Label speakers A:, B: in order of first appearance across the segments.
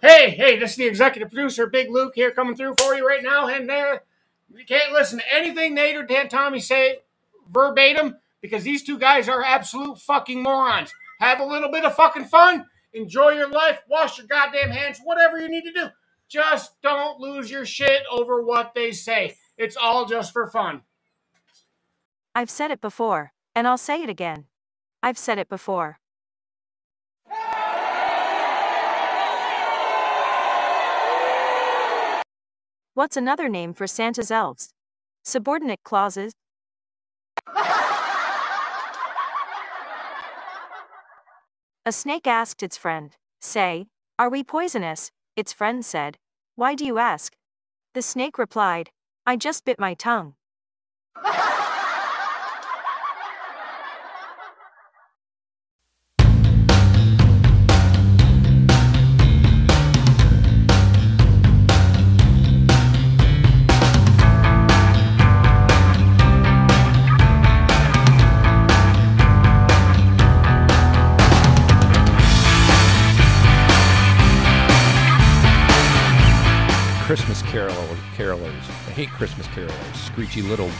A: Hey, hey, this is the executive producer, Big Luke, here coming through for you right now. And there, you can't listen to anything Nate or Dan Tommy say verbatim because these two guys are absolute fucking morons. Have a little bit of fucking fun, enjoy your life, wash your goddamn hands, whatever you need to do. Just don't lose your shit over what they say. It's all just for fun.
B: I've said it before, and I'll say it again. I've said it before. What's another name for Santa's elves? Subordinate clauses? A snake asked its friend, Say, are we poisonous? Its friend said, Why do you ask? The snake replied, I just bit my tongue.
C: Christmas carol- carolers. I hate Christmas carolers. Screechy little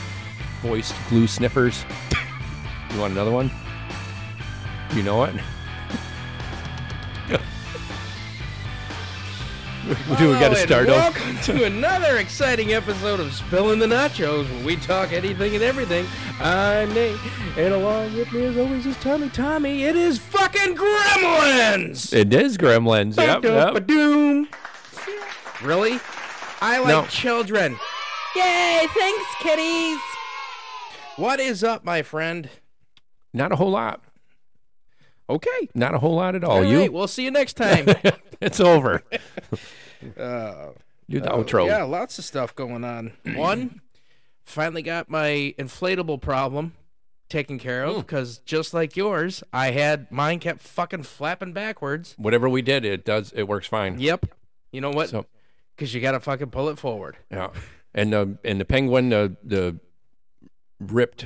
C: voiced glue sniffers. You want another one? You know what? we do. We got to
D: Hello, and
C: start over.
D: Welcome to another exciting episode of Spilling the Nachos, where we talk anything and everything. I'm Nate, and along with me, as always, is Tommy. Tommy, it is fucking Gremlins.
C: It is Gremlins. Yep, yep.
D: Ba-dum-ba-doom. Really? I like
C: No.
D: children. Yay! Thanks, kitties. What is up, my friend?
C: Not a whole lot.
D: Okay.
C: Not a whole lot at all.
D: All
C: you?
D: right, we'll see you next time.
C: it's over.
D: uh,
C: Do the
D: Oh,
C: outro.
D: Yeah, lots of stuff going on. One, finally got my inflatable problem taken care
C: Hmm.
D: of because just like yours, I had mine kept fucking flapping backwards.
C: Whatever we did, it does. It works fine.
D: Yep. You know what?
C: So-
D: Because you got to fucking pull it forward.
C: Yeah. And the and the penguin the the ripped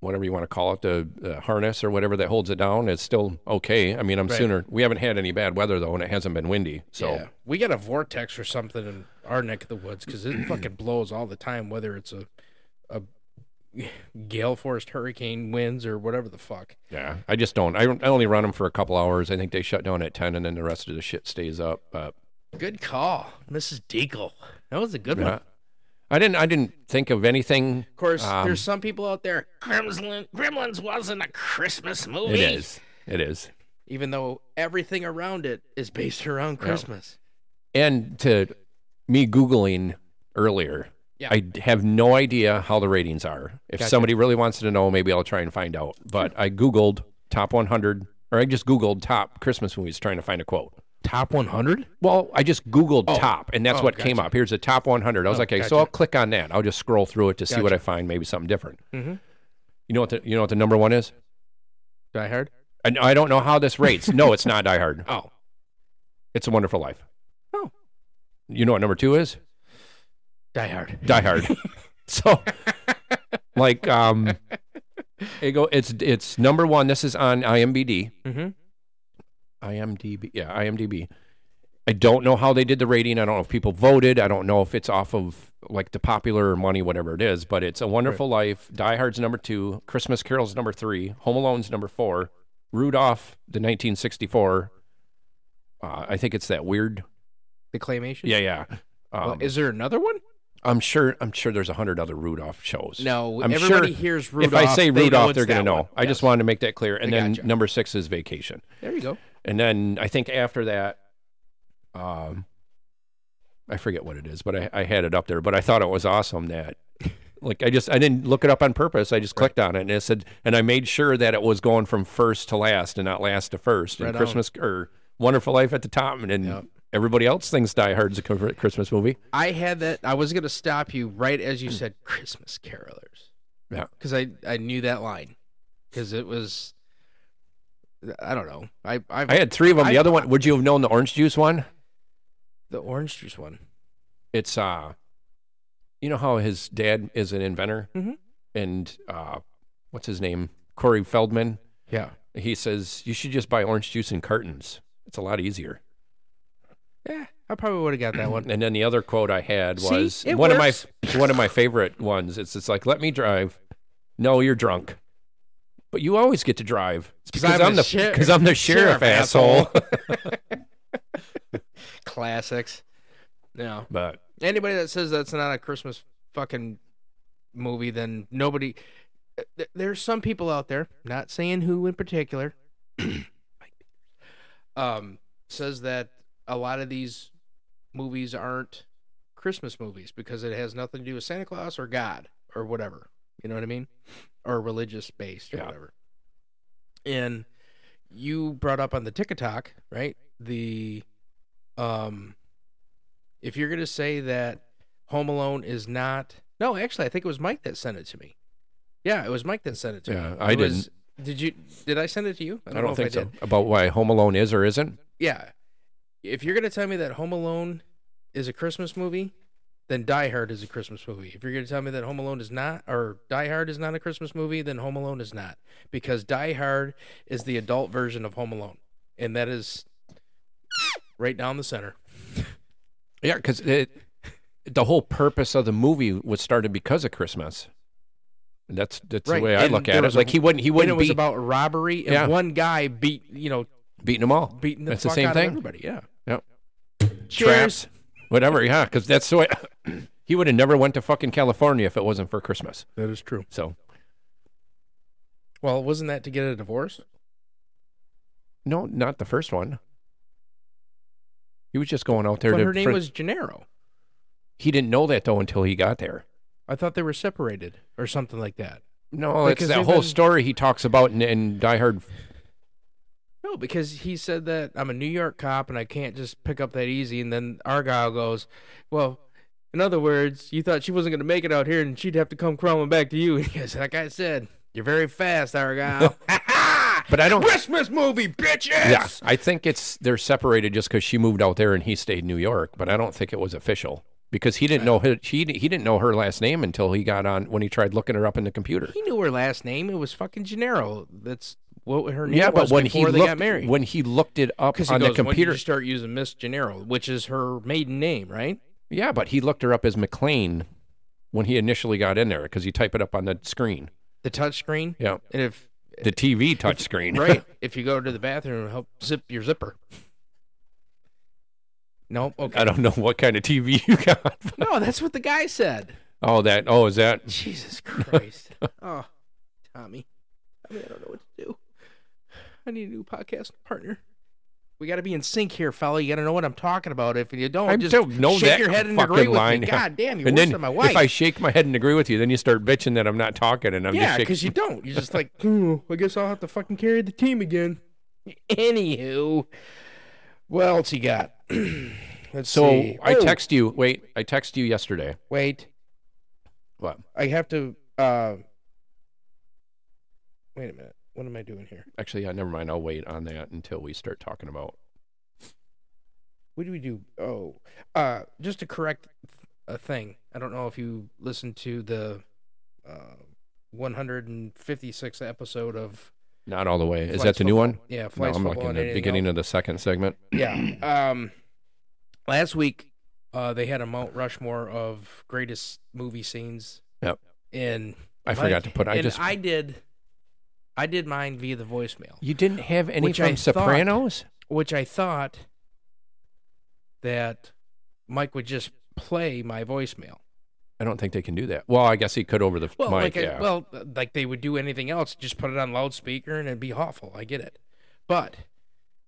C: whatever you want to call it the, the harness or whatever that holds it down is still okay. I mean, I'm
D: Right.
C: sooner. We haven't had any bad weather though, and it hasn't been windy. So
D: Yeah. We got a vortex or something in our neck of the woods because it fucking blows all the time, whether it's a, a gale force hurricane winds or whatever the fuck.
C: yeah, I just don't. I, I only run them for a couple hours. I think they shut down at ten, and then the rest of the shit stays up. But
D: Good call, Mrs. Deagle. That was a good
C: yeah.
D: one.
C: I didn't. I didn't think of anything.
D: Of course,
C: Um,
D: there's some people out there. Gremlin, Gremlins wasn't a Christmas movie.
C: It is. It is.
D: even though everything around it is based around Christmas.
C: And to me googling earlier,
D: Yeah.
C: I d- have no idea how the ratings are. If
D: Gotcha.
C: somebody really wants to know, maybe I'll try and find out. But I googled top 100, or I just googled top Christmas movies trying to find a quote.
D: Top 100?
C: Well, I just googled
D: Oh.
C: top, and that's
D: Oh,
C: what came
D: gotcha.
C: up. Here's the top 100. I was
D: Oh,
C: like, okay,
D: gotcha.
C: so I'll click on that. I'll just scroll through it to see what
D: Gotcha.
C: I find. Maybe something different.
D: Mhm.
C: You know what? The, you know what the number one is?
D: Die Hard?
C: I, I don't know how this rates. no, it's not Die Hard.
D: Oh.
C: It's a Wonderful Life.
D: Oh.
C: You know what number two is?
D: Die Hard.
C: Die Hard. so, like, um, it go. It's it's number one. This is on IMDb.
D: Mm-hmm.
C: IMDb. Yeah, IMDb. I don't know how they did the rating. I don't know if people voted. I don't know if it's off of like the popular money, whatever it is. But it's A Wonderful Life. Die Hard's number two. Christmas Carol's number three. Home Alone's number four. Rudolph the 1964. Uh, I think it's that weird.
D: The Claymation?
C: Yeah, yeah. Um,
D: Well, is there another one?
C: I'm sure. I'm sure there's a hundred other Rudolph shows.
D: No,
C: I'm
D: everybody
C: sure
D: hears
C: If
D: Rudolph.
C: I say
D: they know
C: Rudolph,
D: it's
C: they're gonna
D: that
C: know.
D: one.
C: I just
D: Yes.
C: wanted to make that clear. And
D: I
C: then
D: gotcha.
C: number six is Vacation.
D: There you go.
C: And then I think after that, um, I forget what it is, but I, I had it up there. But I thought it was awesome that, like, I just I didn't look it up on purpose. I just clicked on it and it said, and I made sure that it was going from first to last and not last to first.
D: Right
C: and
D: on.
C: Christmas or Wonderful Life at the top, and then
D: Yep.
C: everybody else thinks Die Hard's a co- Christmas movie.
D: I had that. I was going to stop you right as you said Christmas carolers.
C: Yeah.
D: Because I, I knew that line. Because it was. I don't know. I I've,
C: I had three of them. The
D: I-
C: other one, would you have known the orange juice one?
D: the orange juice one.
C: It's uh, you know how his dad is an inventor,
D: Mhm.
C: and uh, what's his name? Corey Feldman.
D: Yeah.
C: He says you should just buy orange juice in cartons. It's a lot easier.
D: Yeah, I probably would have got that one.
C: And then the other quote I had
D: See,
C: was
D: it
C: one
D: works.
C: of my one of my favorite ones. It's it's like let me drive. No, you're drunk. But you always get to drive. It's
D: 'Cause
C: because
D: I'm
C: I'm,
D: the
C: the
D: sheriff-
C: because I'm the sheriff,
D: sheriff,
C: asshole.
D: Classics. No.
C: but
D: Anybody that says that's not a Christmas fucking movie, then nobody. uh, th- There's some people out there, not saying who in particular, um, says that a lot of these movies aren't Christmas movies because it has nothing to do with Santa Claus or God or whatever. You know what I mean? Or religious based or
C: Yeah.
D: whatever. And you brought up on the TikTok, right? The um if you're gonna say that Home Alone is not no, actually I think it was Mike that sent it to me. Yeah, it was Mike that sent it to
C: Yeah,
D: me.
C: I
D: It was- did you did I send it to you?
C: I don't,
D: know if
C: think
D: did
C: so. About why Home Alone is or isn't.
D: yeah. If you're gonna tell me that Home Alone is a Christmas movie, then Die Hard is a Christmas movie. If you're gonna tell me that Home Alone is not, or Die Hard is not a Christmas movie, then Home Alone is not, because Die Hard is the adult version of Home Alone, and that is right down the center.
C: Yeah, because it the whole purpose of the movie was started because of Christmas. That's that's
D: Right,
C: the way I
D: and
C: look
D: there
C: at it.
D: was a-
C: Like he wouldn't he
D: When it
C: wouldn't
D: was
C: be
D: about robbery, and
C: Yeah.
D: one guy beat you know
C: beating them all.
D: beating the
C: that's
D: fuck
C: the same
D: out
C: thing.
D: of everybody. Yeah.
C: Yep.
D: Cheers.
C: Traps, whatever. Yeah, because that's the way he would have never went to fucking California if it wasn't for Christmas.
D: That is true.
C: So
D: Well, wasn't that to get a divorce?
C: no, not the first one. He was just going out there
D: But
C: to.
D: her name
C: for-
D: was Gennaro.
C: He didn't know that though until he got there.
D: I thought they were separated or something like that.
C: No, it's
D: Because
C: that
D: they've
C: whole
D: been-
C: story he talks about in, in Die Hard.
D: No, because he said that I'm a New York cop and I can't just pick up that easy. And then Argyle goes, Well, in other words, you thought she wasn't going to make it out here and she'd have to come crawling back to you. And he goes, Like I said, you're very fast, Argyle.
C: But I don't.
D: Christmas movie, bitches!
C: Yeah, I think it's they're separated just because she moved out there and he stayed in New York. But I don't think it was official because he didn't know her, he he didn't know her last name until he got on when he tried looking her up in the computer.
D: He knew her last name. It was fucking Gennaro. That's what her name
C: yeah,
D: was
C: but when he
D: before they
C: looked
D: got married.
C: when he looked it up
D: because he
C: on
D: goes,
C: the
D: "When did
C: computer,
D: you start using Miss Gennaro, which is her maiden name, right?
C: yeah, but he looked her up as McLean when he initially got in there because you type it up on the screen.
D: The touch screen.
C: Yeah,
D: And if
C: the TV touch screen.
D: Right. if you go to the bathroom, help zip your zipper. No, okay.
C: I don't know what kind of TV you got.
D: No, that's what the guy said.
C: Oh, that. Oh, is that?
D: Jesus Christ. oh, Tommy. I mean, I don't know what to do. I need a new podcast partner. We got to be in sync here, fella. You got to know what I'm talking about. If you don't,
C: I
D: Oh, just
C: don't know
D: shake
C: that
D: your head and
C: fucking
D: agree
C: line.
D: with me.
C: yeah.
D: God damn, you're
C: and
D: worse
C: then
D: than my wife.
C: if I shake my head and agree with you, then you start bitching that I'm not talking and I'm
D: yeah,
C: just shaking.
D: because you don't. You're just like, hmm, I guess I'll have to fucking carry the team again. Anywho, what else you got? Let's
C: So
D: see.
C: I
D: Oh,
C: text you. Wait, I text you yesterday.
D: Wait,
C: What?
D: I have to. Uh, wait a minute. What am I doing here?
C: Actually, yeah, never mind. I'll wait on that until we start talking about.
D: What do we do? Oh, uh, just to correct a thing. I don't know if you listened to the uh, 156th episode of.
C: Not all the way. Is
D: Flights
C: that the new
D: Football.
C: one?
D: Yeah,
C: No,
D: flights
C: I'm
D: football
C: looking at
D: and
C: the
D: anything
C: beginning
D: else.
C: of the second segment.
D: yeah. Um, last week, uh, they had a Mount Rushmore of greatest movie scenes.
C: Yep.
D: And
C: I forgot to put. I
D: and
C: just.
D: I did, I did mine via the voicemail,
C: you didn't have any
D: Which I
C: from
D: thought-
C: Sopranos?
D: which I thought that Mike would just play my voicemail.
C: I don't think they can do that. Well, I guess he could over the
D: Well,
C: mic.
D: like, I-
C: yeah.
D: well, like they would do anything else, just put it on loudspeaker and it'd be awful. I get it, but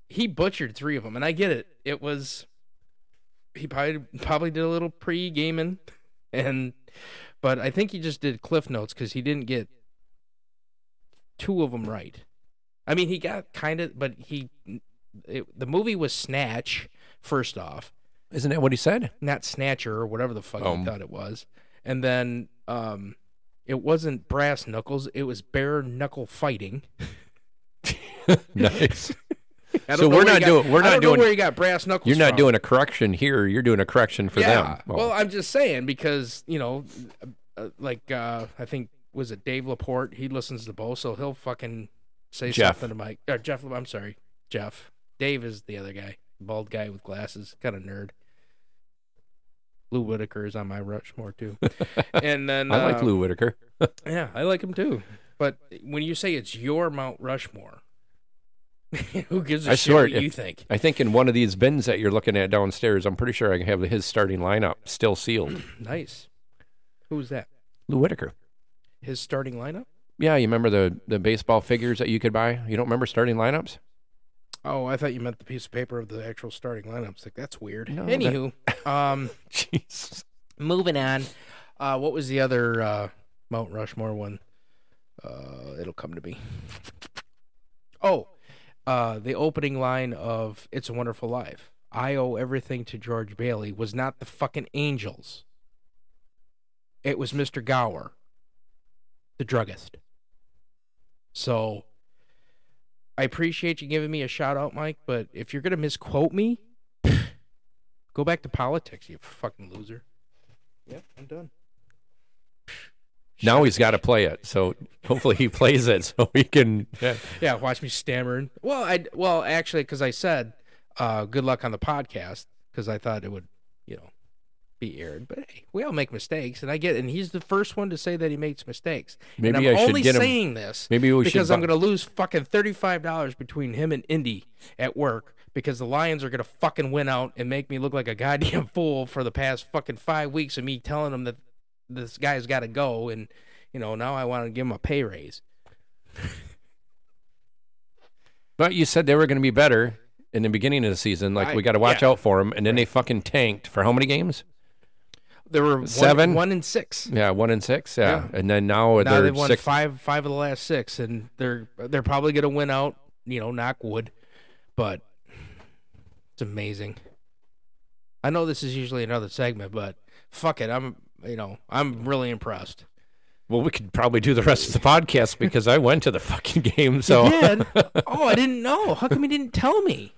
D: he butchered three of them, and I get it. It was he probably probably did a little pre gaming, and but I think he just did cliff notes because he didn't get two of them right. I mean, he got kind of, but he it, the movie was Snatch first off,
C: Isn't that what he said?
D: not Snatcher or whatever the fuck you
C: Um.
D: thought it was. And then um it wasn't brass knuckles, it was bare knuckle fighting.
C: nice.
D: I don't
C: So we're
D: know where he
C: not
D: got-
C: doing- we're not
D: I don't know
C: doing-
D: where you got brass knuckles.
C: You're not
D: from.
C: doing a correction here. You're doing a correction for
D: yeah.
C: them. Oh.
D: Well, I'm just saying because, you know, uh, like uh I think was it Dave Laporte, he listens to both, so he'll fucking say
C: Jeff.
D: uh, something to Mike. Or Jeff, I'm sorry. Jeff. Dave is the other guy. bald guy with glasses, kind of nerd. Lou Whitaker is on my Rushmore too, and then
C: I like
D: um,
C: Lou Whitaker.
D: Yeah, I like him too. But when you say it's your Mount Rushmore, who gives a
C: I
D: shit
C: swear
D: what
C: if-
D: you think?
C: I think in one of these bins that you're looking at downstairs, I'm pretty sure I have his starting lineup still sealed.
D: Nice. Who's that?
C: Lou Whitaker.
D: His starting lineup?
C: Yeah, you remember the the baseball figures that you could buy? You don't remember starting lineups?
D: Oh, I thought you meant the piece of paper of the actual starting lineups. Like that's weird.
C: No, that-
D: Anywho, um,
C: Jeez.
D: moving on. Uh, what was the other uh, Mount Rushmore one? Uh, it'll come to me. Oh, uh, the opening line of "It's a Wonderful Life." I owe everything to George Bailey was not the fucking Angels. It was Mr. Gower, the druggist. So, I appreciate you giving me a shout out, Mike. But if you're gonna misquote me, go back to politics, you fucking loser. Yep, I'm done.
C: Now he's got to play it. So hopefully he plays it so we can. Yeah.
D: Yeah, watch me stammering. Well, I well actually because I said uh, good luck on the podcast because I thought it would you know be aired. But hey, we all make mistakes, and I get. And he's the first one to say that he makes mistakes. and
C: Maybe
D: I'm
C: I should
D: only
C: get him-
D: saying this
C: Maybe we should
D: because I'm
C: bu-
D: going to lose fucking thirty five dollars between him and Indy at work because the Lions are going to fucking win out and make me look like a goddamn fool for the past fucking five weeks of me telling him that this guy's got to go and. You know, now I want to give him a pay raise.
C: But you said they were going to be better in the beginning of the season. Like
D: I-
C: we got to watch
D: yeah.
C: out for them, and then they fucking tanked for how many games?
D: There were one-
C: Seven?
D: one and six.
C: Yeah, one and six. Yeah,
D: Yeah.
C: and then now,
D: now
C: they're
D: they've won
C: six.
D: five five of the last six, and they're they're probably gonna win out. You know, knock wood, but it's amazing. I know this is usually another segment, but fuck it, I'm you know I'm really impressed.
C: Well, we could probably do the rest of the podcast because I went to the fucking game. So
D: Dad, oh, I didn't know. How come you didn't tell me?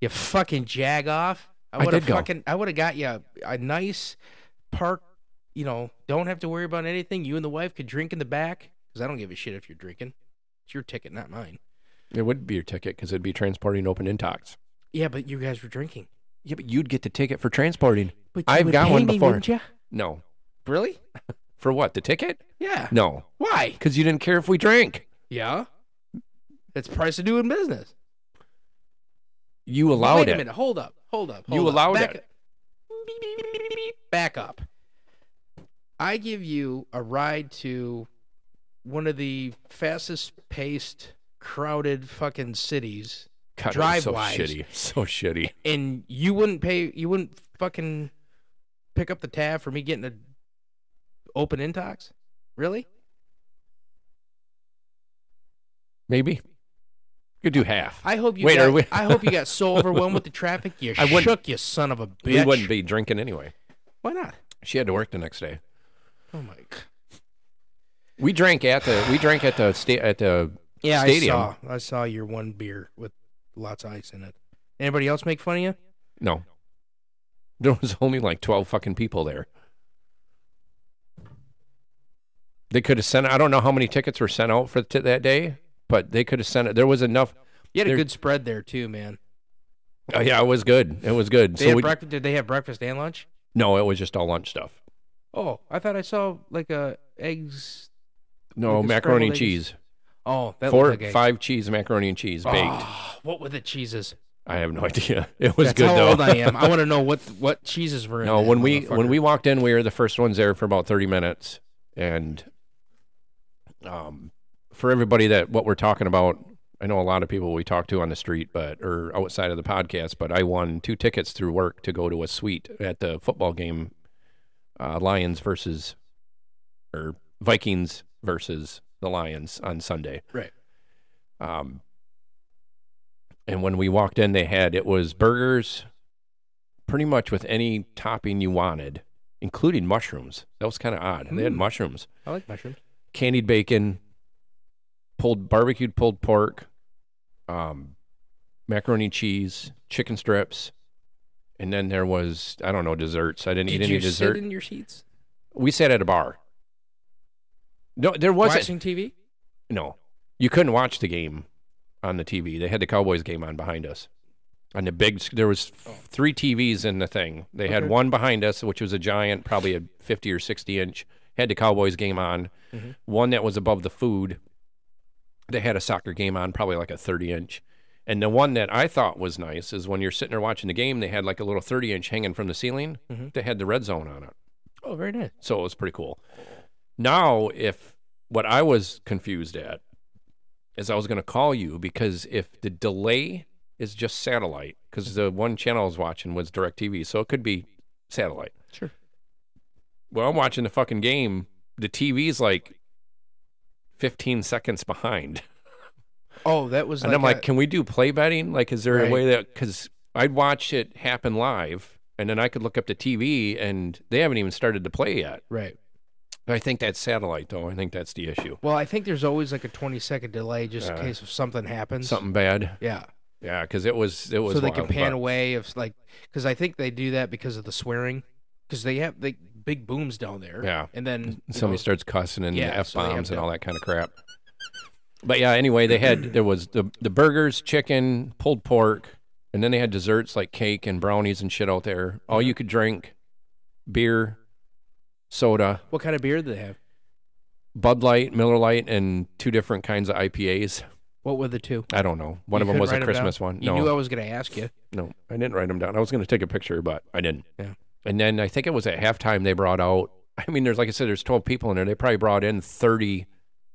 D: You fucking jag off.
C: I
D: would've
C: did go.
D: fucking I would have got you a, a nice park. You know, don't have to worry about anything. You and the wife could drink in the back because I don't give a shit if you're drinking. It's your ticket, not mine.
C: it would be your ticket because it'd be transporting open intox.
D: Yeah, but you guys were drinking.
C: Yeah, but you'd get the ticket for transporting.
D: But you
C: I've
D: would
C: got
D: pay
C: one
D: me,
C: before.
D: wouldn't ya?
C: No,
D: Really?
C: for what? The ticket?
D: Yeah.
C: No,
D: Why?
C: because you didn't care if we drank.
D: Yeah. It's price of doing business.
C: You allowed
D: Wait
C: it.
D: a minute. Hold up. Hold up.
C: You
D: hold up.
C: allowed
D: Back
C: it.
D: up. Back up. I give you a ride to one of the fastest paced, crowded fucking cities,
C: God, it was
D: Drive-wise.
C: so shitty. So shitty.
D: and you wouldn't pay. You wouldn't fucking pick up the tab for me getting a open intox. Really?
C: Maybe. You could do half.
D: I hope you.
C: Wait,
D: got,
C: are we-
D: I hope you got so overwhelmed with the traffic you
C: I wouldn't-
D: shook, you son of a bitch.
C: we wouldn't be drinking anyway.
D: Why not?
C: She had to work the next day.
D: Oh my. g-
C: We drank at the we drank at the sta- at the
D: Yeah,
C: Stadium.
D: I saw. I saw your one beer with lots of ice in it. Anybody else make fun of you?
C: no. There was only like twelve fucking people there. They could have sent. I don't know how many tickets were sent out for t- that day, but they could have sent it. There was enough.
D: You had a
C: There-
D: good spread there too, man.
C: Oh, yeah, it was good. It was good.
D: They
C: so
D: had
C: we,
D: breakfast. Did they have breakfast and lunch?
C: no, it was just all lunch stuff.
D: Oh, I thought I saw like a eggs.
C: No
D: Like a
C: macaroni and
D: scrambled eggs?
C: cheese.
D: Oh, that
C: Four,
D: looked like eggs.
C: five cheese macaroni and cheese baked.
D: Oh, what were the cheeses?
C: I have no idea. It was
D: That's
C: good
D: how
C: though.
D: old I am. I want to know what what cheeses were in.
C: No,
D: that
C: when we when
D: motherfucker.
C: we walked in, we were the first ones there for about thirty minutes, and um, for everybody that what we're talking about, I know a lot of people we talk to on the street, but or outside of the podcast. But I won two tickets through work to go to a suite at the football game, uh, Lions versus or Vikings versus the Lions on Sunday.
D: right.
C: Um, and when we walked in, they had it was burgers, pretty much with any topping you wanted, including mushrooms. That was kind of odd. They had
D: Mm.
C: mushrooms,
D: I like mushrooms.
C: candied bacon, pulled barbecued pulled pork, um, macaroni and cheese, chicken strips, and then there was I don't know desserts. I didn't
D: Did
C: eat any
D: you
C: dessert.
D: sit in your seats
C: we sat at a bar. No, there wasn't.
D: watching TV?
C: No, you couldn't watch the game on the TV. They had the Cowboys game on behind us. on the big. There was three TVs in the thing. They had one behind us, which was a giant, probably a fifty or sixty inch. Had the Cowboys game on. One that was above the food. They had a soccer game on, probably like a thirty inch. And the one that I thought was nice is when you're sitting there watching the game, they had like a little thirty inch hanging from the ceiling. They had the red zone on it.
D: Oh, very nice.
C: So it was pretty cool. Now, if what I was confused at is I was going to call you because if the delay is just satellite, because the one channel I was watching was DirecTV, so it could be satellite.
D: Sure.
C: Well, I'm watching the fucking game. The TV's like 15 seconds behind.
D: Oh, that was.
C: And
D: like
C: I'm like,
D: a-
C: can we do play betting? Like, is there
D: Right.
C: a way that, because I'd watch it happen live and then I could look up the TV and they haven't even started to play yet.
D: right.
C: I think that's satellite, though. I think that's the issue.
D: Well, I think there's always like a 20 second delay just in case if something happens.
C: Uh, Something bad.
D: Yeah.
C: Yeah, because it was it was.
D: so they
C: wild,
D: can pan
C: but-
D: away if like because I think they do that because of the swearing because they have the big booms down there.
C: Yeah.
D: and then you
C: Somebody
D: know,
C: starts cussing and
D: Yeah,
C: f
D: so they have
C: bombs and
D: to-
C: all that kind of crap. But yeah, anyway, they had there was the the burgers, chicken, pulled pork, and then they had desserts like cake and brownies and shit out there. All you could drink, beer, soda,
D: what kind of beer do they have?
C: Bud Light, Miller Light, and two different kinds of IPAs.
D: What were the two?
C: I don't know. One
D: You
C: of them
D: couldn't
C: was
D: write
C: a
D: 'em
C: Christmas
D: down?
C: one.
D: You
C: no,
D: knew I was going to ask you.
C: No, I didn't write them down. I was going to take a picture, but I didn't.
D: Yeah.
C: And then I think it was at halftime they brought out. I mean, there's like I said, there's 12 people in there. They probably brought in 30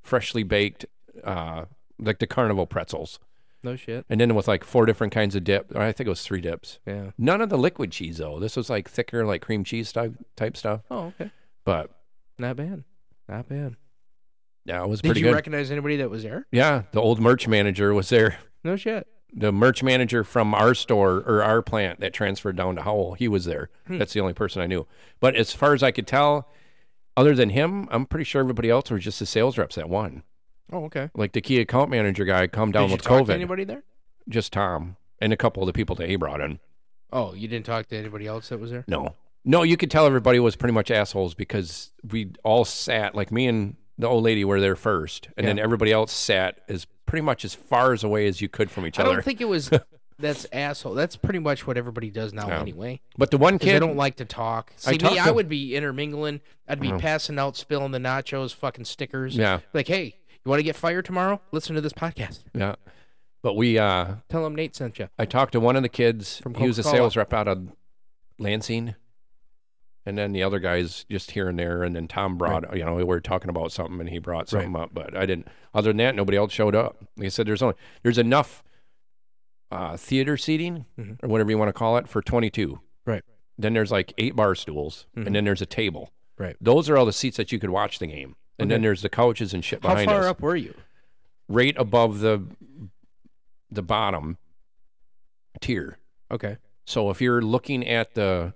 C: freshly baked, uh, like the carnival pretzels,
D: No shit.
C: and then with like four different kinds of dip. Or I think it was three dips.
D: Yeah.
C: None of the liquid cheese though. This was like thicker, like cream cheese type type stuff.
D: Oh, okay.
C: But
D: Not bad. Not bad.
C: yeah, it was
D: Did
C: pretty
D: you
C: good.
D: recognize anybody that was there?
C: yeah, the old merch manager was there.
D: No shit.
C: The merch manager from our store or our plant that transferred down to Howell, he was there.
D: Hmm.
C: That's the only person I knew. But as far as I could tell, other than him, I'm pretty sure everybody else was just the sales reps that won.
D: Oh, okay.
C: Like the key account manager guy come down
D: Did you
C: with
D: talk
C: COVID.
D: to anybody there?
C: Just Tom and a couple of the people that he brought in.
D: Oh, you didn't talk to anybody else that was there.
C: No. No, you could tell everybody was pretty much assholes because we all sat, like me and the old lady were there first, and then
D: Yeah.
C: everybody else sat as pretty much as far as away as you could from each
D: I
C: other.
D: don't think it was. That's asshole. That's pretty much what everybody does now
C: Yeah.
D: anyway.
C: but the one
D: Because
C: kid,
D: I don't like to Oh. talk. See,
C: I talk
D: me,
C: to-
D: I would be intermingling. I'd be passing out, spilling the nachos, fucking stickers.
C: Yeah.
D: Like, hey, you want to get fired tomorrow? Listen to this podcast.
C: yeah. But we, uh,
D: Tell them Nate sent you.
C: I talked to one of the kids.
D: From
C: he was a
D: Coca-Cola.
C: sales rep out of Lansing, and then the other guys just here and there. And then Tom brought, you know, we were talking about something, and he brought something up. But I didn't. Other than that, nobody else showed up. Like I said, there's only there's enough uh, theater seating
D: Mhm.
C: or whatever you want to call it for 22.
D: Right.
C: Then there's like eight bar stools,
D: Mhm.
C: and then there's a table.
D: Right.
C: Those are all the seats that you could watch the game. And then
D: Okay.
C: there's the couches and shit
D: How
C: behind
D: far
C: us
D: up were you?
C: right above the the bottom tier.
D: Okay.
C: So if you're looking at the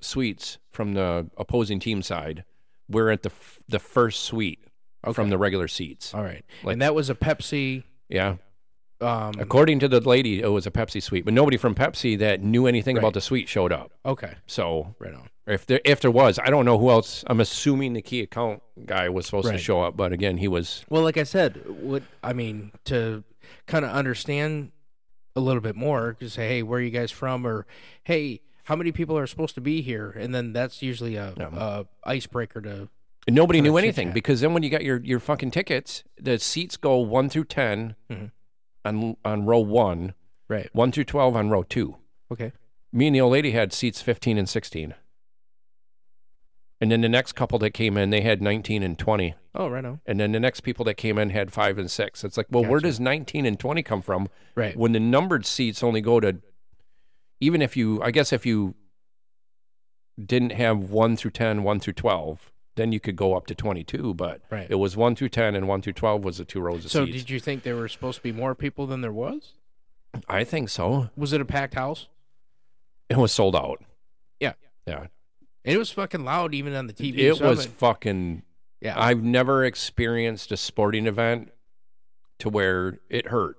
C: suites from the opposing team side, we're at the f- the first suite
D: Okay.
C: from the regular seats.
D: All right.
C: Like-
D: and that was a Pepsi.
C: Yeah.
D: Um,
C: According to the lady, it was a Pepsi suite, but nobody from Pepsi that knew anything
D: Right.
C: about the suite showed up.
D: okay.
C: So
D: Right on.
C: if there if there was, I don't know who else. I'm assuming the key account guy was supposed to
D: Right.
C: show up, but again, he was
D: Well, like I said, what I mean to kind of understand a little bit more, just say, hey, where are you guys from, or hey, how many people are supposed to be here, and then that's usually a, a icebreaker to
C: And nobody
D: Kinda
C: knew
D: chit
C: anything
D: chat.
C: because then when you got your, your fucking tickets, the seats go one through 10
D: Mhm.
C: on on row one,
D: right.
C: one through twelve on row two.
D: Okay.
C: Me and the old lady had seats fifteen and sixteen, and then the next couple that came in they had nineteen and twenty,
D: Oh, right on.
C: and then the next people that came in had five and six. It's like, well, where
D: Gotcha.
C: does nineteen and twenty come from?
D: Right.
C: when the numbered seats only go to even if you i guess if you didn't have 1 through 10 1 through 12 then you could go up to 22 but
D: Right.
C: it was 1 through 10 and 1 through 12 was the two rows of
D: So,
C: seats
D: did you think there were supposed to be more people than there was?
C: i think so
D: Was it a packed house?
C: it was sold out
D: Yeah.
C: yeah
D: It was fucking loud, even on the TV.
C: it
D: so I'm
C: was
D: like-
C: fucking
D: yeah.
C: i've never experienced a sporting event to where it hurt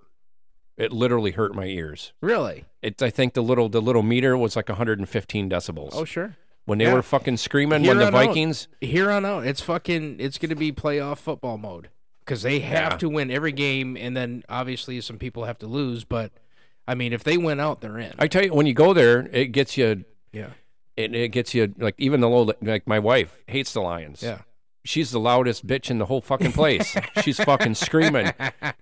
C: it literally hurt my ears
D: really?
C: it's i think the little the little meter was like 115 decibels
D: Oh, sure.
C: when they
D: yeah.
C: were fucking screaming
D: Here
C: when the
D: on out.
C: vikings
D: Here on out, it's fucking. It's gonna be playoff football mode because they have
C: Yeah.
D: to win every game, and then obviously some people have to lose. But I mean, if they went out, they're in.
C: I tell you, when you go there, it gets you.
D: Yeah.
C: It, it gets you like even the low. Like my wife hates the Lions.
D: Yeah.
C: She's the loudest bitch in the whole fucking place. She's fucking screaming,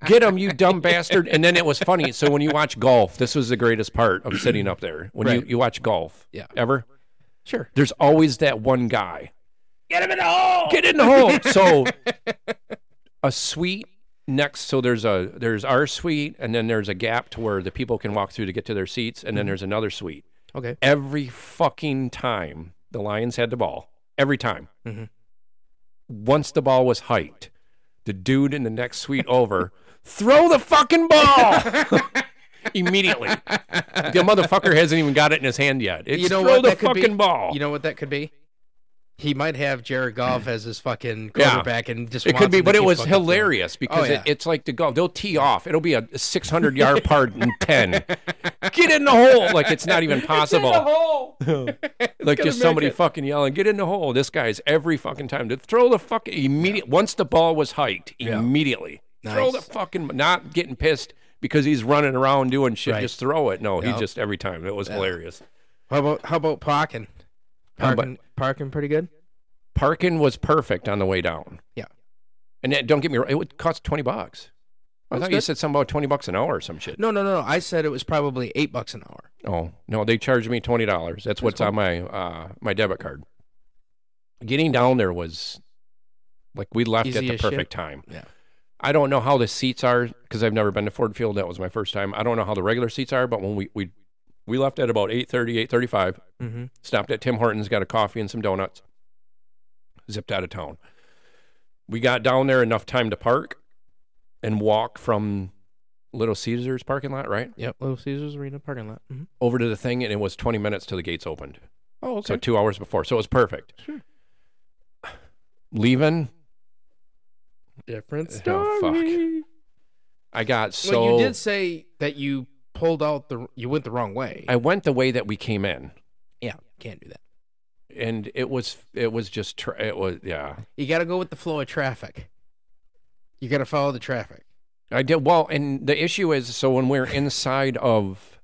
C: "Get him, you dumb bastard!" And then it was funny. So when you watch golf, this was the greatest part of sitting up there. When
D: Right.
C: you, you watch golf,
D: Yeah.
C: ever,
D: Sure.
C: there's always that one guy
D: Get him in the hole.
C: get in the hole. So a suite next so there's a there's our suite and then there's a gap to where the people can walk through to get to their seats and
D: Mm-hmm.
C: then there's another suite.
D: Okay.
C: Every fucking time the Lions had the ball, every time.
D: Mhm.
C: Once the ball was hiked, the dude in the next suite over throw the fucking ball. Immediately, the motherfucker hasn't even got it in his hand yet. It's
D: you know
C: throw
D: what?
C: the
D: that could
C: fucking
D: be,
C: ball.
D: You know what that could be? He might have Jared Goff as his fucking
C: Yeah.
D: quarterback, and just
C: It
D: wants
C: could be,
D: him to
C: but it
D: keep
C: was
D: fucking throwing.
C: hilarious because
D: yeah.
C: it, it's like the golf. They'll tee off. It'll be a 600 yard par in 10. Get in the hole. Like it's not even possible. like just somebody fucking yelling, get in the hole. This guy's every fucking time to throw the fucking immediate. Once the ball was hiked, immediately throw the
D: Nice.
C: fucking. Not getting pissed because he's running around doing shit.
D: Right.
C: Just throw it. No,
D: Yeah.
C: he just every time. It was hilarious.
D: How about how about parking?
C: How about-
D: Parking, parking, pretty good.
C: Parking was perfect on the way down.
D: Yeah.
C: And that, don't get me wrong, it would cost 20 bucks. I
D: That's
C: thought you
D: good.
C: said something about 20 bucks an hour or some shit.
D: No, no, no, no. I said it was probably eight bucks an hour.
C: Oh, no, they charged me $20. That's, what's on my uh, my debit card. Getting down there was like we left
D: Easy
C: at the
D: as shit.
C: perfect time.
D: Yeah.
C: I don't know how the seats are because I've never been to Ford Field. That was my first time. I don't know how the regular seats are, but when we we, we left at about 8:30, 8:35,
D: Mm-hmm.
C: stopped at Tim Hortons, got a coffee and some donuts, zipped out of town. We got down there enough time to park and walk from Little Caesars parking lot, right?
D: Yep. Little Caesars Arena parking lot. Mm-hmm.
C: Over to the thing, and it was 20 minutes till the gates opened.
D: Oh,
C: So two hours before. So it was perfect.
D: Sure.
C: Leaving,
D: different
C: Oh, fuck. I got so.
D: well, you did say that you pulled out the you went the wrong way.
C: I went the way that we came in,
D: yeah, can't do that.
C: and it was it was just tr it was yeah.
D: You got to go with the flow of traffic. You got to follow the traffic.
C: I did well, and the issue is so when we're inside of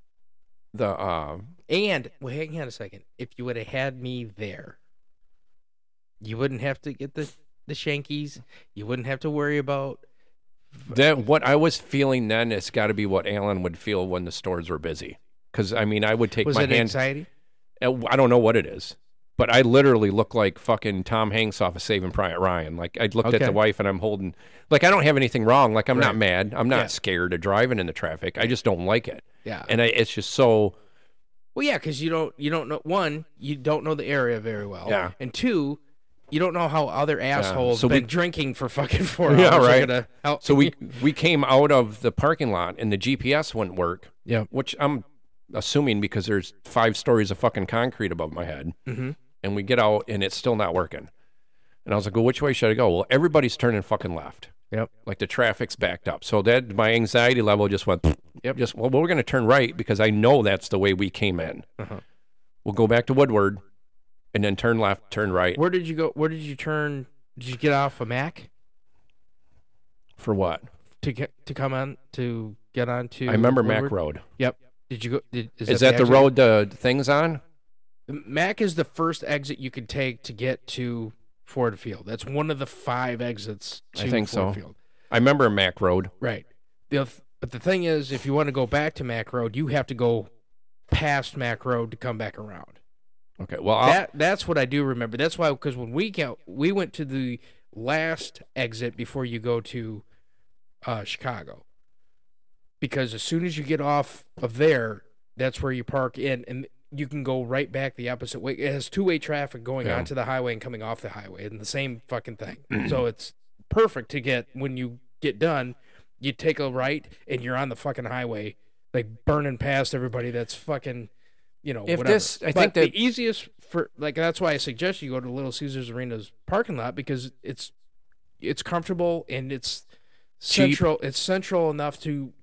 C: the uh,
D: And well, hang on a second. If you would have had me there, you wouldn't have to get the the shankies. You wouldn't have to worry about.
C: that what I was feeling then, it's got to be what Alan would feel when the stores were busy. Because I mean, I would take
D: was
C: my
D: it
C: hand.
D: anxiety?
C: Uh, I don't know what it is, but I literally look like fucking Tom Hanks off of Saving Private Ryan. Like I looked at
D: Okay.
C: the wife and I'm holding, like I don't have anything wrong. Like I'm
D: Right.
C: not mad. I'm not
D: Yeah. Uh,
C: scared of driving in the traffic. I just don't like it,
D: Yeah.
C: and I, it's just so
D: well, yeah, because you don't you don't know one you don't know the area very well.
C: Yeah.
D: And two, you don't know how other assholes
C: so we-
D: been drinking for fucking four
C: Yeah,
D: hours. are
C: right.
D: gonna help-
C: So we we came out of the parking lot and the GPS wouldn't work.
D: Yeah.
C: Which I'm assuming because there's five stories of fucking concrete above my head.
D: Mhm.
C: And we get out and it's still not working. And I was like, well, which way should I go? Well, everybody's turning fucking left.
D: Yep.
C: Like the traffic's backed up. So that my anxiety level just went.
D: Yep.
C: Just well, we're going to turn right because I know that's the way we came in.
D: Uh-huh.
C: We'll go back to Woodward, and then turn left, turn right
D: Where did you go? Where did you turn? Did you get off a Mac
C: for what?
D: to get to come on to get on to?
C: I remember
D: Woodward?
C: Mac Road.
D: Yep. Did you go? Did, is,
C: Is, that the,
D: exit?
C: road the things on?
D: Mac is the first exit you could take to get to Ford Field. That's one of the five exits
C: I
D: to
C: think
D: Ford
C: so.
D: Field.
C: I remember Mac Road.
D: Right. The oth- but the thing is, if you want to go back to Mac Road, you have to go past Mac Road to come back around.
C: Okay. Well, I'll,
D: That that's what I do remember. That's why because when we got we went to the last exit before you go to uh, Chicago, because as soon as you get off of there, that's where you park in, and you can go right back the opposite way. It has two way traffic going
C: Yeah.
D: onto the highway and coming off the highway, and the same fucking thing. so it's perfect to get when you get done. You take a right, and you're on the fucking highway, like burning past everybody that's fucking you know,
C: If
D: whatever.
C: this- I think
D: But
C: that-
D: the easiest for like that's why I suggest you go to Little Caesars Arena's parking lot because it's it's comfortable and it's
C: Cheap.
D: central. It's central enough to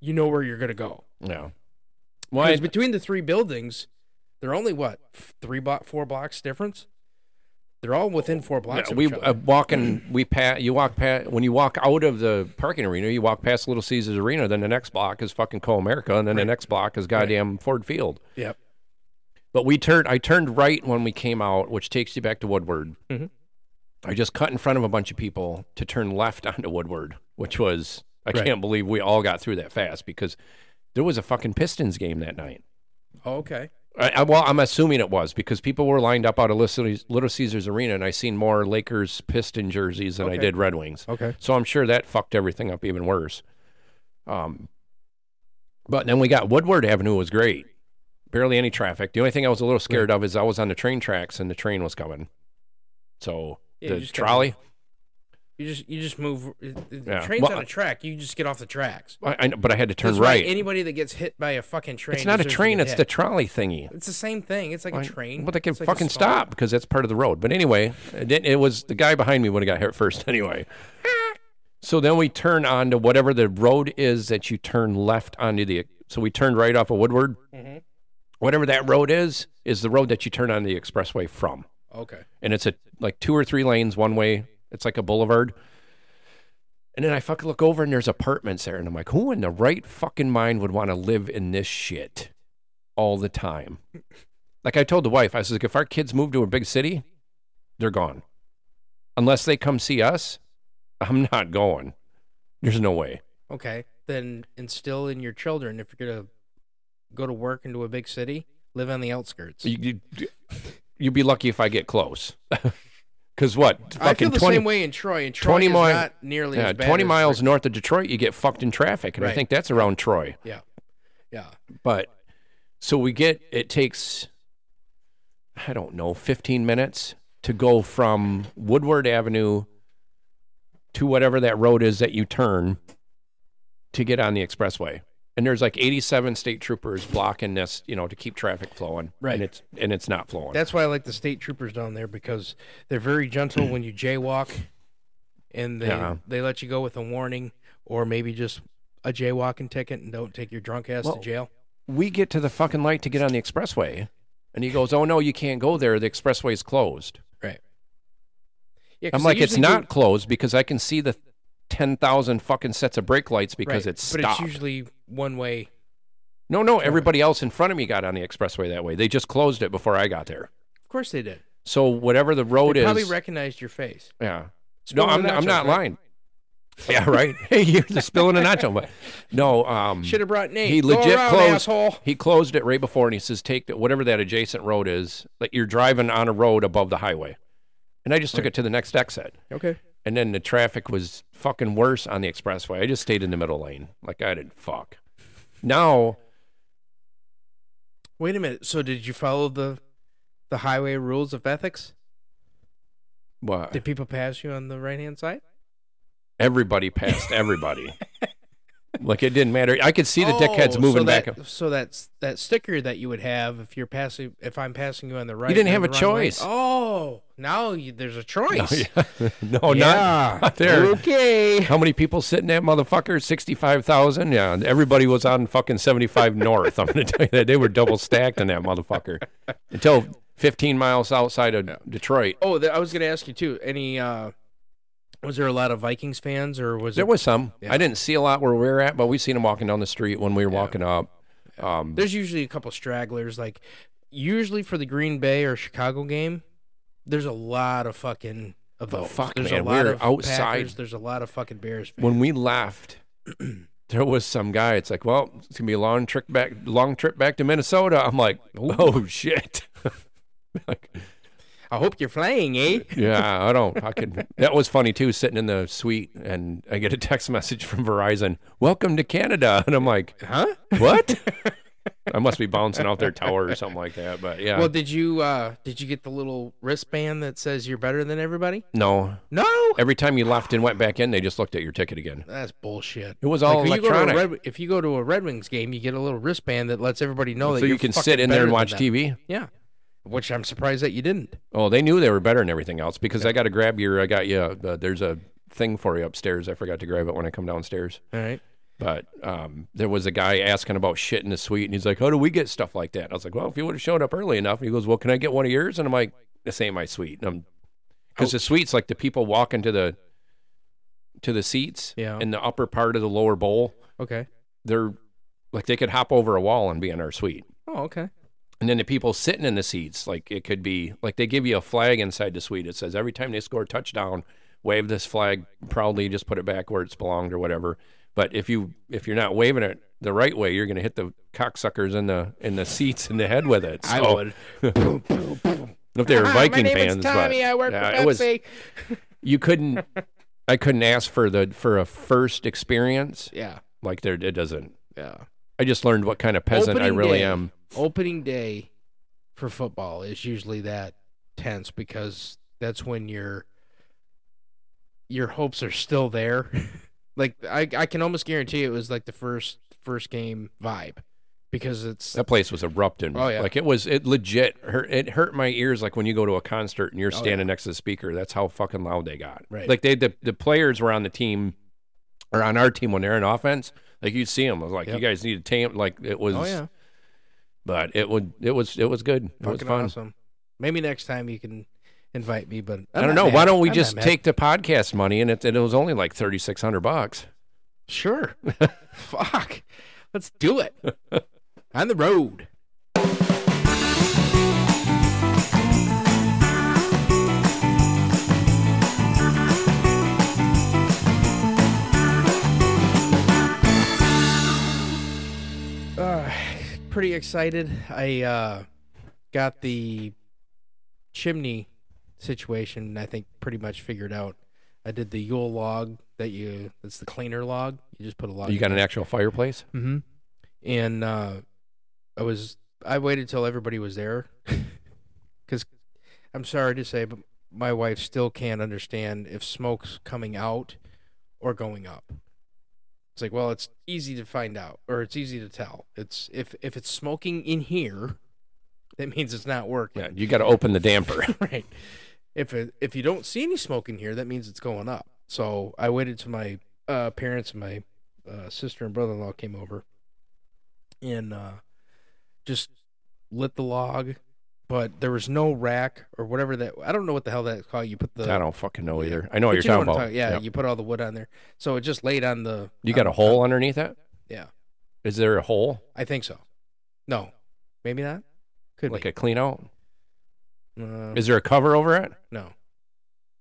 D: you know where you're gonna go.
C: no. Why?
D: Because between the three buildings, they're only what f- three block, four blocks difference. They're all within four blocks.
C: Yeah,
D: of
C: we
D: each other.
C: uh, walking. We pat. You walk past when you walk out of the parking arena. You walk past Little Caesars Arena. Then the next block is fucking Co America, and then the next block is goddamn Ford Field.
D: yep.
C: But we turned. I turned right when we came out, which takes you back to Woodward.
D: Mhm.
C: I just cut in front of a bunch of people to turn left onto Woodward, which was I
D: Right.
C: can't believe we all got through that fast because there was a fucking Pistons game that night.
D: Oh, okay.
C: I, I, well, I'm assuming it was because people were lined up out of Little Little Caesars Arena, and I seen more Lakers Piston jerseys than I
D: Okay.
C: did Red Wings.
D: Okay.
C: So I'm sure that fucked everything up even worse. Um, but then we got Woodward Avenue was great, barely any traffic. The only thing I was a little scared of is I was on the train tracks and the train was coming. So
D: Yeah, you
C: the
D: just gotta-
C: trolley,
D: You just you just move. uh, The
C: Yeah.
D: the train's
C: Well,
D: on
C: I-
D: a track. You just get off the tracks.
C: I, I, but I had to turn
D: That's why
C: right.
D: Anybody that gets hit by a fucking train.
C: it's not a
D: deserves to
C: train;
D: get
C: it's the
D: hit.
C: trolley thingy.
D: It's the same thing. It's like a
C: Well,
D: train.
C: Well, they can
D: It's like a
C: fucking
D: song.
C: stop because that's part of the road. But anyway, it, didn't, it was the guy behind me would have got hit first anyway. so then we turn on to whatever the road is that you turn left onto the. So we turned right off of Woodward.
D: Mhm.
C: Whatever that road is, is the road that you turn on the expressway from
D: Okay.
C: and it's a like two or three lanes one way. It's like a boulevard. And then I fucking look over and there's apartments there, and I'm like, who in the right fucking mind would want to live in this shit all the time? Like I told the wife, I was like, if our kids move to a big city, they're gone. Unless they come see us, I'm not going. There's no way.
D: Okay. Then instill in your children if you're gonna go to work into a big city, live on the outskirts.
C: You, you, you'd be lucky if I get close. Because what?
D: I
C: fucking
D: feel the same way in Troy. And Troy
C: 20
D: is
C: mile-
D: not nearly
C: Yeah,
D: as bad
C: 20
D: as
C: miles north of Detroit, you get fucked in traffic. And I
D: Right.
C: think that's around Troy.
D: Yeah. Yeah.
C: But so we get, it takes, I don't know, 15 minutes to go from Woodward Avenue to whatever that road is that you turn to get on the expressway. And there's like 87 state troopers blocking this, you know, to keep traffic flowing.
D: Right.
C: And it's, and it's not flowing.
D: That's why I like the state troopers down there because they're very gentle when you jaywalk, and they
C: Yeah.
D: they let you go with a warning or maybe just a jaywalking ticket and don't take your drunk ass
C: Well,
D: to jail.
C: we get to the fucking light to get on the expressway. And he goes, Oh, no, you can't go there. The expressway's closed.
D: Right. Yeah, 'cause
C: I'm
D: they
C: like, it's
D: usually do-
C: not closed because I can see the 10,000 fucking sets of brake lights because
D: right,
C: it's
D: but
C: stopped.
D: it's usually one way.
C: no, no, everybody else in front of me got on the expressway that way. They just closed it before I got there.
D: Of course they did.
C: So whatever the road
D: they
C: Oh, is,
D: probably recognized your face.
C: yeah. No,
D: Spilling
C: I'm,
D: the
C: I'm
D: nachos,
C: not
D: right?
C: lying. Yeah, right. Hey, you're just spilling a nacho. But no, um,
D: Should have brought Nate.
C: he
D: Go
C: legit
D: around,
C: closed.
D: Asshole.
C: He closed it right before, and he says, "Take that whatever that adjacent road is. Like you're driving on a road above the highway." And I just took it to the next exit.
D: Okay.
C: And then the traffic was fucking worse on the expressway. I just stayed in the middle lane. Like I didn't fuck. Now,
D: Wait a minute. So did you follow the the highway rules of ethics?
C: what?
D: Did people pass you on the right hand side?
C: Everybody passed everybody. like it didn't matter. I could see the dickheads
D: Oh,
C: moving
D: so that,
C: back. up.
D: So that's that sticker that you would have if you're passing, if I'm passing you on the right.
C: didn't
D: and
C: have
D: the
C: a
D: wrong way.
C: choice.
D: Oh, now you, there's a choice.
C: No, yeah. no
D: Yeah.
C: not, not there.
D: Okay.
C: How many people sit in that motherfucker? 65,000? Yeah. and Everybody was on fucking 75 North. I'm going to tell you that. They were double stacked in that motherfucker until 15 miles outside of Detroit.
D: Oh, th- I was gonna ask you too. Any, uh was there a lot of Vikings fans, or was
C: There
D: it,
C: was some.
D: Yeah.
C: I didn't see a lot where we were at, but we seen them walking down the street when we were walking up. Um,
D: There's usually a couple stragglers. Like usually for the Green Bay or Chicago game, there's a lot of fucking. Of
C: Oh,
D: those.
C: fuck,
D: there's
C: man,
D: a
C: we
D: lot
C: were
D: of
C: outside.
D: Packers, there's a lot of fucking Bears. Fans.
C: when we left, there was some guy. It's like, well, it's gonna be a long trip back, long trip back to Minnesota. I'm like, oh shit. like,
D: I hope you're flying, eh?
C: yeah, I don't. I could. That was funny too. Sitting in the suite, and I get a text message from Verizon, "Welcome to Canada," and I'm like,
D: Huh?
C: what? I must be bouncing off their tower or something like that. But yeah,
D: Well, did you uh did you get the little wristband that says you're better than everybody?
C: no.
D: No,
C: Every time you left and went back in, they just looked at your ticket again.
D: that's bullshit.
C: It was all
D: if you go to a
C: electronic.
D: Red- if you go to a Red Wings game, you get a little wristband that lets everybody know that
C: so
D: you're
C: you can
D: fucking
C: sit in there and
D: better
C: watch
D: than them.
C: TV.
D: Yeah, which I'm surprised that you didn't.
C: Oh, they knew they were better than everything else because I got to grab your. I got you. Uh, there's a thing for you upstairs. I forgot to grab it when I come downstairs.
D: All right.
C: But um, there was a guy asking about shit in the suite, and he's like, "How do we get stuff like that?" I was like, "Well, if you would have showed up early enough," and he goes, "Well, can I get one of yours?" And I'm like, "This ain't my suite." And I'm
D: Oh.
C: because the suites like the people walk into the to the seats
D: Yeah.
C: in the upper part of the lower bowl.
D: Okay.
C: They're like they could hop over a wall and be in our suite.
D: Oh, okay.
C: And then the people sitting in the seats, like it could be like they give you a flag inside the suite. It says every time they score a touchdown, wave this flag proudly, just put it back where it's belonged or whatever. But if you if you're not waving it the right way, you're gonna hit the cocksuckers in the in the seats in the head with it. So, If they were Oh, Viking
D: Ah, My name
C: fans,
D: is Tommy.
C: but,
D: I work
C: yeah,
D: for
C: it was-
D: Pepsi.
C: you couldn't I couldn't ask for the for a first experience.
D: Yeah.
C: Like there it doesn't
D: Yeah.
C: I just learned what kind of peasant I
D: Opening
C: really
D: day.
C: am.
D: Opening day for football is usually that tense because that's when your your hopes are still there. like I, I can almost guarantee it was like the first first game vibe because it's
C: That place was erupting.
D: Oh, yeah.
C: Like it was it legit hurt it hurt my ears like when you go to a concert and you're
D: Oh,
C: standing next to the speaker. That's how fucking loud they got.
D: Right.
C: Like they the, the players were on the team or on our team when they're in offense. Like you'd see them. I was like,
D: Yep.
C: you guys need to tame. Like it was,
D: oh yeah
C: but it would, it was, it was good. It was
D: fucking
C: fun.
D: awesome. Maybe next time you can invite me, but I'm
C: I don't
D: not
C: know.
D: mad.
C: Why don't we
D: I'm not
C: just
D: mad.
C: take the podcast money and it, and it was only like 3,600 bucks.
D: Sure. Fuck. Let's do it. On the road. Uh, pretty excited. I uh, got the chimney situation, I think, pretty much figured out. I did the Yule log that you, that's the cleaner log. You just put a log
C: You got
D: in
C: an actual fireplace?
D: Mm-hmm. And uh, I was I waited till everybody was there, because I'm sorry to say, but my wife still can't understand if smoke's coming out or going up. It's like, well, it's easy to find out, or it's easy to tell. It's if if it's smoking in here, that means it's not working.
C: Yeah. You got to open the damper.
D: right. If it, if you don't see any smoke in here, that means it's going up. So I waited till my uh, parents and my uh, sister and brother in law came over, and uh, just lit the log, but there was no rack or whatever that I don't know what the hell that's called. You put the
C: I don't fucking know
D: Yeah.
C: either. I know
D: but
C: what
D: you
C: you're
D: know
C: talking
D: what I'm
C: about.
D: talking- yeah,
C: Yep.
D: you put all the wood on there, so it just laid on the.
C: You got
D: on-
C: a hole underneath it?
D: Yeah.
C: Is there a hole?
D: I think so. No, maybe not. Could
C: like
D: be.
C: a clean out?
D: Uh,
C: Is there a cover over it?
D: no.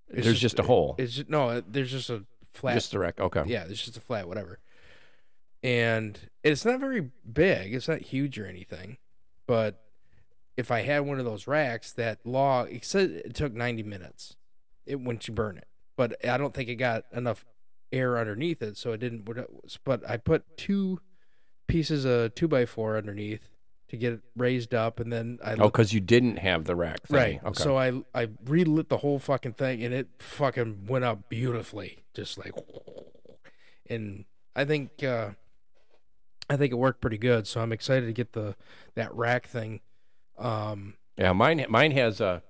D: It's
C: There's just, a hole.
D: It's just, no. it- There's just a flat.
C: Just the wreck. Okay.
D: yeah, it's just a flat whatever. And it's not very big. It's not huge or anything. But if I had one of those racks, that log it said it took 90 minutes it once you burn it. But I don't think it got enough air underneath it, so it didn't. what it was- But I put two pieces of two by four underneath to get it raised up, and then I
C: Oh,
D: lit-
C: because you didn't have the rack. Thing.
D: Right.
C: Okay.
D: So I I relit the whole fucking thing and it fucking went up beautifully. Just like and I think uh I think it worked pretty good, so I'm excited to get the that rack thing. Um
C: yeah, mine mine has a.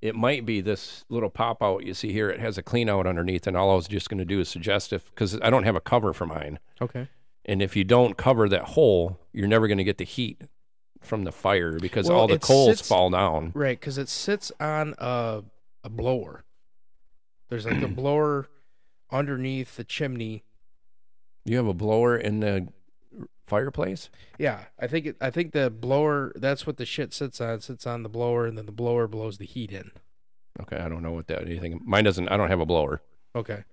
C: It might be this little pop out you see here. It has a clean out underneath, and all I was just going to do is suggest if because I don't have a cover for mine,
D: Okay.
C: and if you don't cover that hole, you're never going to get the heat from the fire because
D: Well,
C: all the
D: it
C: coals
D: sits-
C: fall down.
D: Right, because it sits on a a blower. There's like a blower underneath the chimney
C: You have a blower in the fireplace.
D: Yeah, I think it, I think the blower. That's what the shit sits on. It sits on the blower, and then the blower blows the heat in.
C: Okay, I don't know what that anything. Mine doesn't. I don't have a blower.
D: Okay,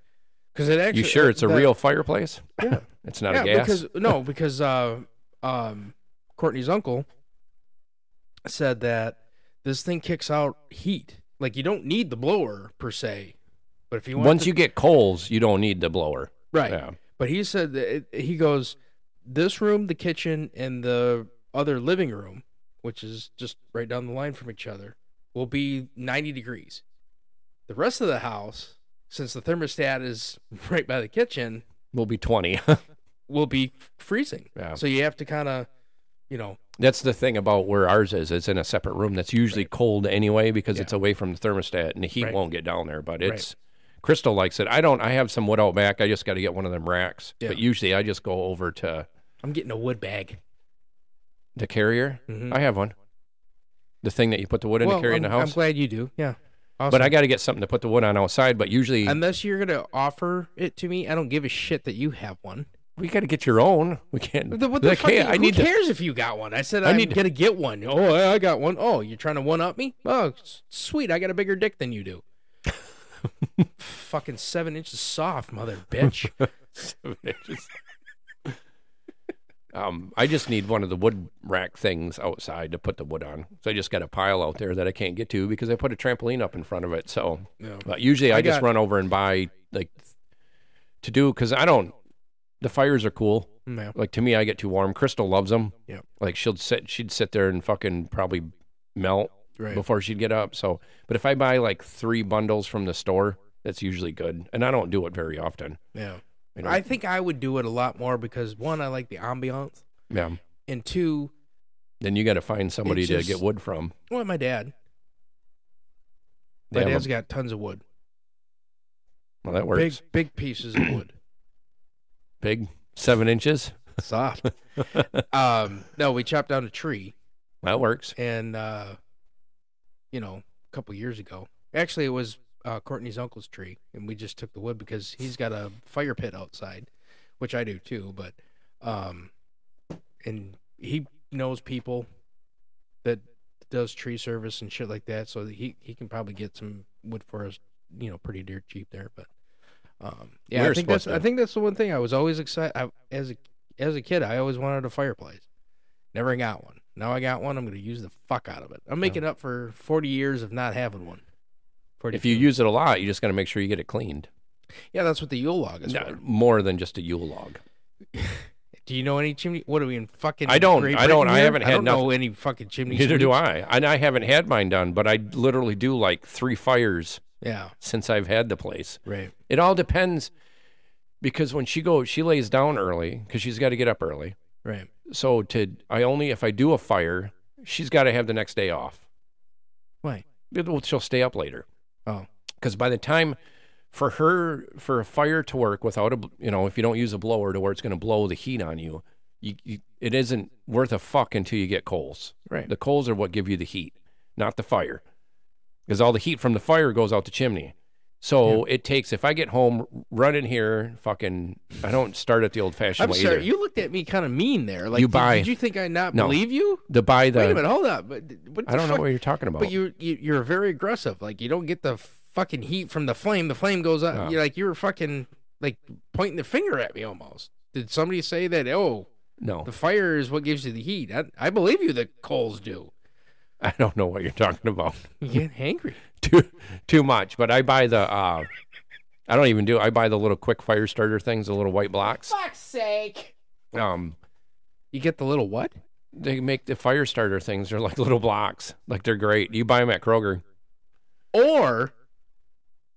D: because it actually. uh,
C: you sure it's a
D: the-
C: real fireplace?
D: Yeah.
C: It's not
D: yeah,
C: a gas.
D: because no, because uh, um, Courtney's uncle said that this thing kicks out heat. Like you don't need the blower per se, but if you want
C: Once
D: to-
C: you get coals, you don't need the blower.
D: right,
C: Yeah.
D: But he said that it, he goes, this room, the kitchen, and the other living room, which is just right down the line from each other, will be 90 degrees. The rest of the house, since the thermostat is right by the kitchen,
C: Will be twenty.
D: will be freezing.
C: Yeah.
D: So you have to kind of, you know,
C: that's the thing about where ours is. It's in a separate room that's usually cold anyway because it's away from the thermostat and the heat
D: Right.
C: won't get down there. But it's Crystal likes it. I don't. I have some wood out back. I just got to get one of them racks.
D: Yeah.
C: But usually I just go over to
D: I'm getting a wood bag.
C: the carrier.
D: Mhm.
C: I have one. The thing that you put the wood in
D: well,
C: to carry
D: I'm,
C: in the house.
D: I'm glad you do. Yeah. Awesome.
C: But I got to get something to put the wood on outside. But usually
D: Unless you're gonna offer it to me, I don't give a shit that you have one.
C: we got to get your own. We can't.
D: The- what the
C: like,
D: fuck?
C: hey,
D: do you-
C: I
D: who
C: need to-
D: cares if you got one? I said
C: I
D: I am
C: need to-
D: gonna get one. Oh, I I got one. Oh, you're trying to one up me? Oh, s- sweet. I got a bigger dick than you do. Fucking seven inches soft, mother bitch.
C: um, I just need one of the wood rack things outside to put the wood on. So I just got a pile out there that I can't get to because I put a trampoline up in front of it. So,
D: Yeah.
C: but usually I,
D: I
C: just
D: got-
C: run over and buy like to do because I don't. The fires are cool.
D: Yeah.
C: Like to me, I get too warm. Crystal loves them.
D: Yeah.
C: Like she'll sit, she'd sit there and fucking probably melt
D: Right.
C: before she'd get up. So, but if I buy like three bundles from the store, that's usually good. And I don't do it very often.
D: Yeah.
C: You know?
D: I think I would do it a lot more because one, I like the ambiance,
C: yeah.
D: and two,
C: Then you got to find somebody
D: just-
C: to get wood from.
D: well, my dad.
C: They
D: My
C: have a-
D: dad's got tons of wood.
C: well, that works.
D: Big, big pieces of wood.
C: Big, seven inches.
D: Soft. um, no, we chopped down a tree.
C: That works.
D: and uh you know a couple years ago actually it was uh, courtney's uncle's tree and we just took the wood because he's got a fire pit outside which i do too but um and he knows people that does tree service and shit like that so that he he can probably get some wood for us you know pretty dear cheap there but um yeah
C: We
D: i
C: were
D: think that's
C: supposed
D: i
C: to.
D: think that's the one thing i was always excited I, as a as a kid i always wanted a fireplace Never got one. Now I got one. I'm going to use the fuck out of it. I'm making up for 40 years of not having one. 40
C: If you use it a lot, you just got to make sure you get it cleaned.
D: yeah, that's what the Yule log is.
C: No,
D: for.
C: more than just a Yule log.
D: Do you know any chimney? What are we in fucking?
C: I don't-
D: Great
C: I don't-
D: Britain
C: I
D: here?
C: haven't
D: I
C: had
D: don't know any fucking chimney.
C: Neither do
D: sweeps.
C: I. And I haven't had mine done, but I literally do like three fires
D: Yeah.
C: since I've had the place.
D: Right.
C: It all depends because when she goes, she lays down early because she's got to get up early.
D: Right.
C: So to I only if I do a fire, she's got to have the next day off.
D: Why?
C: It- well, She'll stay up later
D: Oh.
C: because by the time for her for a fire to work without a bl- you know if you don't use a blower to where it's going to blow the heat on you, you, you it isn't worth a fuck until you get coals.
D: Right.
C: The coals are what give you the heat, not the fire. Because all the heat from the fire goes out the chimney. So it takes, if I get home, run in here, fucking, I don't start it the old fashioned
D: I'm
C: way
D: sorry.
C: either.
D: You looked at me kind of mean there. Like
C: You
D: did,
C: buy-
D: Did you think I not
C: No.
D: believe you?
C: the buy the,
D: Wait a minute. Hold up. But what
C: I
D: the
C: don't know
D: fuck-
C: what you're talking about.
D: But you, you you're very aggressive. Like you don't get the fucking heat from the flame. The flame goes up.
C: Yeah.
D: You're like you were fucking like pointing the finger at me almost. Did somebody say that? Oh,
C: no,
D: the fire is what gives you the heat. I, I believe you. The coals do.
C: I don't know what you're talking about.
D: You get hangry.
C: too, too much. But I buy the, uh, I don't even do, I buy the little quick fire starter things, the little white blocks.
D: Fuck's sake.
C: Um,
D: You get the little what?
C: they make the fire starter things. They're like little blocks. Like they're great. You buy them at Kroger.
D: Or,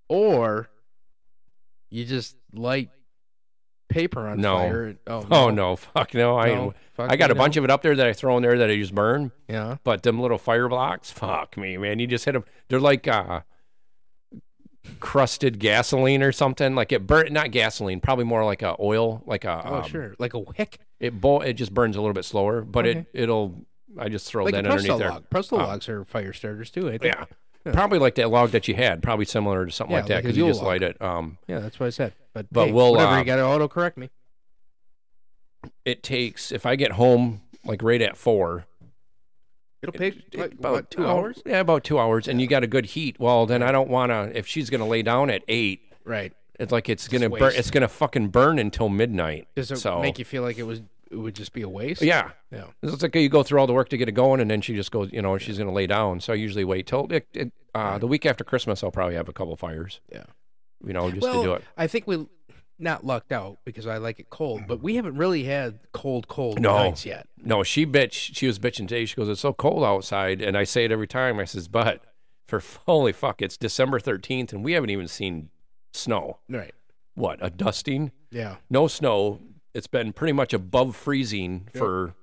D: or you just light paper on
C: No.
D: fire. Oh,
C: Oh no, fuck no. I
D: No, fuck
C: I got
D: me,
C: a bunch
D: no.
C: of it up there that I throw in there that I just burn.
D: Yeah.
C: But them little fire blocks, fuck me, man. You just hit them. They're like uh, crusted gasoline or something. Like it burn, not gasoline, probably more like a oil, like a.
D: Oh
C: um,
D: sure. Like a wick.
C: It bo- It just burns a little bit slower, but it it'll. I just throw
D: Like a
C: that
D: Presto
C: underneath there.
D: log. Presto
C: Uh,
D: logs are fire starters too. I think.
C: Yeah. Probably like that log that you had, probably similar to something
D: Yeah,
C: like that
D: like a
C: because you
D: Yule
C: just
D: log.
C: light it. Um,
D: Yeah, that's what I said. But
C: But
D: hey,
C: we'll,
D: whatever
C: uh,
D: you got to auto correct me.
C: it takes if I get home like right at four,
D: It'll take
C: it- about hour- Yeah, about two hours, and you got a good heat. Well, then I don't want to. If she's gonna lay down at eight,
D: Right.
C: it's like it's gonna burn.
D: waste.
C: It's gonna fucking burn until midnight.
D: Does it
C: so
D: make you feel like it was it would just be a waste?
C: yeah.
D: Yeah.
C: It's like you go through all the work to get it going, and then she just goes. You know, she's gonna lay down. So I usually wait till it, it, uh, the week after Christmas. I'll probably have a couple fires.
D: Yeah.
C: You know, just
D: well,
C: to do it.
D: I think we not lucked out because I like it cold, but we haven't really had cold cold
C: No.
D: nights yet.
C: No, she bitch. She was bitching today. She goes, "It's so cold outside," and I say it every time. I says, "But for holy fuck, it's December thirteenth, and we haven't even seen snow.
D: Right.
C: What a dusting."
D: Yeah.
C: no snow. It's been pretty much above freezing for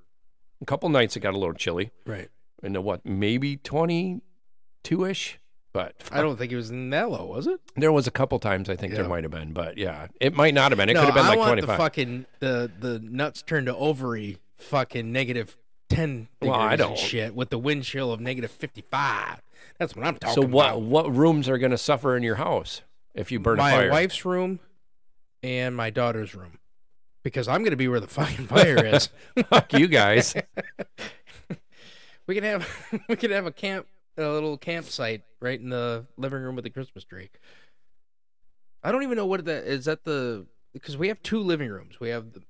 C: a couple nights. It got a little chilly
D: Right.
C: into what maybe twenty two ish, but
D: I don't think it was in that low, was it?
C: there was a couple times I think
D: Yeah.
C: there might have been, but yeah, it might not have been. It
D: no,
C: could have been
D: I
C: like
D: want
C: twenty
D: the
C: five.
D: fucking the the nuts turned to ovary fucking negative ten
C: Well,
D: degrees
C: I
D: and
C: don't.
D: shit with the wind chill of negative fifty five. That's what I'm talking
C: So what
D: about.
C: what rooms are going to suffer in your house if you burn
D: my
C: a fire?
D: wife's room and my daughter's room. Because I'm gonna be where the fucking fire is.
C: Fuck you guys.
D: we can have we can have a camp a little campsite right in the living room with the Christmas tree. I don't even know what that is that the because we have two living rooms. We have the,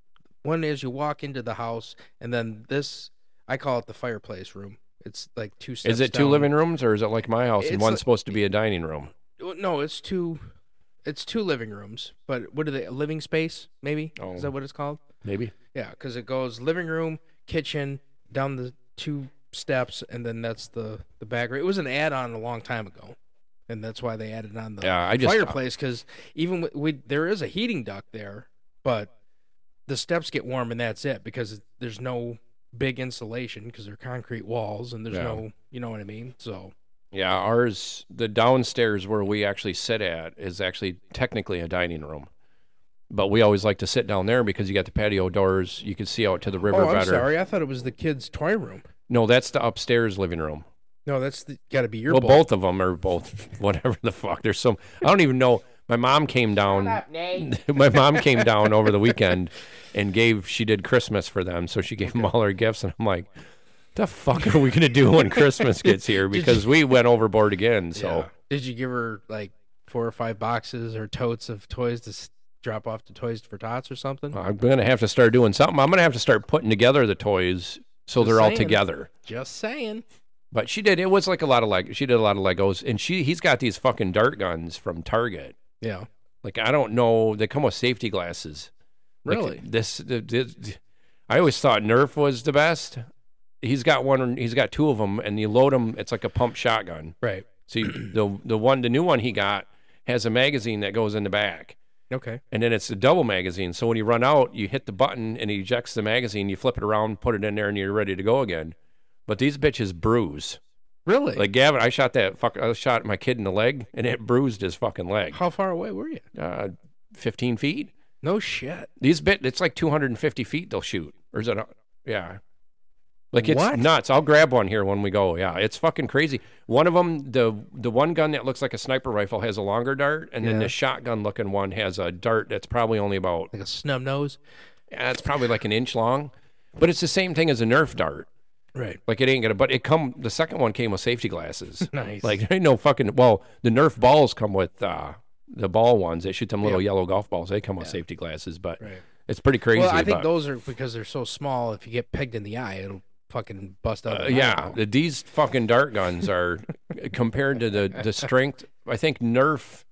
D: one as you walk into the house and then this I call it the fireplace room. It's like two steps
C: Is it two
D: down.
C: living rooms or is it like my house and
D: It's
C: one's
D: like-
C: supposed to be a dining room?
D: Well, No, it's two it's two living rooms, but what are they a living space maybe?
C: Oh.
D: Is that what it's called?
C: Maybe.
D: Yeah, because it goes living room, kitchen, down the two steps, and then that's the the back. room. It was an add-on a long time ago, and that's why they added on the
C: Yeah, I just-
D: fireplace. Because even with, we there is a heating duct there, but the steps get warm and that's it because there's no big insulation because they're concrete walls and there's
C: Yeah.
D: no you know what I mean. So
C: Yeah, ours the downstairs where we actually sit at is actually technically a dining room. But we always like to sit down there because you got the patio doors, you can see out to the river
D: oh, I'm
C: better.
D: sorry, I thought it was the kids' toy room.
C: No, that's the upstairs living room.
D: No, that's the, got to be your
C: well,
D: bowl.
C: both of them are both whatever the fuck. There's some I don't even know. My mom came down. my mom came down over the weekend and gave. She did Christmas for them, so she gave them all her gifts, and I'm like, the fuck are we gonna do when Christmas gets here?
D: Did
C: Because we went overboard again. So
D: Yeah. did you give her like four or five boxes or totes of toys to s- drop off to Toys for Tots or something?
C: I'm gonna have to start doing something. I'm gonna have to start putting together the toys so
D: Just
C: they're all
D: saying.
C: together.
D: Just saying.
C: But she did. It was like a lot of like she did a lot of Legos, and she he's got these fucking dart guns from Target.
D: Yeah.
C: Like I don't know, they come with safety glasses. Like,
D: Really?
C: this, th- th- I always thought Nerf was the best. He's got one. He's got two of them, and you load them. It's like a pump shotgun.
D: Right.
C: So you, the the one, the new one he got has a magazine that goes in the back,
D: Okay.
C: and then it's a double magazine. So when you run out, you hit the button and it ejects the magazine. You flip it around, put it in there, and you're ready to go again. But these bitches bruise.
D: Really?
C: Like Gavin, I shot that fuck. I shot my kid in the leg, and it bruised his fucking leg.
D: how far away were you?
C: Uh, Fifteen feet.
D: No shit.
C: These bit it's like 250 feet they'll shoot. Or is it yeah. Like it's
D: What?
C: nuts. I'll grab one here when we go. Yeah, it's fucking crazy. One of them, the the one gun that looks like a sniper rifle has a longer dart, and then
D: Yeah.
C: the shotgun looking one has a dart that's probably only about
D: Like a snub nose.
C: yeah, it's probably like an inch long, but it's the same thing as a Nerf dart.
D: Right.
C: Like it ain't gonna. But it come. The second one came with safety glasses.
D: Nice.
C: Like there ain't no fucking. Well, the Nerf balls come with uh, the ball ones. They shoot them little
D: Yeah.
C: yellow golf balls. They come with safety glasses, but
D: Right.
C: it's pretty crazy.
D: well, I think
C: but-
D: those are because they're so small. If you get pegged in the eye, it'll fucking bust out.
C: Uh,
D: the
C: yeah,
D: eyeball.
C: th- these fucking dart guns are compared to the the strength. I think Nerf.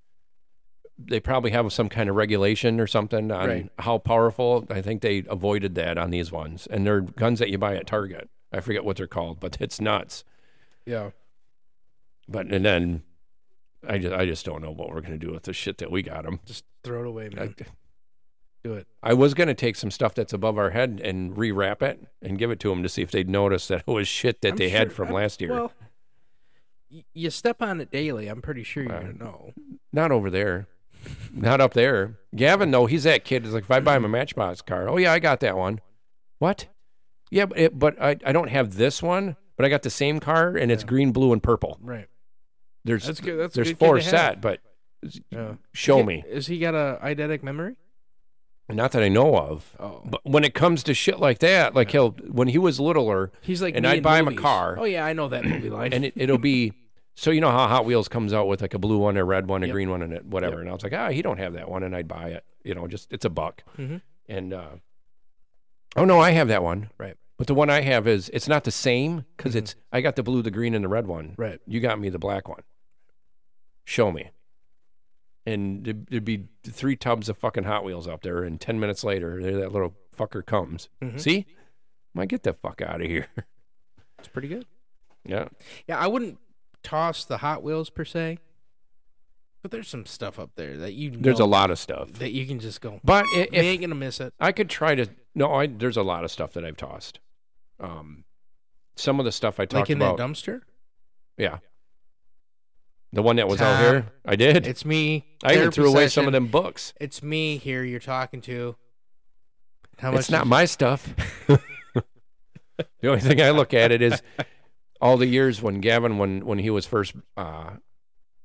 C: They probably have some kind of regulation or something on
D: Right.
C: how powerful. I think they avoided that on these ones, and they're guns that you buy at Target. I forget what they're called, but it's nuts.
D: Yeah.
C: But and then, I just I just don't know what we're gonna do with the shit that we got them.
D: Just throw it away, man. Do it.
C: I was gonna take some stuff that's above our head and rewrap it and give it to them to see if they'd notice that it was shit that
D: I'm
C: they had
D: sure-
C: from
D: I'm-
C: last year.
D: Well, y- you step on it daily. I'm pretty sure you're
C: Uh,
D: gonna know.
C: Not over there. Not up there. Gavin, though, he's that kid. It's like if I buy him a Matchbox car, oh yeah, I got that one. What? Yeah, but, it, but I, I don't have this one, but I got the same car and it's green, blue, and purple.
D: Right.
C: There's
D: That's good- that's a
C: there's
D: good kid
C: four
D: to have.
C: set, but
D: Yeah.
C: show
D: Ki-
C: me.
D: Has he got a eidetic memory?
C: Not that I know of.
D: Oh.
C: But when it comes to shit like that, like he'll when he was littler,
D: He's like
C: and
D: me
C: I'd
D: in
C: buy him a
D: movies.
C: car.
D: Oh yeah, I know that movie line.
C: and it, it'll be so you know how Hot Wheels comes out with like a blue one, a red one, a green one, and it, whatever. And I was like, ah, he don't have that one, and I'd buy it. You know, just it's a buck.
D: Mhm.
C: And uh, oh no, I have that one.
D: Right.
C: But the one I have is it's not the same because it's I got the blue, the green, and the red one.
D: Mm-hmm. Right.
C: You got me the black one. Show me. And there'd there'd be three tubs of fucking Hot Wheels up there, and ten minutes later, there that little fucker comes.
D: Mm-hmm.
C: See, i like, get the fuck out of here.
D: It's pretty good.
C: yeah.
D: Yeah, I wouldn't toss the Hot Wheels per se, but there's some stuff up there that you
C: There's
D: know
C: a lot of stuff.
D: that you can just go.
C: But i-
D: You
C: if
D: ain't gonna miss it.
C: I could try to, no, I there's a lot of stuff that I've tossed. Um, some of the stuff I talked
D: Like in
C: about,
D: that dumpster.
C: yeah, the one that was out here,
D: Tom,
C: I did.
D: It's me.
C: I even
D: Therapy
C: threw away some of
D: session.
C: them books.
D: It's me here. You're talking to. How much?
C: It's not
D: did-
C: my stuff. The only thing I look at it is all the years when Gavin, when when he was first uh,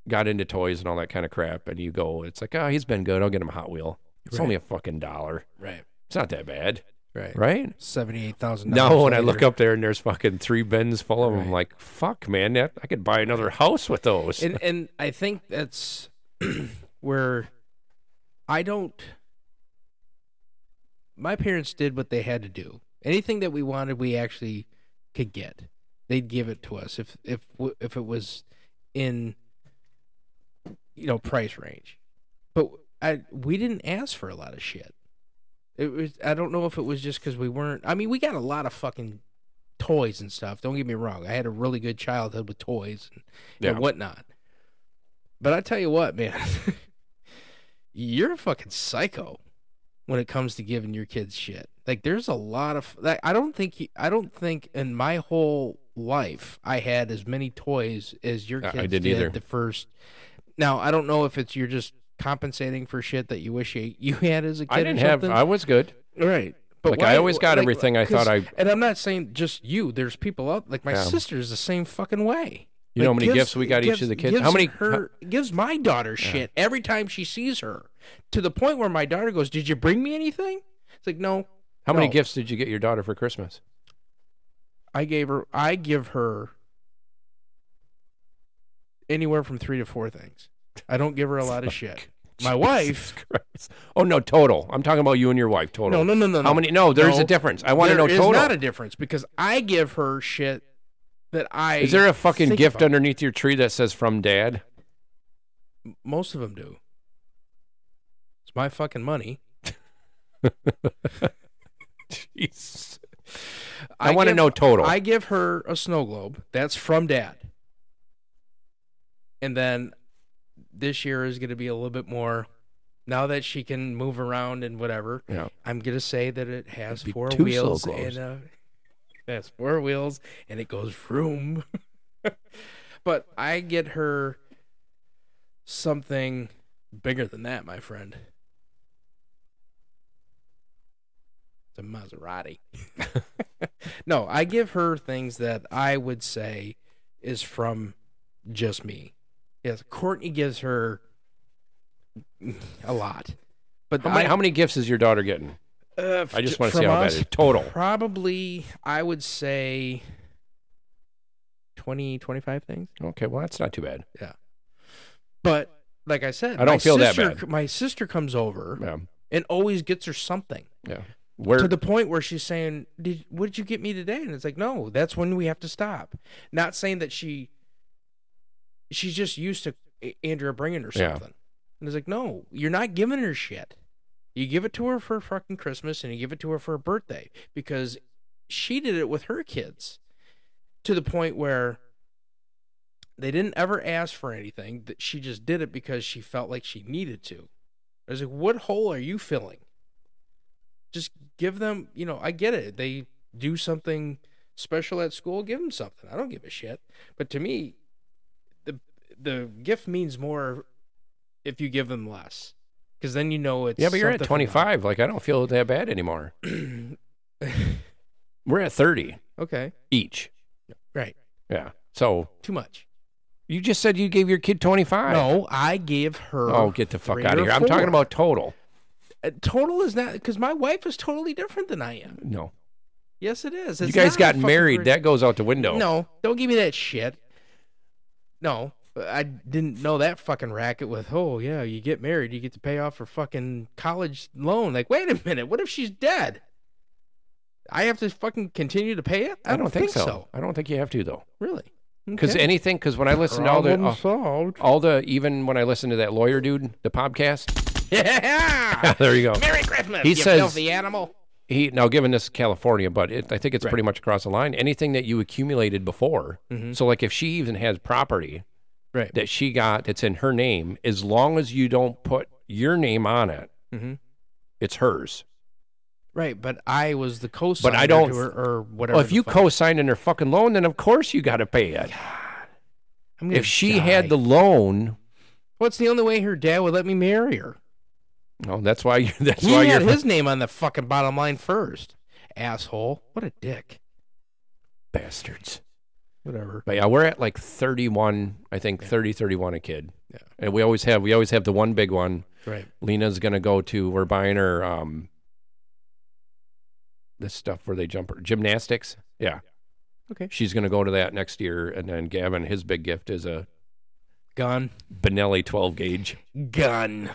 C: got into toys and all that kind of crap, and you go, it's like, oh, he's been good. I'll get him a Hot Wheel. It's
D: Right.
C: only a fucking dollar.
D: Right.
C: It's not that bad,
D: Right.
C: right?
D: Seventy-eight thousand.
C: Now when I look up there and there's fucking three bins full of them,
D: Right.
C: like fuck, man, that I could buy another house with those.
D: and and I think that's where I don't. My parents did what they had to do. Anything that we wanted, we actually could get. They'd give it to us if if w- if it was in you know price range. But I we didn't ask for a lot of shit. It was I don't know if it was just because we weren't. I mean, we got a lot of fucking toys and stuff. Don't get me wrong. I had a really good childhood with toys and,
C: Yeah.
D: and whatnot. But I tell you what, man, you're a fucking psycho when it comes to giving your kids shit. Like, there's a lot of like, I don't think you- I don't think in my whole life I had as many toys as your
C: I- I
D: kids
C: didn't either.
D: the first. Now I don't know if it's you're just compensating for shit that you wish you, you had as a kid.
C: I
D: or
C: didn't have.
D: something.
C: I was good.
D: Right. But
C: Like,
D: why,
C: I always got
D: like,
C: everything I thought
D: 'cause-
C: I-
D: And I'm not saying just you. There's people out like my
C: Yeah.
D: sister's the same fucking way.
C: You know how
D: Like,
C: many gifts we got each of the kids?
D: gives
C: How many-
D: Her gives my daughter shit every time she sees her, to the point where my daughter goes, "Did you bring me anything?" It's like, no.
C: How many
D: No.
C: gifts did you get your daughter for Christmas?
D: I gave her. I give her anywhere from three to four things. I don't give her a lot of shit. My wife.
C: Christ. Oh no, total. I'm talking about you and your wife. Total.
D: No, no, no, no.
C: How many? No, there's a
D: No.
C: difference. I want to
D: There
C: know
D: is
C: total.
D: not a difference because I give her shit that I.
C: is there a fucking
D: think
C: gift
D: about.
C: underneath your tree that says from dad?
D: Most of them do. It's my fucking money.
C: Jeez. I wanna
D: give-
C: know total.
D: I give her a snow globe. That's from dad. And then this year is going to be a little bit more. Now that she can move around and whatever,
C: Yeah.
D: I'm going to say that it has
C: be
D: four
C: two snow
D: wheels
C: globes.
D: and a, it has four wheels and it goes vroom. but I get her something bigger than that, my friend. It's a Maserati. no, I give her things that I would say is from just me. Yes, Courtney gives her a lot. But
C: How many,
D: I-
C: how many gifts is your daughter getting?
D: uh,
C: I just
D: j-
C: wanna see
D: from
C: how bad
D: us,
C: it is. Total.
D: Probably, I would say 20, 25 things.
C: Okay, well that's not too bad.
D: But like I said,
C: I don't
D: my
C: feel that
D: sister-
C: bad.
D: My sister comes over
C: Yeah,
D: and always gets her something
C: yeah. Where?
D: to the point where she's saying, "Did what did you get me today?" And it's like, no, that's when we have to stop. Not saying that she. She's just used to A- Andrea bringing her
C: Yeah.
D: something, and it's like, no, you're not giving her shit. You give it to her for fucking Christmas, and you give it to her for her birthday because she did it with her kids to the point where they didn't ever ask for anything. That she just did it because she felt like she needed to. I was like, what hole are you filling? Just give them, you know, I get it. They do something special at school, give them something. I don't give a shit. But to me, the the gift means more if you give them less. Because then you know it's
C: yeah, but you're at
D: something from them.
C: 25. Like I don't feel that bad anymore. We're at 30
D: okay.
C: each.
D: Right.
C: Yeah. So
D: Too much.
C: you just said you gave your kid 25.
D: No, I gave her.
C: Oh, get the fuck
D: three
C: out
D: or
C: of here. I'm talking
D: four.
C: about total.
D: Uh, total is not because my wife is totally different than I am.
C: No.
D: Yes, it is.
C: you
D: It's
C: guys
D: not a
C: got
D: fucking
C: married.
D: great-
C: That goes out the window.
D: no, don't give me that shit. No, I didn't know that fucking racket with. Oh yeah, you get married, you get to pay off her fucking college loan. Like, wait a minute, what if she's dead? I have to fucking continue to pay it.
C: I don't, think, so. I don't think you have to though,
D: Really?
C: because anything. Because when I listen to all the uh, all,
D: solved.
C: all the even when I listen to that lawyer dude, the podcast.
D: Yeah.
C: there you go.
D: Merry Christmas.
C: He
D: you
C: says-
D: filthy animal.
C: He now given this is California, but it, I think it's
D: Right.
C: pretty much across the line. Anything that you accumulated before,
D: Mhm.
C: so like if she even has property
D: Right.
C: that she got that's in her name, as long as you don't put your name on it,
D: Mm-hmm.
C: it's hers.
D: Right, but I was the co
C: But I don't-
D: or, or whatever.
C: Well, if
D: the
C: you
D: fuck.
C: co-signed in her fucking loan, then of course you got to pay it.
D: I'm gonna
C: If she
D: die.
C: had the loan,
D: what's the only way her dad would let me marry her?
C: no, oh, that's why. You, that's
D: He
C: why
D: had
C: you're
D: his name on the fucking bottom line first. Asshole! What a dick!
C: Bastards.
D: Whatever.
C: But yeah, we're at like 31, I think thirty, thirty-one 30, 31 a kid.
D: Yeah.
C: And we always have, we always have the one big one.
D: Right.
C: Lena's going to go to, we're buying her um, this stuff where they jump her, gymnastics. Yeah.
D: Okay.
C: She's going to go to that next year. And then Gavin, his big gift is a
D: Gun.
C: Benelli 12 gauge.
D: Gun.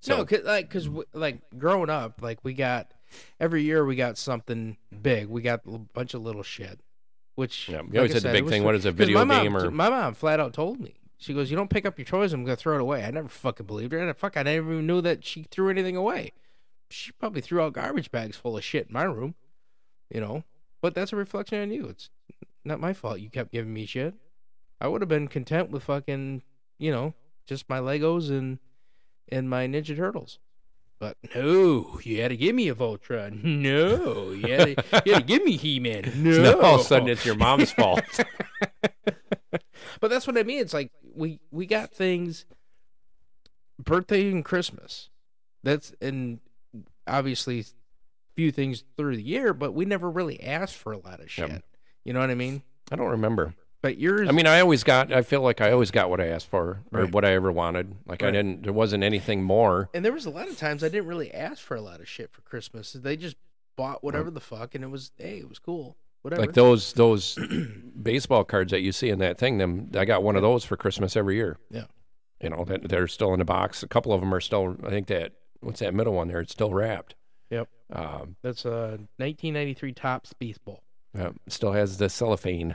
C: So,
D: no, cause like, cause w- like growing up, like we got every year we got something big. We got a bunch of little shit, which
C: Mm-hmm. yeah, we always
D: like I
C: had
D: said,
C: the big
D: was
C: thing.
D: fun.
C: What is a
D: 'Cause
C: video
D: my
C: game
D: mom,
C: or
D: my mom flat out told me. She goes, "You don't pick up your toys. I'm gonna throw it away." I never fucking believed her. And fuck, I never even knew that she threw anything away. She probably threw out garbage bags full of shit in my room, you know. But that's a reflection on you. It's not my fault. You kept giving me shit. I would have been content with fucking, you know, just my Legos and and my Ninja Turtles. But no, you had to give me a Voltron. No, you had to, you had to give me He Man. No.
C: No, all of a sudden it's your mom's fault.
D: but that's what I mean. It's like we we got things, birthday and Christmas. That's and obviously few things through the year, but we never really asked for a lot of shit.
C: Yep.
D: You know what I mean?
C: I don't remember.
D: But yours,
C: I mean, I always got. I feel like I always got what I asked for or
D: Right.
C: what I ever wanted. Like I
D: Right.
C: didn't. There wasn't anything more.
D: and there was a lot of times I didn't really ask for a lot of shit for Christmas. They just bought whatever the fuck, and it was hey, it was cool, whatever.
C: Like those those baseball cards that you see in that thing. Them I got one of those for Christmas every year.
D: Yeah.
C: You know that they're still in the box. A couple of them are still. I think that what's that middle one there? It's still wrapped.
D: Yep.
C: Um,
D: That's a 1993 Topps baseball.
C: yeah, still has the cellophane.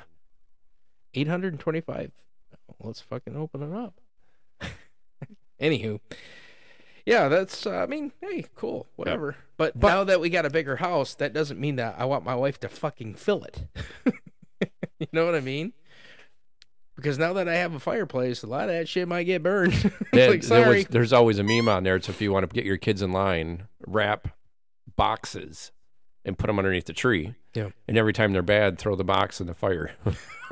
D: 825. Let's fucking open it up. Anywho, yeah, that's, uh, I mean, hey, cool, whatever. But,
C: But-
D: now that we got a bigger house, that doesn't mean that I want my wife to fucking fill it. you know what I mean? Because now that I have a fireplace, a lot of that shit might get burned.
C: There-
D: like,
C: there was-
D: sorry.
C: there's always a meme on there. It's if you want to get your kids in line, wrap boxes and put them underneath the tree.
D: Yeah.
C: And every time they're bad, throw the box in the fire.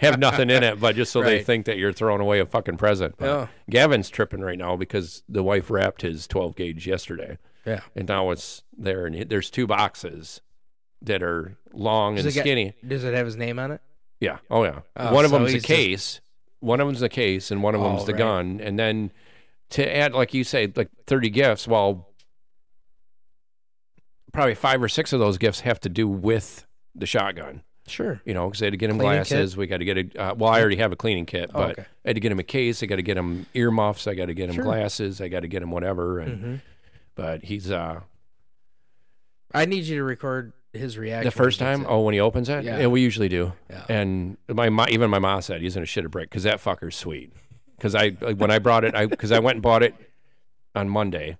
C: Have nothing in it, but just so they
D: Right.
C: think that you're throwing away a fucking present. But
D: Yeah.
C: Gavin's tripping right now because the wife wrapped his 12 gauge yesterday,
D: Yeah.
C: and now it's there. And it- there's two boxes that are long and
D: it got-
C: skinny.
D: Does it have his name on it?
C: Yeah. Oh yeah.
D: Oh,
C: One of
D: so
C: them's the
D: he's just-
C: case. One of them's the case, and one of them's
D: Oh,
C: the
D: right.
C: gun. And then to add, like you say, like thirty gifts. Well, probably five or six of those gifts have to do with the shotgun.
D: Sure.
C: You know, because I had to get him
D: Cleaning kit?
C: glasses. We got to get a. Uh, well, I already have a cleaning kit,
D: Oh,
C: but
D: okay.
C: I had to get him a case. I got to get him earmuffs. I got to get him
D: Sure.
C: glasses. I got to get him whatever. And
D: hmm
C: but he's uh
D: I need you to record his reaction.
C: the first
D: when he
C: time.
D: gets it.
C: Oh, when he opens it,
D: Yeah.
C: yeah, we usually do.
D: Yeah.
C: And my ma, even my mom said he's gonna shit a brick because that fucker's sweet. Because I like, when I brought it, I because I went and bought it on Monday,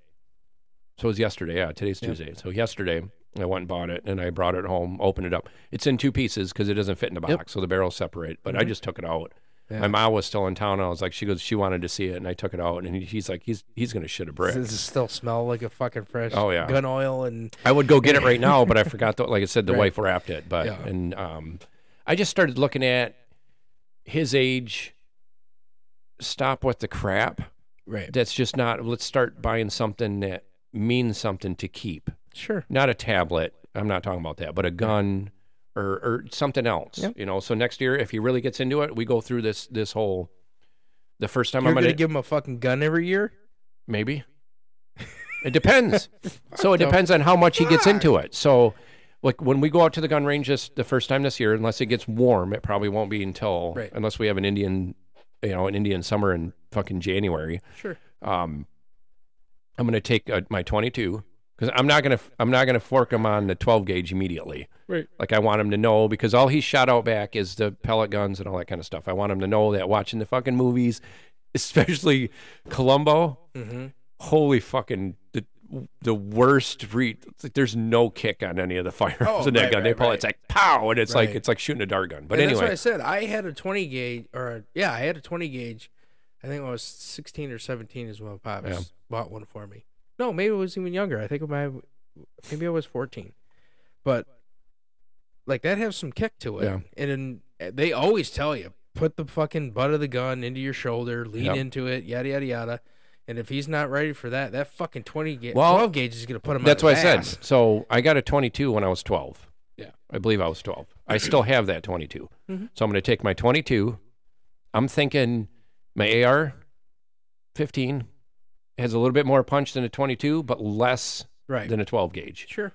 C: so it was yesterday. Yeah, today's
D: Yep.
C: Tuesday. So yesterday I went and bought it and I brought it home, opened it up. It's in two pieces because it doesn't fit in the box,
D: Yep. Mm-hmm.
C: so the barrels separate. But I just took it out.
D: Yeah.
C: My mom was still in town. I was like, she goes, she wanted to see it, and I took it out, and he, he's like, he's he's gonna shit a brick.
D: Does it still smell like a fucking fresh
C: Oh, yeah.
D: gun oil and
C: I would go get it right now, but I forgot. The, like I said, the
D: Right.
C: wife wrapped it, but
D: Yeah.
C: and um, I just started looking at his age. Stop with the crap.
D: right?
C: That's just not. Let's start buying something that means something to keep.
D: Sure.
C: Not a tablet. I'm not talking about that, but a gun or or something else.
D: Yep.
C: You know. So next year, if he really gets into it, we go through this this whole. The first time
D: You're
C: I'm
D: gonna,
C: gonna
D: give him a fucking gun every year?
C: Maybe. It depends. so it depends on how much he gets into it. So, like when we go out to the gun range this, the first time this year, unless it gets warm, it probably won't be until
D: Right.
C: unless we have an Indian, you know, an Indian summer in fucking January.
D: Sure.
C: Um, I'm gonna take uh, my 22 because I'm not gonna I'm not gonna fork him on the 12 gauge immediately.
D: Right.
C: Like I want him to know because all he shot out back is the pellet guns and all that kind of stuff. I want him to know that watching the fucking movies, especially Columbo,
D: Mm-hmm.
C: holy fucking the the worst read. It's like there's no kick on any of the firearms
D: Oh,
C: in that
D: right,
C: gun. they
D: right,
C: pull
D: right.
C: it's like pow, and it's like
D: Right.
C: it's like shooting a dart gun. But
D: and that's what I
C: anyway,
D: said. I had a 20 gauge, or a, yeah, I had a 20 gauge. I think I was 16 or 17 is when my pops
C: Yeah.
D: bought one for me. No, maybe it was even younger. I think my maybe I was 14, but like that has some kick to it.
C: Yeah.
D: And then eh, they always tell you put the fucking butt of the gun into your shoulder, lean
C: Yep.
D: into it, yada yada yada. And if he's not ready for that, that fucking 20 gauge,
C: Well,
D: 12 gauge is gonna put him.
C: that's
D: on
C: what
D: his
C: I
D: ass.
C: said. So I got a 22 when I was 12.
D: Yeah. Mm-hmm.
C: I believe I was 12. I still have that 22. So I'm going to take my 22. I'm thinking my AR 15 has a little bit more punch than a 22, but less
D: Right.
C: than a 12 gauge.
D: Sure.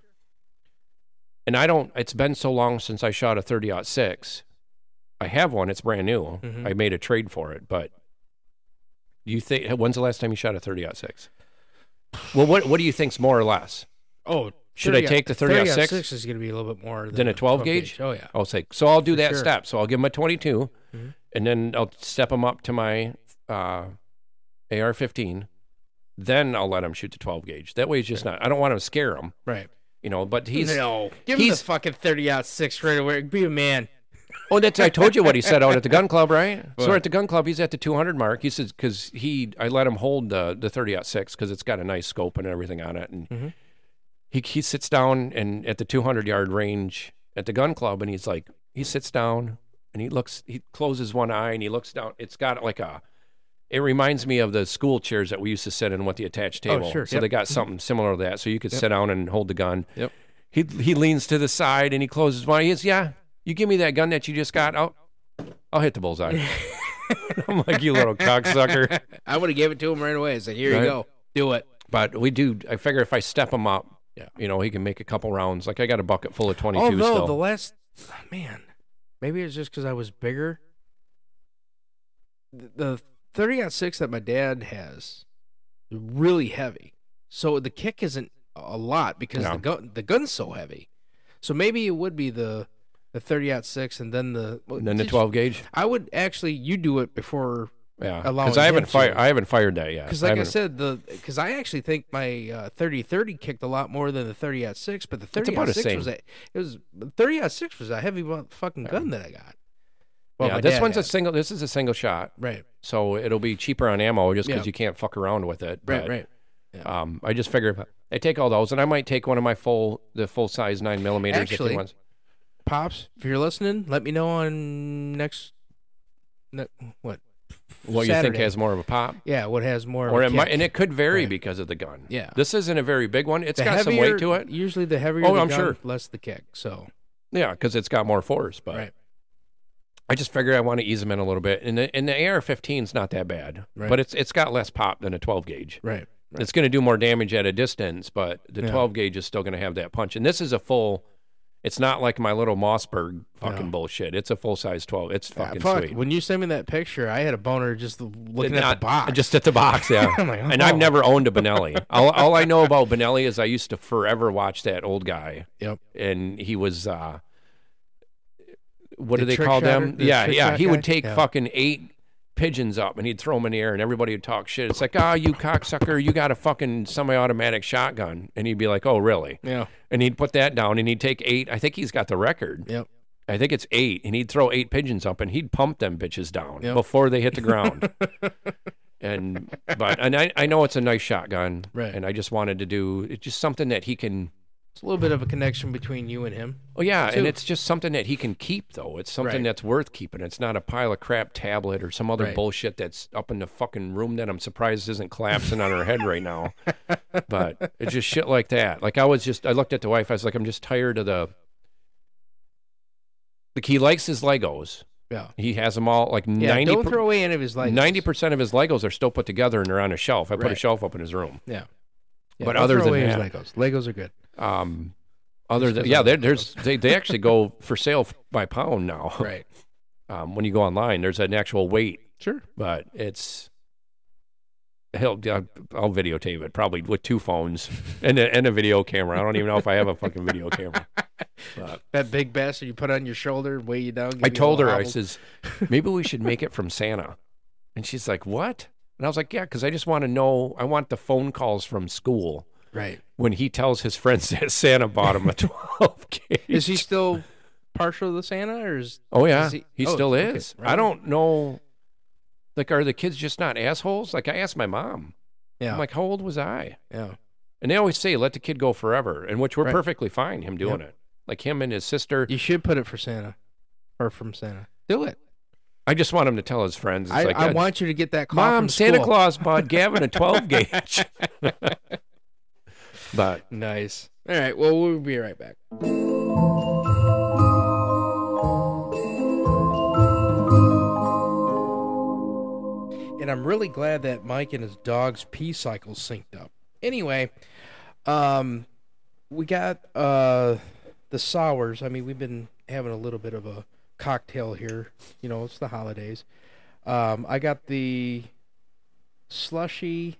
C: And I don't, it's been so long since I shot a 30 6. I have one, it's brand new.
D: Mhm.
C: I made a trade for it, but you think, when's the last time you shot a 30 6? Well, what, what do you think's more or less?
D: Oh,
C: Should I take the 30-06?
D: six is going to be a little bit more
C: Than a 12 gauge?
D: Oh yeah.
C: I'll say so. I'll do
D: For
C: that
D: sure.
C: step. So I'll give him a 22,
D: Mhm.
C: and then I'll step him up to my uh, AR-15. Then I'll let him shoot the 12 gauge. That way, he's just not. I don't want to scare him,
D: Right.
C: you know. But he's.
D: no. Give him the
C: he's-
D: fucking thirty out six right away. Be a man.
C: Oh, that's. I told you what he said out at the gun club, right? So
D: What?
C: at the gun club, he's at the 200 mark. He says because he, I let him hold the the 30 six because it's got a nice scope and everything on it, and
D: Mhm.
C: he he sits down and at the 200 yard range at the gun club, and he's like, he sits down and he looks, he closes one eye and he looks down. It's got like a. It reminds me of the school chairs that we used to sit in with the attached
D: Oh,
C: table.
D: sure.
C: So
D: Yep.
C: they got something similar to that, so you could sit down and hold the gun.
D: Yep.
C: He he leans to the side and he closes one. eye. He says, "Yeah, you give me that gun that you just got. I'll I'll hit the bullseye." I'm like, "You little cocksucker!"
D: I would have gave it to him right away. I said, "Here
C: Right.
D: you go. Do it."
C: But we do. I figure if I step him up,
D: Yeah.
C: you know, he can make a couple rounds. Like I got a bucket full of 22
D: Although
C: still.
D: the last oh, man, maybe it's just because I was bigger. The, the thirty out six that my dad has, really heavy. So the kick isn't a lot because
C: Yeah.
D: the gun the gun's so heavy. So maybe it would be the the thirty out six and then the well,
C: and then the
D: just-
C: 12 gauge.
D: I would actually you do it before
C: Yeah,
D: allowing
C: because I haven't
D: him to-
C: fired. I haven't fired that yet.
D: because like I
C: haven't-
D: said the because I actually think my uh, thirty thirty kicked a lot more than the thirty out six, but the thirty
C: about
D: out
C: the
D: six
C: same.
D: was a, it was thirty out six was a heavy fucking gun that I got.
C: yeah,
D: my
C: this
D: dad
C: one's a
D: had.
C: single. This is a single shot,
D: right,
C: so it'll be cheaper on ammo just because
D: Yeah.
C: you can't fuck around with it.
D: right,
C: but-
D: right.
C: Um, I just figure if I- I take all those, and I might take one of my full, the full size nine millimeters. if he
D: Actually-
C: wants.
D: Pops, if you're listening, let me know on next. Ne- what?
C: what you think
D: Saturday.
C: has more of a pop,
D: Yeah, what has more? of
C: or
D: a
C: it might,
D: kick.
C: and it could vary
D: Right.
C: because of the gun.
D: Yeah.
C: this isn't a very big one. It's
D: The
C: got some weight to
D: heavier-
C: it.
D: Usually, the heavier
C: Oh,
D: the
C: I'm
D: gun,
C: sure.
D: less the kick. So
C: Yeah, because it's got more force. But
D: right,
C: I just figure I want to ease them in a little bit, and the, and the AR-15 is not that bad,
D: Right.
C: but it's it's got less pop than a 12 gauge.
D: right, right.
C: It's going to do more damage at a distance, but the
D: Yeah.
C: 12 gauge is still going to have that punch. And this is a full. It's not like my little Mossberg fucking
D: No.
C: bullshit. It's a full size 12. It's
D: Yeah,
C: fucking
D: fuck,
C: sweet.
D: When you sent me that picture, I had a boner just looking
C: Not-
D: at the box.
C: Just at the box, yeah.
D: I'm like,
C: And I've
D: oh.
C: never owned a Benelli. all, all I know about Benelli is I used to forever watch that old guy,
D: yep.
C: and he was, uh, what do
D: The
C: they
D: trick
C: call
D: shotter?
C: them?
D: The
C: yeah,
D: trick
C: yeah.
D: shot
C: He
D: guy?
C: would take
D: Yeah.
C: fucking eight pigeons up and he'd throw them in the air, and everybody would talk shit. It's like, ah, you cocksucker, you got a fucking semi automatic shotgun. And he'd be like, oh, really?
D: Yeah.
C: And he'd put that down and he'd take eight. I think he's got the record.
D: Yep.
C: I think it's eight, and he'd throw eight pigeons up, and he'd pump them bitches down
D: Yep.
C: before they hit the ground. and but and I, I know it's a nice shotgun,
D: Right.
C: And I just wanted to do it's just something that he can.
D: It's a little bit of a connection between you and him.
C: Oh yeah,
D: Two.
C: and it's just something that he can keep though. It's something
D: Right.
C: that's worth keeping. It's not a pile of crap tablet or some other
D: Right.
C: bullshit that's up in the fucking room that I'm surprised isn't collapsing on her head right now. But it's just shit like that. Like I was just I looked at the wife. I was like, I'm just tired of the. Like he likes his Legos.
D: Yeah.
C: He has them all like
D: Yeah,
C: 90
D: don't throw away any of his lights.
C: percent of his Legos are still put together and they're on a shelf. I put a
D: Right.
C: shelf up in his room.
D: Yeah.
C: But other
D: throw
C: than
D: away
C: that-
D: his Legos. Legos are good.
C: Um, other
D: Just
C: than
D: 'cause
C: yeah,
D: I'm
C: there,
D: not
C: there's they, they actually go for sale f- by pound now.
D: Right.
C: Um, when you go online, there's an actual weight,
D: Sure.
C: but it's he'll I'll, I'll videotape it probably with two phones and a, and a video camera. I don't even know if I have a fucking video camera.
D: That big bastard you put on your shoulder, weigh you down. give
C: I
D: you a
C: told her,
D: little
C: I
D: hobble.
C: says, maybe we should make it from Santa. And she's like, what? And I was like, yeah, because I just want to know. I want the phone calls from school
D: right.
C: when he tells his friends that Santa bought him a 12 gauge.
D: Is he still partial to Santa or is
C: oh, yeah.
D: is
C: he,
D: he- oh,
C: still
D: okay,
C: is.
D: right
C: I
D: on.
C: don't know. Like, are the kids just not assholes? Like, I asked my mom,
D: yeah,
C: I'm like, how old was I?
D: yeah,
C: And they always say, let the kid go forever, and which we're
D: Right.
C: perfectly fine him doing it. Like, him and his sister.
D: you should put it for Santa or from Santa. Do it.
C: I just want him to tell his friends. It's
D: I,
C: like,
D: I
C: "God,
D: want you to get that call
C: Mom,
D: from
C: Santa
D: school."
C: Claus bought Gavin a 12 gauge. but
D: Nice. All right. Well, we'll be right back. I'm really glad that Mike and his dog's pee cycle synced up. Anyway, um, we got uh the sours. I mean, we've been having a little bit of a cocktail here. You know, it's the holidays. Um, I got the slushy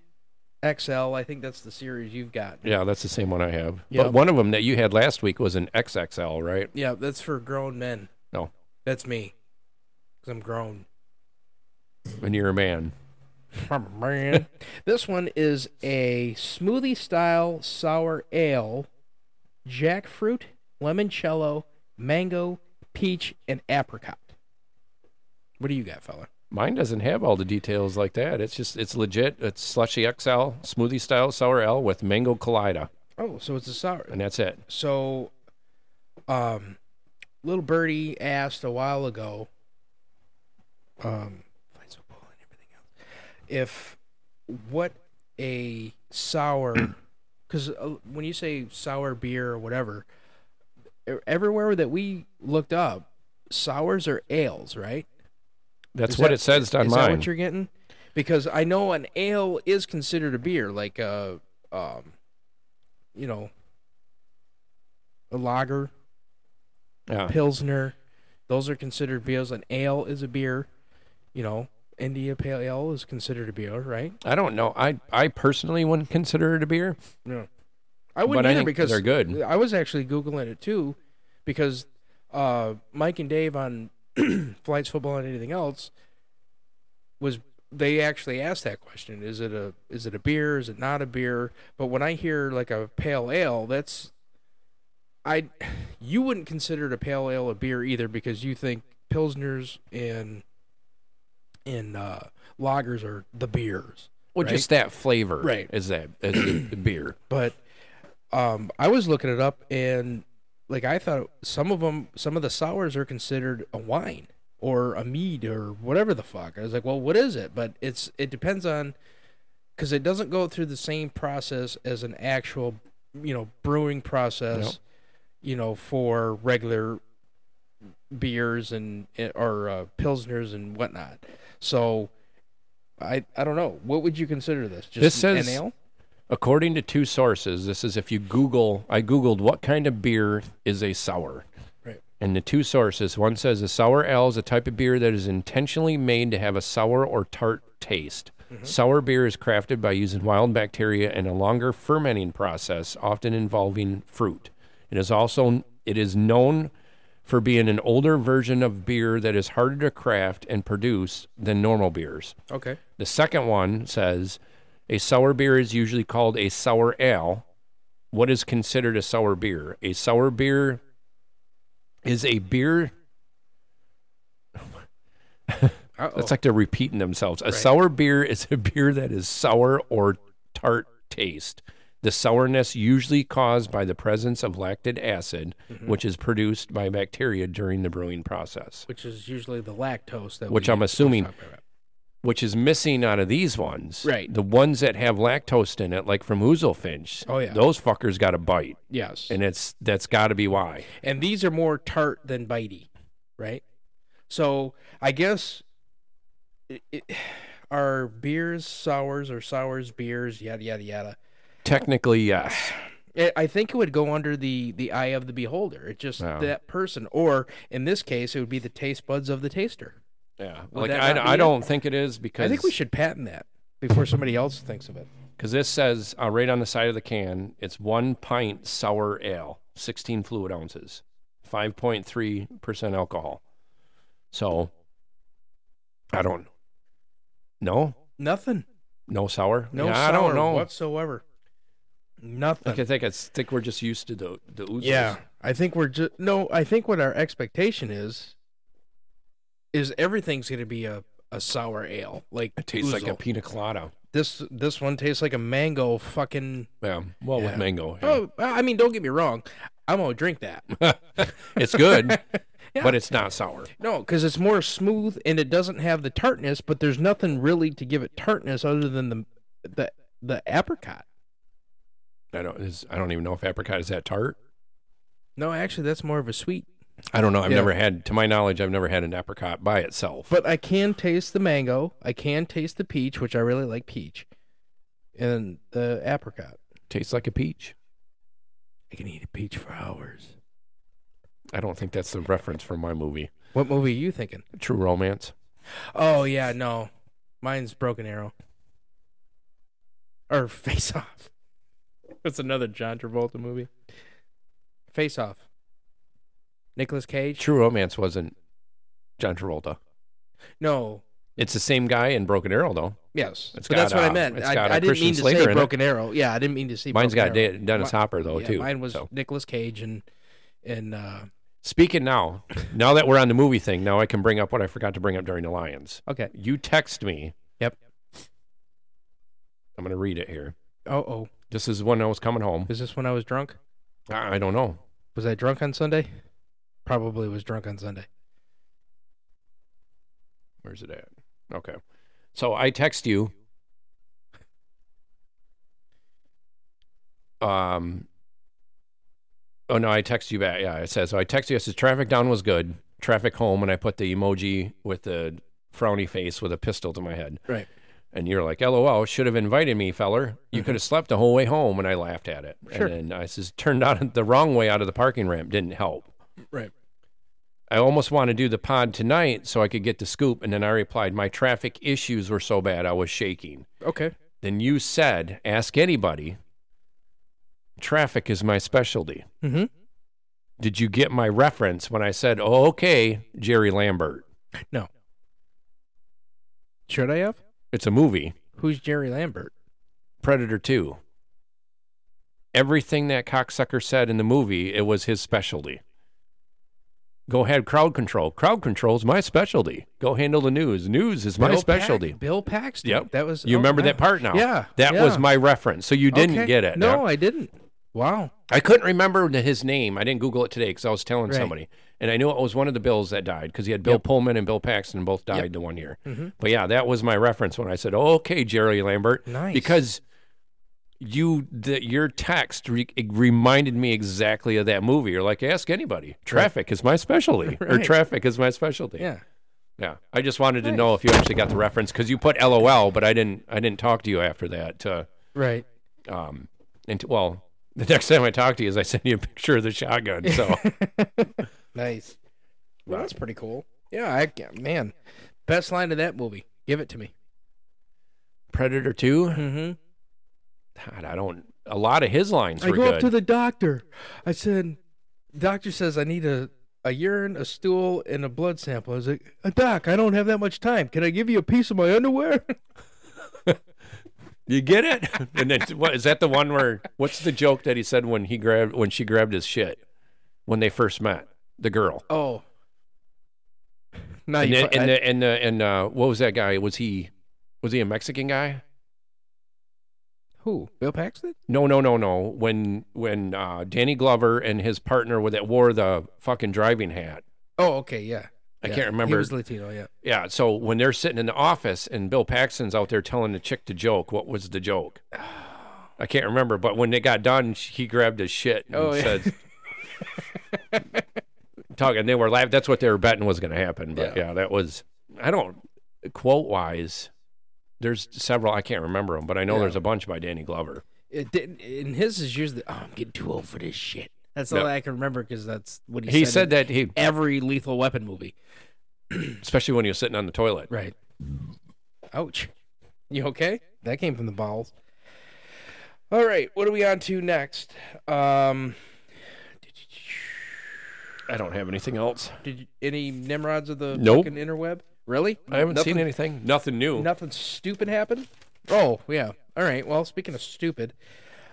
D: XL. I think that's the series you've got.
C: Yeah, that's the same one I have.
D: Yeah.
C: But one of them that you had last week was an XXL, right?
D: Yeah, that's for grown men.
C: No,
D: That's me, i I'm grown.
C: when you're a man.
D: this one is a smoothie style sour ale, jackfruit, limoncello, mango, peach, and apricot. What do you got, fella?
C: Mine doesn't have all the details like that. It's just it's legit. It's slushy XL smoothie style sour ale with mango collida,
D: Oh, so it's a sour.
C: and that's it.
D: So, um, little birdie asked a while ago, um, fights with Paul and everything else, if what a sour, because uh, when you say sour beer or whatever, e- everywhere that we looked up, sours are ales, right?
C: That's
D: Is
C: what
D: that-
C: it says on
D: is that
C: mine.
D: what you're getting? Because I know an ale is considered a beer, like a, um, you know, a lager,
C: yeah.
D: pilsner, those are considered beers. An ale is a beer, you know. India Pale Ale is considered a beer, right?
C: I don't know. I I personally wouldn't consider it a beer.
D: No, I wouldn't
C: But I
D: either
C: think
D: because
C: they're good.
D: I was actually googling it too, because uh, Mike and Dave on flights football and anything else was they actually asked that question: Is it a is it a beer? Is it not a beer? But when I hear like a pale ale, that's I you wouldn't consider it a pale ale a beer either because you think pilsners and and uh, lagers are the beers.
C: Well,
D: Right.
C: just that flavor,
D: Right.
C: Is that is the, the beer?
D: but um, I was looking it up and like I thought some of them, some of the sours are considered a wine or a mead or whatever the fuck. I was like, well, what is it? But it's it depends on because it doesn't go through the same process as an actual you know brewing process.
C: Nope.
D: You know, for regular beers and or uh, pilsners and whatnot. So. I, I don't know. What would you consider this? Just
C: This
D: an
C: says-
D: ale?
C: According to two sources, this is if you Google, I Googled what kind of beer is a sour.
D: Right.
C: And the two sources, one says a sour ale is a type of beer that is intentionally made to have a sour or tart taste. Sour beer is crafted by using wild bacteria and a longer fermenting process, often involving fruit. It is also it is known for being an older version of beer that is harder to craft and produce than normal beers.
D: Okay.
C: The second one says a sour beer is usually called a sour ale. What is considered a sour beer? A sour beer is a beer.
D: Uh-oh.
C: It's like they're repeating themselves. A sour beer is a beer that is sour or tart taste. The sourness usually caused by the presence of lactic acid,
D: Mm-hmm.
C: which is produced by bacteria during the brewing process,
D: which is usually the lactose that
C: Which
D: we
C: I'm
D: use.
C: assuming- which is missing out of these ones.
D: Right.
C: The ones that have lactose in it, like from Ouzelfinch.
D: Oh, yeah.
C: Those fuckers got a bite.
D: yes and,
C: and it's that's got to be why.
D: these are more tart than bitey right so i guess it, it, are beers sours or sours beers yada yada yada Eh,
C: Technically, yes.
D: I- i think it would go under the the eye of the beholder it's just
C: Yeah.
D: that person or in this case it would be the taste buds of the taster
C: Yeah,
D: Would
C: like
D: that
C: I,
D: not
C: I
D: be it?
C: don't think it is because
D: i think we should patent that before somebody else thinks of it
C: because this says uh, right on the side of the can, it's one pint sour ale, sixteen fluid ounces, five point three percent alcohol. So, I don't. No,
D: nothing
C: no sour.
D: no
C: Yeah,
D: sour
C: I don't know.
D: whatsoever nothing
C: Like I think it's think we're just used to the the oozes.
D: Yeah, I think we're just no. I think what our expectation is is everything's going to be a, a sour ale. Like
C: It tastes like a
D: ouzel.
C: pina colada.
D: this this one tastes like a mango fucking.
C: Yeah, well
D: Yeah.
C: with mango. yeah.
D: Oh, I mean, don't get me wrong. I'm gonna drink that.
C: it's good,
D: Oh. Yeah.
C: but it's not sour.
D: No, because it's more smooth and it doesn't have the tartness. But there's nothing really to give it tartness other than the the the apricot.
C: I don't. Is, I don't even know if apricot is that tart.
D: No, actually, that's more of a sweet.
C: I don't know. I've
D: Yeah.
C: never had, to my knowledge, I've never had an apricot by itself.
D: But I can taste the mango. I can taste the peach, which I really like peach, and the apricot.
C: Tastes like a peach.
D: I can eat a peach for hours.
C: I don't think that's the reference from my movie,
D: What movie are you thinking?
C: True Romance.
D: Oh yeah, no, mine's Broken Arrow or Face Off. That's another John Travolta movie. Face Off. Nicolas Cage.
C: True Romance wasn't John Travolta.
D: No.
C: It's the same guy in Broken Arrow, though.
D: Yes,
C: It's
D: but
C: got,
D: that's what I
C: uh,
D: meant.
C: it's
D: I,
C: got, uh,
D: I didn't
C: Christian
D: mean to
C: Slater in
D: say
C: it.
D: Broken Arrow. Yeah, I didn't mean to say.
C: Mine's
D: Broken
C: got
D: Arrow.
C: De- Dennis
D: Mi-
C: Hopper, though,
D: yeah,
C: too.
D: Mine was
C: so.
D: Nicolas Cage and and uh,
C: Speaking now, now that we're on the movie thing, now I can bring up what I forgot to bring up during the Lions.
D: okay.
C: You text me.
D: Yep.
C: I'm going to read it here.
D: Oh oh,
C: This is when I was coming home.
D: is this when I was drunk?
C: I I don't know.
D: Was I drunk on Sunday? Probably was drunk on Sunday.
C: Where's it at? Okay. So I text you. Um. Oh no, I text you back. Yeah, it says so. I text you. It says traffic down was good. Traffic home, and I put the emoji with the frowny face with a pistol to my head.
D: Right.
C: And you're like, LOL, should have invited me, feller. You could have slept the whole way home. And I laughed at it.
D: Sure.
C: And then I says, turned out the wrong way out of the parking ramp. Didn't help.
D: Right.
C: I almost want to do the pod tonight so I could get the scoop. And then I replied, My traffic issues were so bad I was shaking.
D: Okay.
C: Then you said, Ask anybody. Traffic is my specialty.
D: Mm-hmm.
C: Did you get my reference when I said, Oh, okay, Jerry Lambert?
D: No. Should I have?
C: It's a movie,
D: Who's Jerry Lambert?
C: Predator 2. Everything that cocksucker said in the movie, it was his specialty. Go ahead, crowd control. Crowd control's my specialty. Go handle the news. News is my
D: Bill
C: specialty.
D: Pax- Bill Paxton.
C: Yep.
D: That was.
C: You
D: oh,
C: remember
D: wow.
C: that part now?
D: Yeah.
C: That
D: yeah.
C: was my reference. So you didn't
D: Okay.
C: get it.
D: No,
C: I,
D: I didn't. Wow.
C: couldn't remember the- his name. I didn't Google it today because I was telling
D: Right.
C: somebody. And I knew it was one of the Bills that died because he had Bill
D: Yep.
C: Pullman and Bill Paxton both died the one year.
D: Mm-hmm.
C: But yeah, that was my reference when I said, oh, okay, Jerry Lambert.
D: Nice.
C: Because you the, your text re- it reminded me exactly of that movie. You're like, ask anybody. Traffic is my specialty. Or
D: Right.
C: traffic is my specialty.
D: Yeah.
C: Yeah, I just wanted to know if you actually got the reference because you put LOL, but I didn't. I didn't talk to you after that. Uh,
D: Right.
C: um, and t- well, the next time I talk to you is I send you a picture of the shotgun. So
D: Nice. Well, that's pretty cool. Yeah. I ca- man, best line of that movie. Give it to me.
C: Predator Two,
D: Mm-hmm.
C: God, I don't. A lot of his lines
D: I
C: were
D: go up
C: good.
D: to the doctor. I said, "Doctor says I need a a urine, a stool, and a blood sample." I was like, "Uh, "Doc, I don't have that much time. Can I give you a piece of my underwear?"
C: you get it? and then what is that the one where? What's the joke that he said when he grabbed when she grabbed his shit when they first met the girl?
D: oh. No,
C: and,
D: Ah, you.
C: then,
D: pro-
C: and,
D: I-
C: the, and the and uh, what was that guy? Was he was he a Mexican guy?
D: who? Bill Paxton?
C: No, no, no, no. When when uh, Danny Glover and his partner with that wore the fucking driving hat.
D: Oh, okay, yeah.
C: I
D: Yeah.
C: can't remember.
D: He was Latino, yeah.
C: Yeah, so when they're sitting in the office and Bill Paxton's out there telling the chick the joke, what was the joke? I can't remember, but when they got done, sh- he grabbed his shit and
D: Oh, yeah.
C: said, talking. They were laughing. That's what they were betting was going to happen. But yeah.
D: Yeah.
C: that was, I don't, quote wise, there's several, I can't remember them, but I know
D: Yeah.
C: there's a bunch by Danny Glover.
D: It didn't, and his is usually, "Oh, I'm getting too old for this shit." That's
C: No.
D: all I can remember because that's what he,
C: He
D: said.
C: said
D: in
C: that he,
D: every Lethal Weapon movie.
C: especially when he was sitting on the toilet.
D: Right. Ouch. You okay? That came from the bowels. All right, what are we on to next? Um,
C: I don't have anything else.
D: did you, any Nimrods of the
C: Nope.
D: fucking interweb? Really?
C: I haven't
D: Nothing-
C: seen anything. Nothing new.
D: Nothing stupid happened? Oh, yeah. All right. Well, speaking of stupid,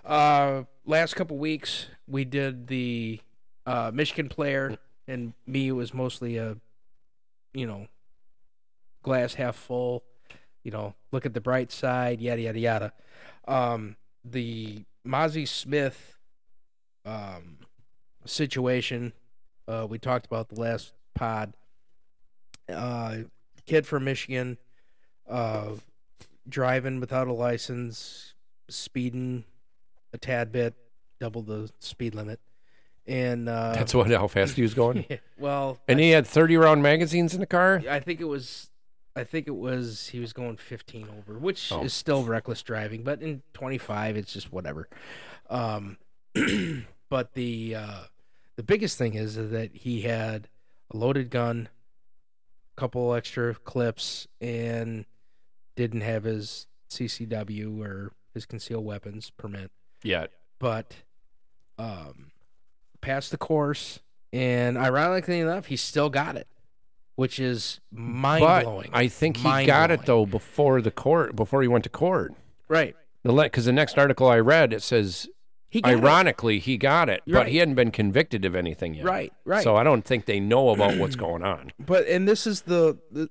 D: uh last couple weeks we did the uh Michigan player and me it was mostly a you know glass half full, you know, look at the bright side, yada yada yada. Um the Mozzie Smith um situation uh we talked about the last pod uh kid from Michigan uh, driving without a license, speeding a tad bit, double the speed limit, and uh,
C: That's what how fast he was going.
D: well,
C: And he had 30 round magazines in the car.
D: I think it was, I think it was he was going 15 over, which
C: Oh.
D: is still reckless driving, but in 25 it's just whatever. Um, but the uh, the biggest thing is that he had a loaded gun, couple extra clips, and didn't have his CCW or his concealed weapons permit
C: Yeah.
D: but um passed the course and ironically enough he still got it which is
C: But
D: mind-blowing
C: I think he got it though before the court, before he went to court.
D: right
C: The because the next article I read it says
D: he got
C: ironically he got it, but
D: Right.
C: he hadn't been convicted of anything
D: it.
C: yet.
D: right right
C: So I don't think they know about what's going on.
D: but and this is the, the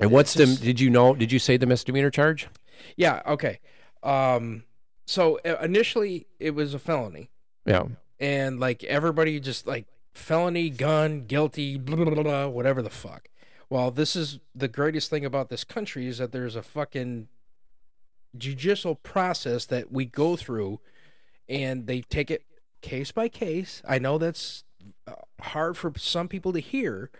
C: And what's
D: it's just-
C: the? Did you know? Did you say the misdemeanor charge?
D: yeah okay um so uh, initially it was a felony
C: Yeah.
D: and like everybody just like felony gun guilty blah, blah, blah, blah, whatever the fuck well this is the greatest thing about this country is that there's a fucking judicial process that we go through and they take it case by case i know that's uh, hard for some people to hear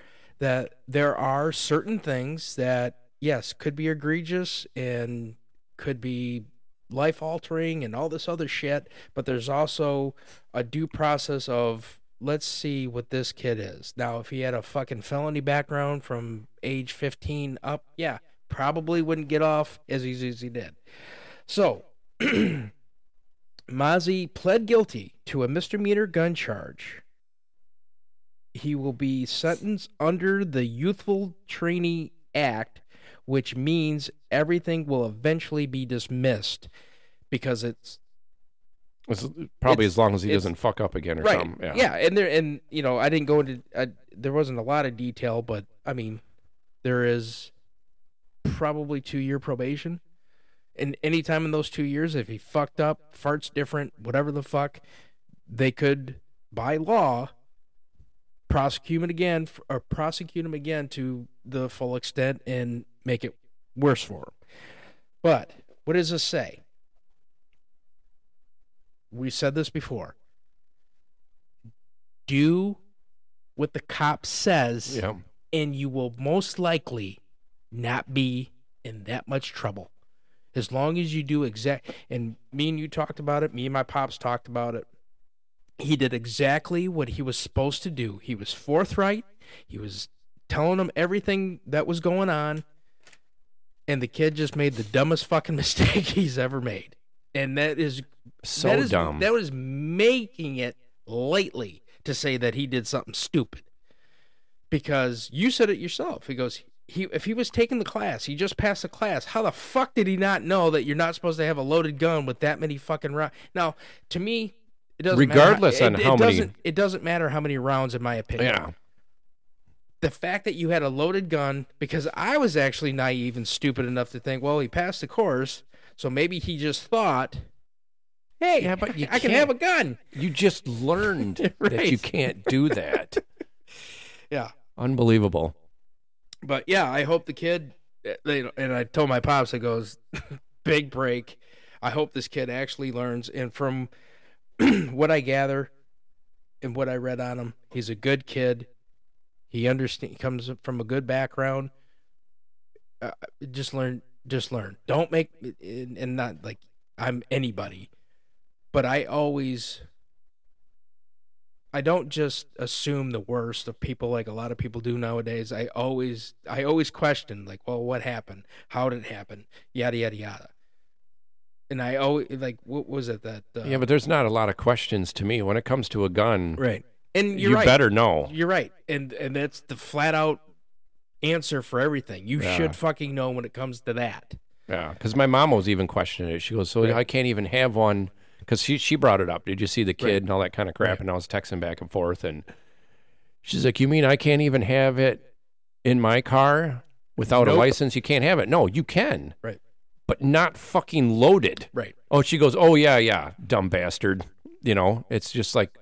D: that there are certain things that yes could be egregious and could be life altering and all this other shit but there's also a due process of let's see what this kid is. Now, if he had a fucking felony background from age 15 up, yeah, probably wouldn't get off as easy as he did. So, Mozzie pled guilty to a misdemeanor gun charge. He will be sentenced under the Youthful Trainee Act, which means everything will eventually be dismissed because it's
C: It's probably
D: It's-
C: as long as he
D: it's-
C: doesn't fuck up again or something. Yeah.
D: and there and you know, I didn't go into I, there wasn't a lot of detail, but I mean, there is probably two year probation. And any time in those two years, if he fucked up, farts different, whatever the fuck, they could, by law, prosecute him again f- or prosecute him again to the full extent and make it worse for him. But what does this say? We said this before do what the cop says,
C: Yeah.
D: and you will most likely not be in that much trouble. As long as you do exact, and me and you talked about it, me and my pops talked about it. He did exactly what he was supposed to do. He was forthright. He was telling them everything that was going on, and the kid just made the dumbest fucking mistake he's ever made. And that is
C: So
D: that is,
C: dumb.
D: That was making it lately to say that he did something stupid. Because you said it yourself. He goes, he if he was taking the class, he just passed the class. How the fuck did he not know that you're not supposed to have a loaded gun with that many fucking rounds? Now, to me, it doesn't
C: Regardless
D: matter.
C: on
D: it,
C: how
D: it
C: many-
D: doesn't, it doesn't matter how many rounds, in my opinion
C: yeah.
D: the fact that you had a loaded gun because I was actually naive and stupid enough to think, well, he passed the course, so maybe he just thought, hey,
C: Yeah, but you
D: I can have a
C: can't.
D: gun.
C: You just learned that you
D: Right.
C: can't do that.
D: Yeah.
C: Unbelievable.
D: But yeah, I hope the kid uh, they- and I told my pops it goes big break. I hope this kid actually learns and from what I gather and what I read on him, he's a good kid. He understand comes from a good background. Uh, just learn just learn. Don't make and, and not like I'm anybody. But I always I don't just assume the worst of people like a lot of people do nowadays. I always I always question like, well, what happened? How did it happen? Yada yada yada. And I always like, what was it that? Uh,
C: yeah, but there's not a lot of questions to me when it comes to a gun.
D: right. And you're
C: You
D: right.
C: better know.
D: You're right. And and that's the flat out answer for everything. You
C: Yeah.
D: should fucking know when it comes to that.
C: Yeah, because my mom was even questioning it. She goes, "So
D: Right.
C: I can't even have one," because she she brought it up. Did you see the kid
D: Right.
C: and all that kind of crap?
D: Right.
C: And I was texting back and forth, and she's like, "You mean I can't even have it in my car without a
D: Nope.
C: license? You can't have it. No, you can,
D: Right.
C: but not fucking loaded."
D: Right.
C: Oh, she goes, "Oh yeah, yeah, dumb bastard." You know, it's just like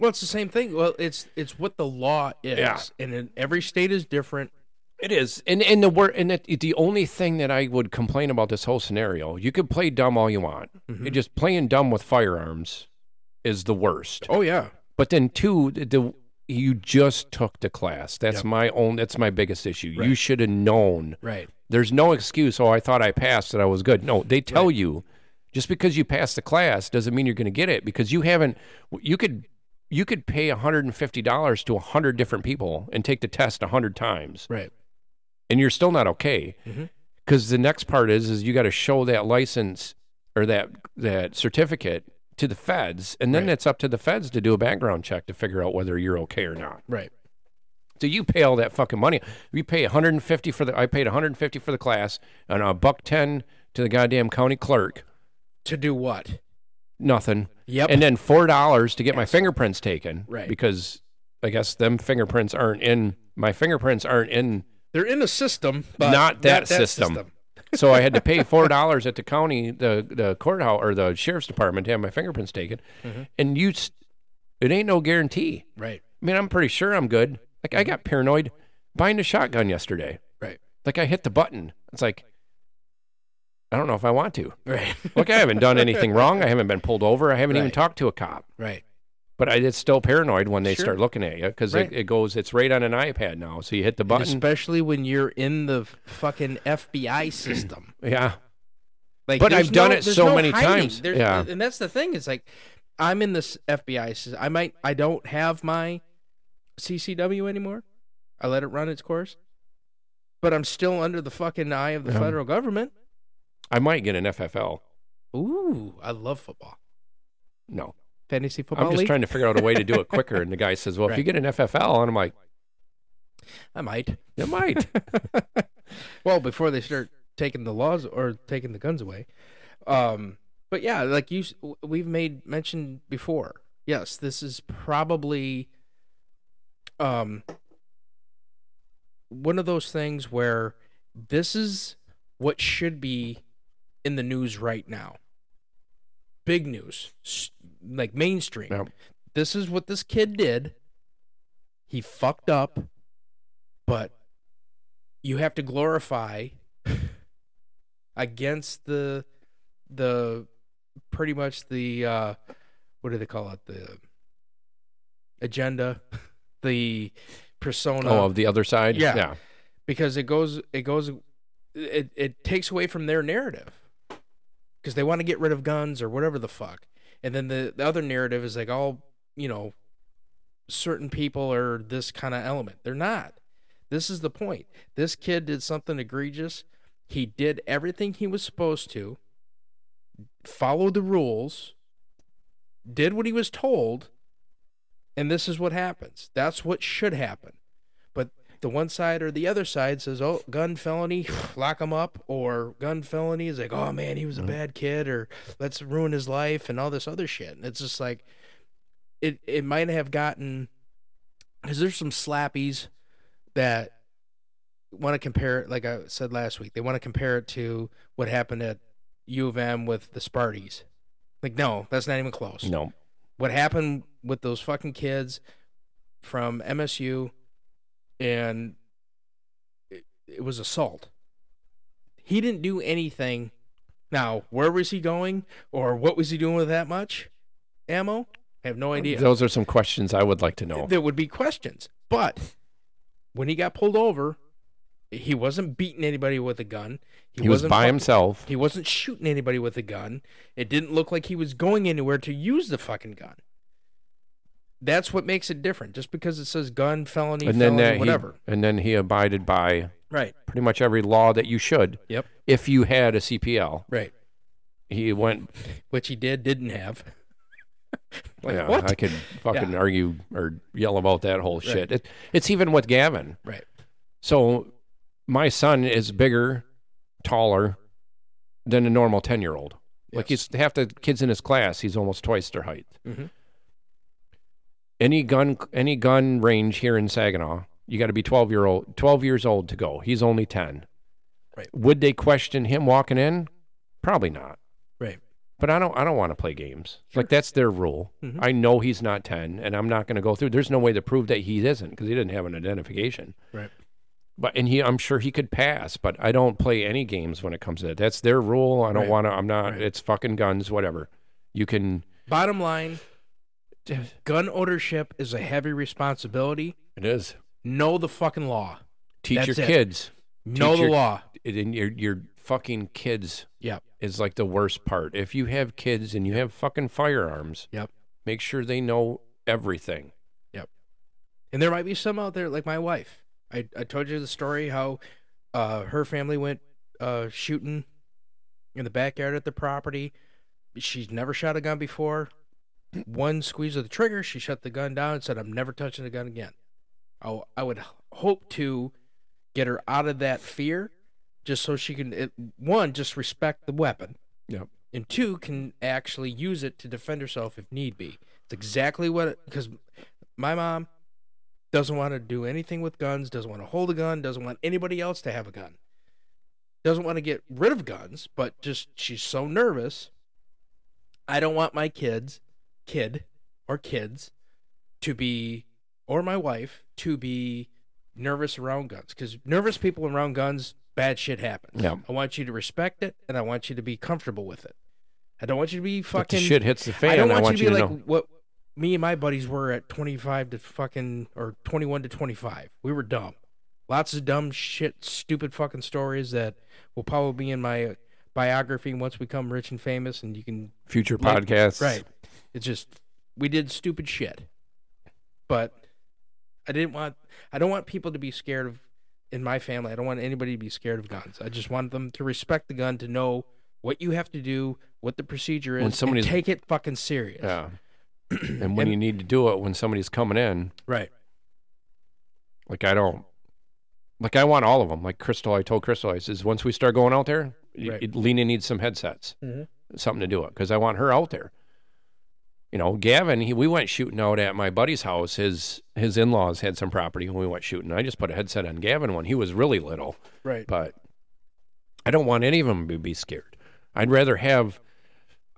D: Well, it's the same thing. Well, it's it's what the law is,
C: Yeah.
D: and in every state is different.
C: It is, and and the wor and it, it- the only thing that I would complain about this whole scenario, you could play dumb all you want,
D: Mhm.
C: just playing dumb with firearms is the worst.
D: Oh yeah,
C: But But then two, the, the you just took the class. That's
D: Yep.
C: my own. That's my biggest issue. You
D: Right.
C: should have known.
D: Right.
C: There's no excuse. Oh, I thought I passed. That I was good. No, they tell you. Just because you passed the class doesn't mean you're going to get it because you haven't. You could you could pay $150 to 100 different people and take the test 100 times
D: Right.
C: and you're still not okay
D: Mm-hmm.
C: because the next part is is you got to show that license or that that certificate to the feds and then
D: Right.
C: it's up to the feds to do a background check to figure out whether you're okay or not
D: Right.
C: so you pay all that fucking money you pay 150 for the i paid 150 for the class and a buck 10 to the goddamn county clerk
D: To do what?
C: nothing
D: Yep.
C: and then four dollars to get my fingerprints taken
D: Right.
C: because i guess them fingerprints aren't in my fingerprints aren't in
D: They're in the system, but
C: Not that system. So I had to pay four dollars at the county, the the courthouse or the sheriff's department to have my fingerprints taken,
D: Mm-hmm.
C: and you, s- it ain't no guarantee.
D: Right.
C: I mean, I'm pretty sure I'm good. Like
D: Mm-hmm.
C: I got paranoid buying a shotgun yesterday.
D: Right.
C: Like I hit the button. It's like, I don't know if I want to.
D: Right.
C: Look, I haven't done anything wrong. I haven't been pulled over. I haven't even
D: Right.
C: talked to a cop.
D: Right.
C: But I, it's still paranoid when they
D: Sure.
C: start looking at you because
D: Right.
C: it, it goes, it's right on an iPad now. So you hit the
D: And
C: button.
D: especially when you're in the fucking FBI system.
C: yeah.
D: Like,
C: But
D: there's
C: I've done
D: no-
C: it
D: there's
C: so
D: no
C: many
D: hiding.
C: times.
D: There's-
C: Yeah.
D: and that's the thing. It's like I'm in this FBI. sys- I might I don't have my CCW anymore. I let it run its course, but I'm still under the fucking eye of the
C: Yeah.
D: federal government.
C: I might get an FFL.
D: Ooh, I love football,
C: No.
D: fantasy football.
C: I'm just
D: league?
C: trying to figure out a way to do it quicker. And the guy says, "Well, if you
D: Right.
C: get an FFL," and I'm like,
D: I might.
C: "It might."
D: well, before they start taking the laws or taking the guns away. Um, but yeah, like you, s- w- we've made mention before. Yes, this is probably um one of those things where this is what should be in the news right now. Big news, s- like mainstream.
C: Yep.
D: This is what this kid did. He fucked up, but you have to glorify against the the pretty much the uh what do they call it the agenda the persona
C: oh, of the other side,
D: Yeah. because it goes it goes it it takes away from their narrative because they want to get rid of guns or whatever the fuck and then the, the other narrative is like all you know certain people are this kind of element they're not this is the point this kid did something egregious he did everything he was supposed to followed the rules did what he was told and this is what happens that's what should happen but the one side or the other side says, "Oh, gun felony, lock him up," or "Gun felony" is like, "Oh man, he was a bad kid," or "Let's ruin his life," and all this other shit. And it's just like, it it might have gotten because there's some slappies that want to compare it. Like I said last week, they want to compare it to what happened at U of M with the Sparties. Like, no, that's not even close
C: yeah, no,
D: what happened with those fucking kids from MSU and it, it was assault. He didn't do anything. Now, where was he going or what was he doing with that much ammo? I have no idea.
C: those are some questions I would like to know.
D: There would be questions. But when he got pulled over, he wasn't beating anybody with a gun.
C: He was
D: wasn't
C: by
D: fucking-
C: himself.
D: he wasn't shooting anybody with a gun. It didn't look like he was going anywhere to use the fucking gun. That's what makes it different. Just because it says gun, felony,
C: and then
D: felony,
C: that he-
D: whatever.
C: and then he abided by
D: Right.
C: pretty much every law that you should.
D: Yep.
C: If you had a CPL,
D: Right.
C: he went.
D: Which he did, didn't have. like
C: yeah,
D: what?
C: I could fucking
D: Yeah.
C: argue or yell about that whole shit. It, it's even with Gavin.
D: Right.
C: So my son is bigger, taller than a normal 10 year old. Like
D: Yes.
C: he's half the kids in his class, he's almost twice their height.
D: Mhm.
C: Any gun any gun range here in Saginaw, you got to be 12 year old 12 years old to go. He's only 10.
D: Right.
C: Would they question him walking in? Probably not.
D: Right.
C: But I don't I don't want to play games. Like that's their rule.
D: Mhm.
C: I know he's not 10 and I'm not going to go through. There's no way to prove that he isn't because he didn't have an identification
D: Right.
C: but and he I'm sure he could pass, but I don't play any games when it comes to that. That's their rule. I don't
D: Right.
C: want to. I'm not.
D: Right.
C: It's fucking guns, whatever. You can.
D: Bottom line,
C: It
D: Gun ownership is a heavy responsibility.
C: is.
D: Know the fucking law.
C: Teach
D: That's
C: your
D: it.
C: kids.
D: Know
C: Teach
D: the
C: your-
D: law.
C: It, and your your fucking kids
D: Yep.
C: is like the worst part. If you have kids and you have fucking firearms,
D: Yep.
C: make sure they know everything.
D: And there might be some out there like my wife. I, I told you the story how uh, her family went uh, shooting in the backyard at the property. She's never shot a gun before. One squeeze of the trigger, she shut the gun down and said, I'm never touching a gun again. I, I would h- hope to get her out of that fear just so she can, it, one, just respect the weapon,
C: Yep.
D: and two, can actually use it to defend herself if need be. It's exactly what, because my mom doesn't want to do anything with guns, doesn't want to hold a gun, doesn't want anybody else to have a gun. Doesn't want to get rid of guns, but just she's so nervous. I don't want my kids, kid or kids to be or my wife to be nervous around guns cuz nervous people around guns bad shit happens.
C: Yeah.
D: I want you to respect it and I want you to be comfortable with it. I don't want you to be
C: If the
D: fucking
C: shit hits the fan.
D: I
C: I,
D: don't want,
C: want
D: you to be
C: know.
D: like what me and my buddies were at 25 to fucking or 21 to 25. We were dumb. Lots of dumb shit, stupid fucking stories that will probably be in my biography once we become rich and famous and you can
C: future
D: like-
C: podcasts.
D: Right. It's just we did stupid shit. But I didn't want I don't want people to be scared of in my family. I don't want anybody to be scared of guns. I just want them to respect the gun to know what you have to do, what the procedure is,
C: When somebody's-
D: and take it fucking serious.
C: Yeah. and when
D: And-
C: you need to do it, when somebody's coming in,
D: Right.
C: Like I don't. Like I want all of them. Like Crystal, I told Crystal, I says once we start going out there, y-
D: Right.
C: y- Lena needs some headsets,
D: Mhm.
C: something to do it because I want her out there. You know, Gavin, he, we went shooting out at my buddy's house. His his in laws had some property when we went shooting. I just put a headset on Gavin when he was really little,
D: Right.
C: but I don't want any of them to be scared. I'd rather have.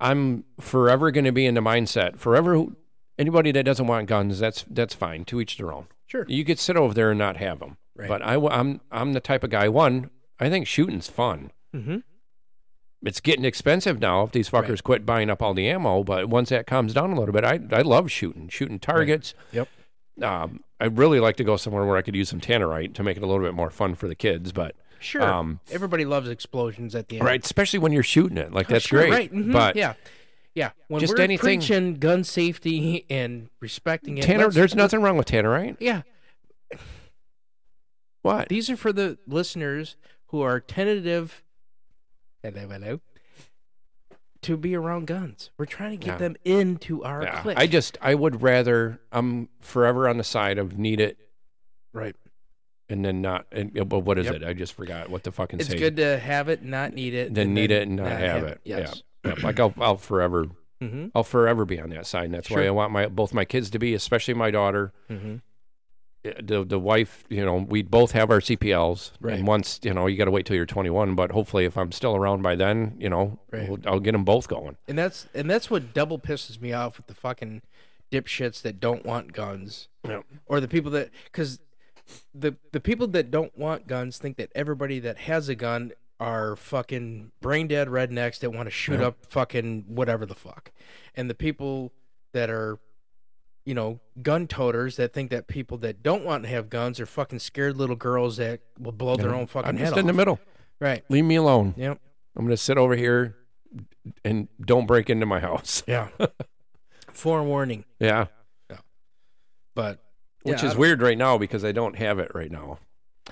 C: I'm forever going to be in the mindset forever. who- Anybody that doesn't want guns, that's that's fine. To each their own.
D: Sure.
C: You could sit over there and not have them.
D: Right.
C: But I, am I'm the type of guy. One, I think shooting's fun.
D: Mm-hmm.
C: It's getting expensive now if these fuckers
D: Right.
C: quit buying up all the ammo. But once that calms down a little bit, I I love shooting, shooting targets.
D: Yep.
C: Um, I'd really like to go somewhere where I could use some tannerite to make it a little bit more fun for the kids. But
D: Sure.
C: Um,
D: Everybody loves explosions at the end.
C: right, especially when you're shooting it, like that's
D: Sure,
C: great.
D: Right. mhm,
C: But
D: yeah. Yeah. When
C: Just
D: we're
C: anything-
D: preaching gun safety and respecting it.
C: tanner,
D: let's-
C: there's nothing wrong with tannerite.
D: Yeah.
C: What?
D: These are for the listeners who are tentative. Hello, hello. To be around guns. We're trying to get
C: Yeah.
D: them into our
C: Yeah,
D: clique.
C: I just I would rather I'm forever on the side of need it
D: right.
C: and then not. And, uh, but what is
D: Yep.
C: it? I just forgot what the fucking.
D: It's
C: saying-
D: good to have it, not need it,
C: then need it and not have it.
D: Yes.
C: Yeah. Yep. Like I'll, I'll forever,
D: Mm-hmm.
C: I'll forever be on that side, and that's why
D: Sure.
C: I want my both my kids to be, especially my daughter,
D: Mm-hmm.
C: uh, the the wife. You know, we both have our CPLs,
D: Right.
C: and once you know, you got to wait till you're 21. But hopefully, if I'm still around by then, you know,
D: Right.
C: we'll, I'll get them both going.
D: And that's and that's what double pisses me off with the fucking dipshits that don't want guns,
C: Yep.
D: or the people that because the the people that don't want guns think that everybody that has a gun are fucking brain dead rednecks that want to shoot
C: Yep.
D: up fucking whatever the fuck, and the people that are you know gun toters that think that people that don't want to have guns are fucking scared little girls that will blow their
C: Yeah.
D: own fucking
C: I'm
D: head
C: just
D: off.
C: in the middle.
D: Right.
C: Leave me alone.
D: Yep.
C: I'm gonna sit over here and don't break into my house.
D: Yeah. Forewarning,
C: Yeah.
D: but
C: Which
D: Yeah, I
C: is
D: don't-
C: weird right now because I don't have it right now.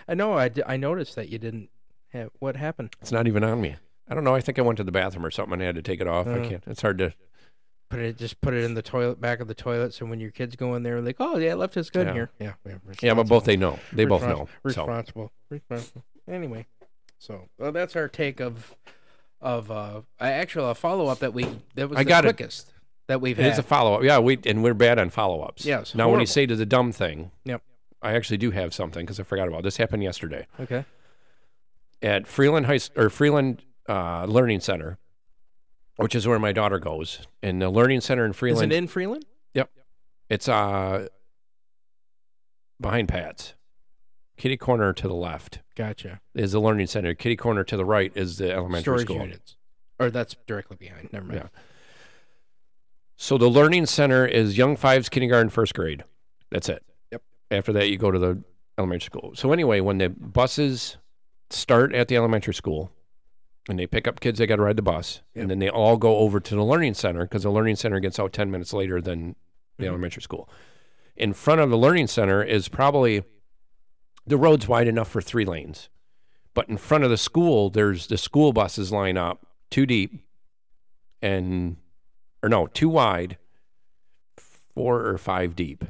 D: I know. I, d- I noticed that you didn't have what happened.
C: It's not even on me. I don't know. I think I went to the bathroom or something and I had to take it off.
D: Uh.
C: I can't. It's hard to
D: Put it just put it in the toilet back of the toilet. So when your kids go in there, like, oh yeah, I left his gun
C: Yeah.
D: here. Yeah, yeah.
C: Yeah, but both
D: responsible.
C: they know. They both
D: Respons-
C: know. So
D: Responsible, responsible. Anyway, so well, that's our take of of uh I- actually a follow up that we that was
C: I
D: the
C: got it.
D: quickest that we've
C: it
D: had.
C: is a follow up. Yeah, we and we're bad on follow ups.
D: Yeah, it's
C: Now when
D: horrible.
C: you say to the dumb thing,
D: Yep.
C: I actually do have something because I forgot about it. this. Happened yesterday
D: okay.
C: at Freeland High S- or Freeland uh, Learning Center, which is where my daughter goes. And the Learning Center in
D: Is
C: Freeland,
D: it in Freeland?
C: it's uh behind Pat's, kitty corner to the left
D: Gotcha.
C: is the Learning Center. Kitty corner to the right is the elementary
D: Storage
C: school.
D: units, or that's directly behind. Never mind.
C: Yeah. So the learning center is young fives, kindergarten, first grade. That's it.
D: Yep.
C: After that, you go to the elementary school. So anyway, when the buses start at the elementary school, and they pick up kids, they got to ride the bus,
D: Yep.
C: and then they all go over to the learning center because the learning center gets out ten minutes later than the
D: Mhm.
C: elementary school. In front of the learning center is probably the road's wide enough for three lanes, but in front of the school, there's the school buses line up two deep, and or no, two wide, four or five deep.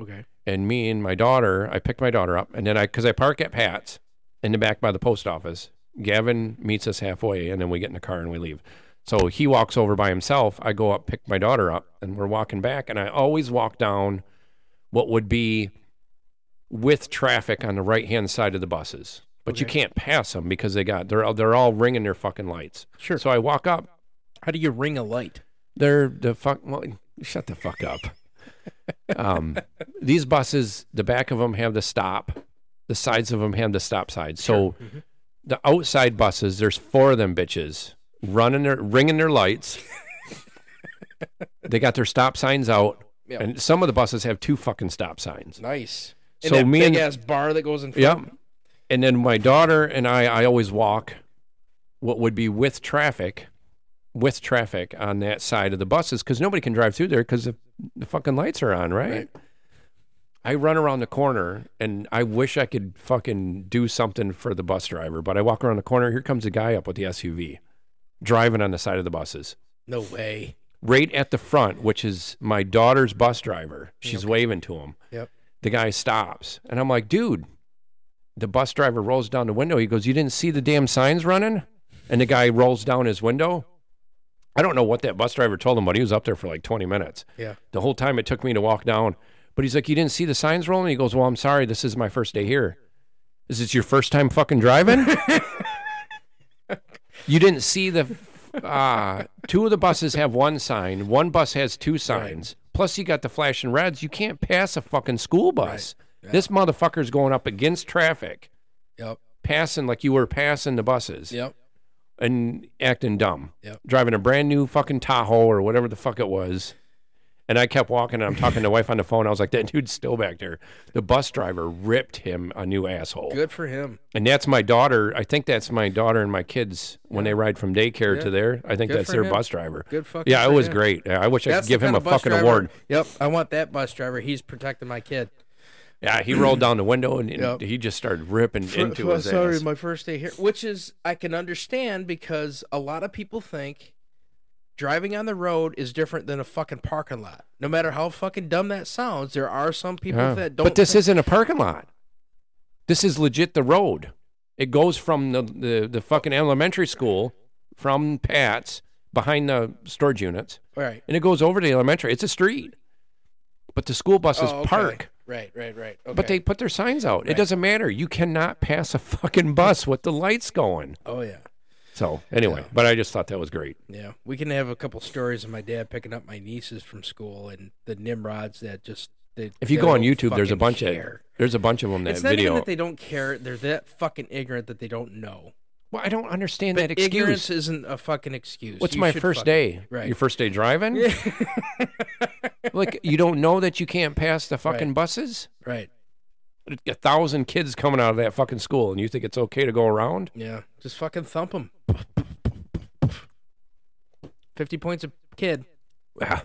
D: Okay.
C: And me and my daughter, I picked my daughter up, and then I, because I park at Pat's in the back by the post office. Gavin meets us halfway, and then we get in the car and we leave. So he walks over by himself. I go up, pick my daughter up, and we're walking back. And I always walk down what would be with traffic on the right hand side of the buses, but you
D: Okay.
C: can't pass them because they got they're all- they're all ringing their fucking lights.
D: Sure.
C: So I walk up,
D: How do you ring a light?
C: they're the fuck. Well, shut the fuck up. um, these buses, the back of them have the stop, the sides of them have the stop sign. So the outside buses, there's four of them bitches running their ringing their lights. they got their stop signs out,
D: Yeah.
C: and some of the buses have two fucking stop signs.
D: Nice.
C: So
D: that
C: me
D: big
C: and-
D: ass bar that goes in front.
C: Yep. And then my daughter and I, I always walk what would be with traffic, with traffic on that side of the buses because nobody can drive through there because the, the fucking lights are on, right?
D: Right.
C: I run around the corner and I wish I could fucking do something for the bus driver, but I walk around the corner. Here comes a guy up with the SUV driving on the side of the buses
D: No way.
C: right at the front, which is my daughter's bus driver. She's waving to him.
D: Yep.
C: The guy stops, and I'm like, dude. The bus driver rolls down the window. He goes, "You didn't see the damn signs running?" And the guy rolls down his window. I don't know what that bus driver told him, but he was up there for like 20 minutes.
D: Yeah.
C: The whole time it took me to walk down. But he's like, "You didn't see the signs rolling?" He goes, "Well, I'm sorry. This is my first day here. Is this your first time fucking driving?" you didn't see the uh, two of the buses have one sign. One bus has two signs. Plus, you got the flashing reds. You can't pass a fucking school bus. This motherfucker's going up against traffic,
D: Yep.
C: passing like you were passing the buses
D: Yep.
C: and acting dumb.
D: Yep.
C: Driving a brand new fucking Tahoe or whatever the fuck it was. And I kept walking and I'm talking to wife on the phone. I was like, that dude's still back there. The bus driver ripped him a new asshole.
D: Good for him.
C: And that's my daughter. I think that's my daughter and my kids when they ride from daycare to there. I think
D: Good
C: that's
D: for
C: their
D: him.
C: bus driver.
D: Good fucking
C: Yeah, it
D: for
C: was
D: him.
C: great. Yeah, I wish I could
D: the
C: give him
D: kind
C: a
D: of bus
C: fucking
D: driver-
C: award.
D: Yep. I want that bus driver. He's protecting my kid.
C: Yeah, he rolled down the window and, and
D: Yep.
C: he just started ripping into
D: Well,
C: his
D: sorry,
C: ass.
D: my first day here, which is I can understand because a lot of people think driving on the road is different than a fucking parking lot. No matter how fucking dumb that sounds, there are some people
C: Yeah.
D: that don't.
C: but this
D: think-
C: isn't a parking lot. This is legit the road. It goes from the, the, the fucking elementary school from Pat's behind the storage units
D: All right.
C: and it goes over to the elementary. It's a street. But the school buses
D: Oh, okay.
C: park.
D: Right, right, right. Okay.
C: But they put their signs out. It
D: Right.
C: doesn't matter. You cannot pass a fucking bus with the lights going.
D: Oh yeah,
C: So anyway,
D: Yeah.
C: but I just thought that was great.
D: yeah. We can have a couple stories of my dad picking up my nieces from school and the Nimrods that just. They,
C: If you
D: they
C: go on
D: don't
C: YouTube, there's a
D: fucking
C: bunch
D: care.
C: of there's a bunch of them that
D: It's not
C: video.
D: even that they don't care. They're that fucking ignorant that they don't know.
C: well, I don't understand
D: But
C: that excuse.
D: ignorance isn't a fucking excuse.
C: What's
D: You
C: my
D: should
C: first
D: fucking-
C: day?
D: Right.
C: Your first day driving? like you don't know that you can't pass the fucking
D: Right.
C: buses?
D: Right.
C: A thousand kids coming out of that fucking school, and you think it's okay to go around?
D: Yeah. Just fucking thump them. 50 points a kid.
C: Ah.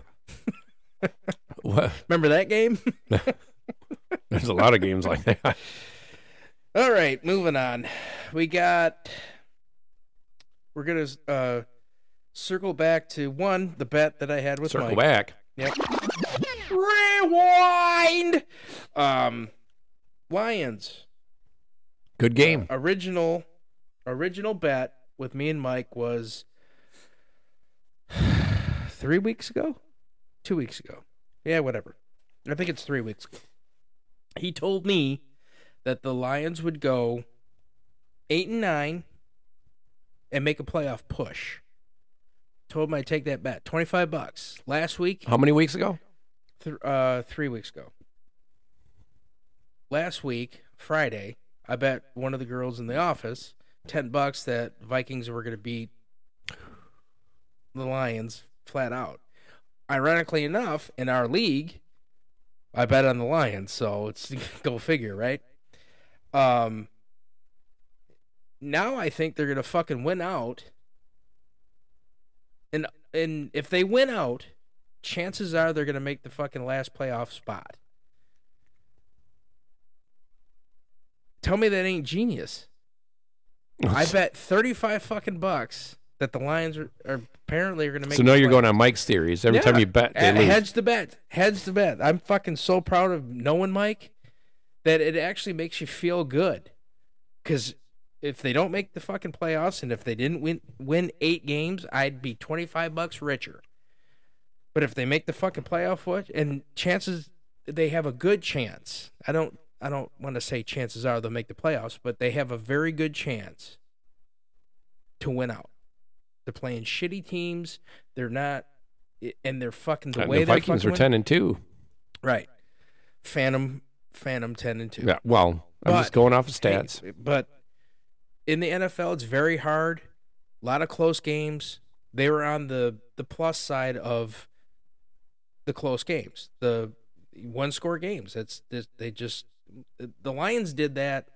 C: well,
D: Remember that game?
C: there's a lot of games like that.
D: All right, moving on. We got. We're going to uh, circle back to one, the bet that I had with
C: Circle
D: Mike.
C: back.
D: Yep. Rewind! Um, Lions.
C: Good game.
D: original original bet with me and Mike was three weeks ago, two weeks ago. Yeah, whatever. I think it's three weeks ago. He told me that the Lions would go eight and nine and make a playoff push. Told him I take that bet, twenty five bucks. Last week,
C: How many weeks ago?
D: th- uh, three weeks ago. Last week, Friday, I bet one of the girls in the office ten bucks that Vikings were going to beat the Lions flat out. ironically enough, in our league, I bet on the Lions, so it's go figure, right? Um, now I think they're gonna fucking win out, and and if they win out, chances are they're gonna make the fucking last playoff spot. Tell me that ain't genius. I bet thirty-five fucking bucks that the Lions are, are apparently are going to make.
C: So now you're going on Mike's theories. Every time you bet, they lose.
D: hedge the bet, hedge the bet. I'm fucking so proud of knowing Mike that it actually makes you feel good because if they don't make the fucking playoffs and if they didn't win win eight games, I'd be twenty-five bucks richer. But if they make the fucking playoff, what and chances they have a good chance. I don't. I don't want to say chances are they'll make the playoffs, but they have a very good chance to win out. They're playing shitty teams. They're not, and they're fucking the
C: And
D: way
C: the
D: they're
C: Vikings
D: fucking
C: were ten and two.
D: win- Right. Phantom, Phantom ten and two.
C: Yeah. Well, I'm
D: But-
C: just going off of
D: Hey,
C: stats.
D: but in the NFL, it's very hard. A lot of close games. They were on the the plus side of the close games, the one score games. That's that's- they just the Lions did that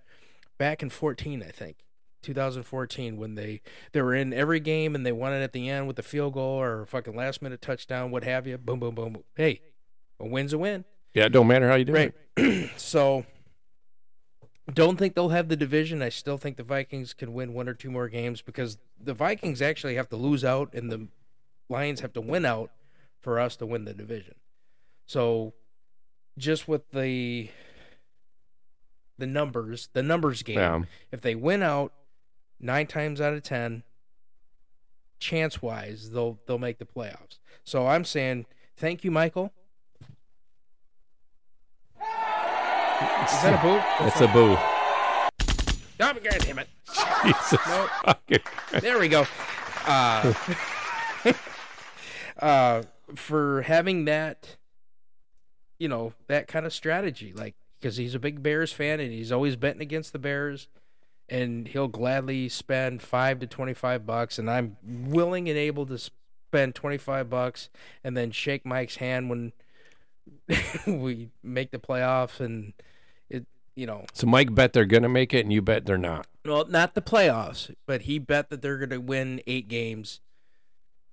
D: back in 14, I think. 2014 when they they were in every game and they won it at the end with a field goal or a fucking last minute touchdown what have you boom boom boom, boom. hey a win's a win
C: yeah, it don't matter how you do
D: Right.
C: it.
D: so don't think they'll have the division. I still think the Vikings can win one or two more games because the Vikings actually have to lose out and the Lions have to win out for us to win the division. So just with the the numbers, the numbers game,
C: Yeah.
D: if they win out 9 times out of 10 chance-wise, they'll they'll make the playoffs. So I'm saying thank you Michael. Is that a boo?
C: That's a boo.
D: Oh, God damn it.
C: Jesus.
D: Nope.
C: fucking Christ.
D: There we go. Uh, uh, for having that, you know, that kind of strategy, like because he's a big Bears fan and he's always betting against the Bears, and he'll gladly spend five to twenty-five bucks, and I'm willing and able to spend twenty-five bucks, and then shake Mike's hand when we make the playoffs, and it, you know,
C: So Mike bet they're gonna make it, and you bet they're not.
D: well, not the playoffs, but he bet that they're going to win eight games.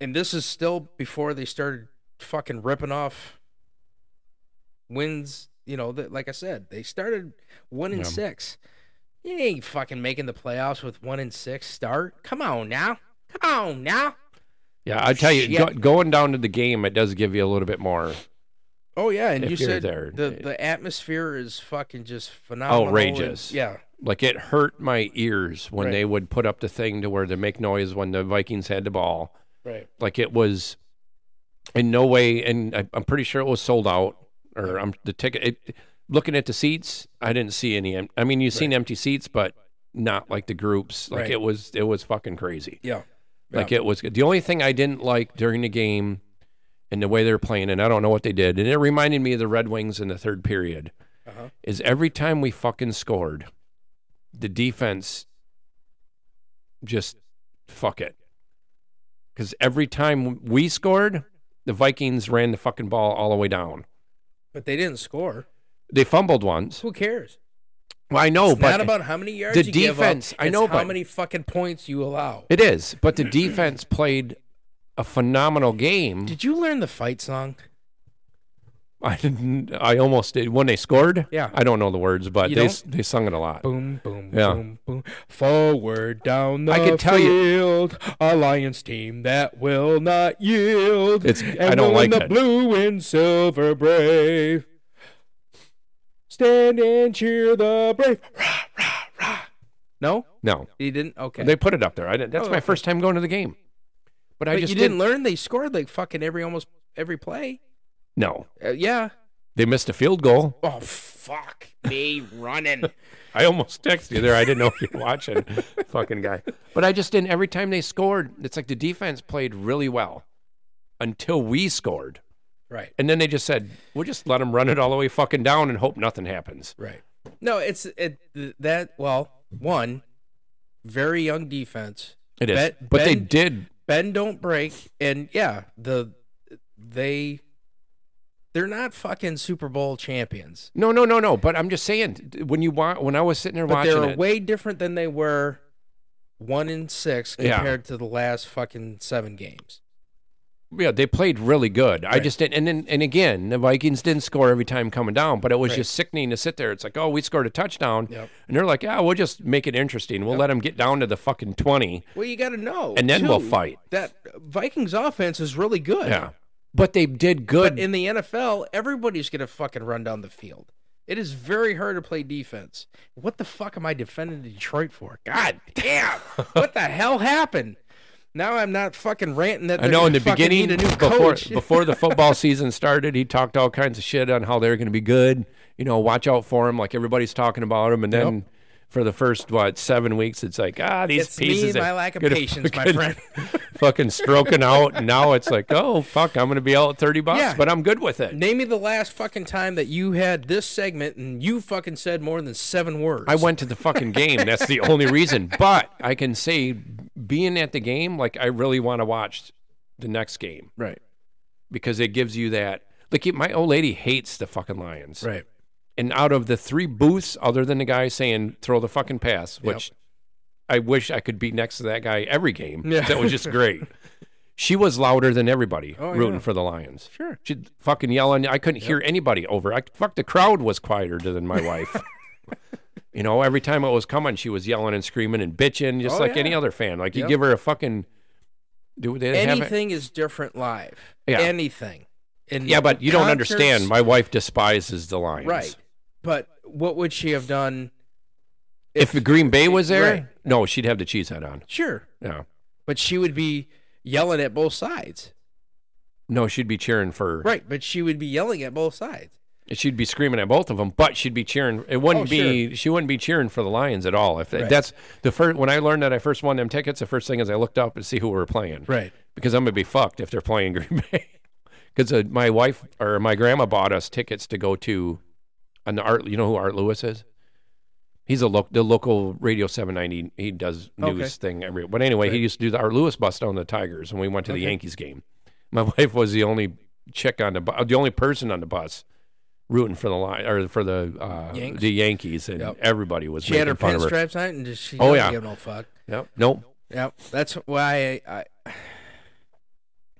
D: And this is still before they started fucking ripping off wins. You know, that like I said, they started one and
C: Yeah.
D: six. You ain't fucking making the playoffs with one and six start. Come on now. Come on now.
C: Yeah, I tell you, go,
D: Shit.
C: going down to the game, it does give you a little bit more
D: Oh, yeah. And
C: If
D: you
C: you're
D: said
C: there.
D: The, the atmosphere is fucking just phenomenal. and-
C: Outrageous.
D: yeah.
C: like it hurt my ears when
D: Right.
C: they would put up the thing to where they make noise when the Vikings had the ball.
D: Right.
C: Like it was in no way, and I, I'm pretty sure it was sold out. Or I'm the ticket. It, looking at the seats, I didn't see any. em- I mean, you've seen
D: Right.
C: empty seats, but not like the groups. Like
D: Right.
C: it was, it was fucking crazy.
D: Yeah.
C: Like it was. The only thing I didn't like during the game, and the way they were playing, and I don't know what they did, and it reminded me of the Red Wings in the third period
D: Uh-huh.
C: is every time we fucking scored, the defense just fuck it. Because every time we scored, the Vikings ran the fucking ball all the way down.
D: But they didn't score.
C: They fumbled once.
D: Who cares?
C: Well, I know,
D: It's
C: but
D: not about how many yards
C: the
D: you
C: defense,
D: give up.
C: I
D: it's
C: know,
D: how
C: but-
D: many fucking points you allow.
C: it is. But the defense played a phenomenal game.
D: Did you learn the fight song?
C: I didn't. I almost did when they scored.
D: Yeah.
C: I don't know the words, but
D: You
C: they
D: don't?
C: they sung it a lot.
D: Boom, boom,
C: Yeah.
D: boom, boom. Forward down the
C: I could tell you-
D: field, a Lions team that will not yield.
C: It's-
D: and
C: I don't
D: will
C: like
D: win the
C: that.
D: blue and silver brave. Stand and cheer the brave. Rah, rah, rah. No,
C: No,
D: he didn't. Okay,
C: they put it up there. I didn't. That's
D: Oh,
C: my
D: okay.
C: first time going to the game. But, I
D: but
C: just
D: you didn't learn they scored like fucking every almost every play.
C: No,
D: Uh, yeah.
C: they missed a field goal.
D: Oh fuck me running.
C: I almost texted you there. I didn't know if you were watching, fucking guy. But I just didn't. Every time they scored, it's like the defense played really well until we scored,
D: right.
C: and then they just said, "We'll just let them run it all the way fucking down and hope nothing happens."
D: Right. No, it's it th- that well, one very young defense.
C: It is,
D: Bet-
C: but they
D: Ben-
C: did.
D: Bend don't break and yeah, the they they're not fucking Super Bowl champions.
C: No, no, no, no. But I'm just saying when you wa- when I was sitting there
D: But
C: watching
D: they're
C: it,
D: way different than they were one in six
C: Yeah.
D: compared to the last fucking seven games.
C: yeah, they played really good. I
D: Right.
C: just didn't, and then and again, the Vikings didn't score every time coming down, but it was
D: Right.
C: just sickening to sit there. It's like, oh, we scored a touchdown,
D: Yep.
C: and they're like, yeah, we'll just make it interesting. We'll let them get down to the fucking twenty.
D: Well, you got to know,
C: And then we'll
D: too,
C: fight.
D: That Vikings offense is really good.
C: Yeah, but they did good.
D: But in the NFL, everybody's gonna fucking run down the field. It is very hard to play defense. What the fuck am I defending Detroit for? God damn! what the hell happened? Now I'm not fucking ranting that.
C: I
D: they're
C: know in
D: gonna
C: the
D: fucking
C: beginning
D: need a new
C: before
D: coach.
C: before the football season started, he talked all kinds of shit on how they're going to be good. You know, watch out for him, like everybody's talking about him. And then for the first what seven weeks, it's like ah, these
D: It's me
C: pieces.
D: and
C: are
D: my lack of
C: gonna
D: patience, my
C: fucking-
D: friend.
C: fucking stroking out. And now it's like, oh fuck, I'm going to be out at thirty bucks,
D: Yeah.
C: but I'm good with it.
D: Name me the last fucking time that you had this segment and you fucking said more than seven words.
C: I went to the fucking game. That's the only reason. But I can say, being at the game, like I really want to watch the next game
D: right,
C: because it gives you that. Like my old lady hates the fucking Lions.
D: right.
C: and out of the three booths, other than the guy saying throw the fucking pass, which I wish I could be next to that guy every game.
D: Yeah.
C: That was just great. she was louder than everybody
D: Oh,
C: rooting
D: yeah.
C: for the Lions.
D: Sure.
C: She fucking yelling. I couldn't hear anybody over. I fuck the crowd was quieter than my wife. you know, every time it was coming, she was yelling and screaming and bitching, just
D: Oh,
C: like
D: yeah.
C: any other fan. Like you
D: Yep.
C: give her a fucking do they have it?
D: Anything is different live.
C: Yeah.
D: Anything. And
C: Yeah, but you don't
D: concerts-
C: understand. My wife despises the Lions.
D: right. But what would she have done?
C: If, Green Bay was there,
D: Right.
C: no, she'd have the cheese head on.
D: Sure,
C: No,
D: but she would be yelling at both sides.
C: no, she'd be cheering for.
D: Right, but she would be yelling at both sides.
C: She'd be screaming at both of them, but she'd be cheering. It wouldn't
D: Oh,
C: be. She wouldn't be cheering for the Lions at all. If
D: Right.
C: that's the first. When I learned that I first won them tickets, the first thing is I looked up to see who we were playing.
D: Right.
C: Because I'm gonna be fucked if they're playing Green Bay. Because uh, my wife or my grandma bought us tickets to go to, on the art. You know who Art Lewis is? He's a loc the local radio 790. He does news
D: Okay.
C: thing every. But anyway, he
D: Right.
C: used to do the Art Lewis bus down the Tigers, and we went to the
D: Okay.
C: Yankees game. My wife was the only chick on the bu- the only person on the bus rooting for the line or for the uh,
D: Yanks?
C: the Yankees, and
D: Yep.
C: everybody was
D: She
C: making
D: had her
C: fun of her.
D: pinstripes on and just she
C: Oh,
D: oh,
C: yeah.
D: give no fuck.
C: Yep. Nope.
D: Yep, that's why I. I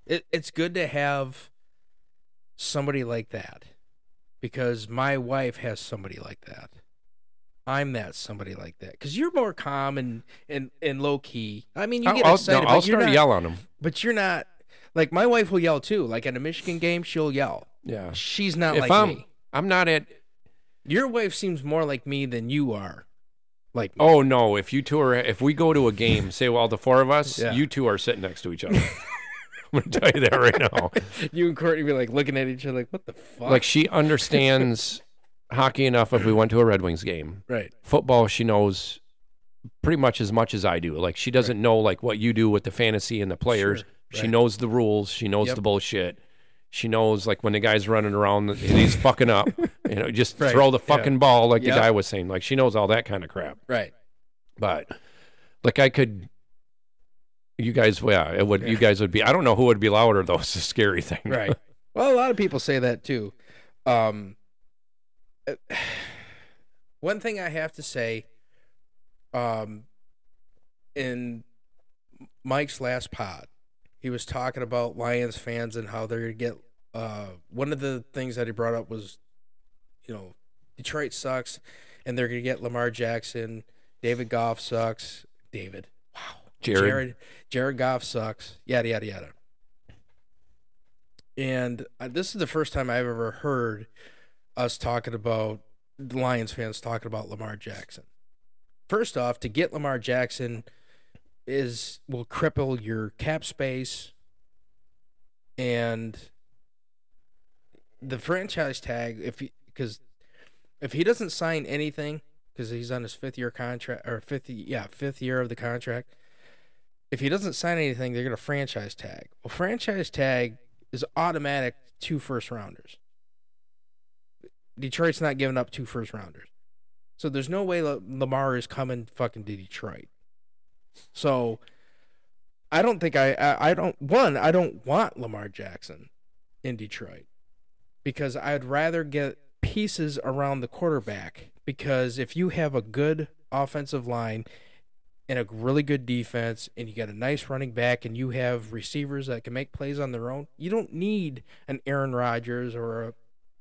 D: it, it's good to have somebody like that because my wife has somebody like that. I'm that somebody like that because you're more calm and, and, and low key. I mean, you
C: I'll,
D: get
C: I'll-
D: excited,
C: no,
D: but
C: I'll
D: you're
C: start
D: not,
C: yelling at them.
D: But you're not like my wife will yell too. Like at a Michigan game, she'll yell.
C: Yeah.
D: She's not
C: if
D: like
C: I'm
D: me.
C: I'm not at
D: Your wife seems more like me than you are. Like me.
C: Oh no! If you two are, if we go to a game, say well, the four of us,
D: Yeah.
C: you two are sitting next to each other. I'm gonna tell you that right now.
D: you and Courtney be like looking at each other like, what the fuck?
C: Oh. Like she understands hockey enough. If we went to a Red Wings game,
D: right,
C: football, she knows pretty much as much as I do. Like she doesn't know like what you do with the fantasy and the players.
D: Sure,
C: She
D: right.
C: knows the rules. She knows
D: Yep.
C: the bullshit. She knows like when the guy's running around, and he's fucking up. You know, just
D: Right,
C: throw the
D: yeah.
C: fucking ball, like
D: Yep.
C: the guy was saying. Like she knows all that kind of crap
D: right.
C: but like I could you guys yeah it would you guys would be I don't know who would be louder though it's a scary thing
D: Right. well, a lot of people say that too. Um, uh, one thing I have to say, um, in Mike's last pod, he was talking about Lions fans and how they're gonna get. Uh, one of the things that he brought up was, you know, Detroit sucks, and they're gonna get Lamar Jackson. David Goff sucks. David.
C: Jared,
D: Jared Jared Goff sucks. Yada yada yada. And uh, this is the first time I've ever heard us talking about the Lions fans talking about Lamar Jackson. First off, to get Lamar Jackson is will cripple your cap space and the franchise tag if because if he doesn't sign anything because he's on his fifth year contract or fifth yeah fifth year of the contract if he doesn't sign anything, they're going to franchise tag. Well, franchise tag is automatic two first rounders. Detroit's not giving up two first rounders. So there's no way La- Lamar is coming fucking to Detroit. So I don't think I, I I don't one I don't want Lamar Jackson. in Detroit because I'd rather get pieces around the quarterback because if you have a good offensive line and a really good defense and you got a nice running back and you have receivers that can make plays on their own, you don't need an Aaron Rodgers or a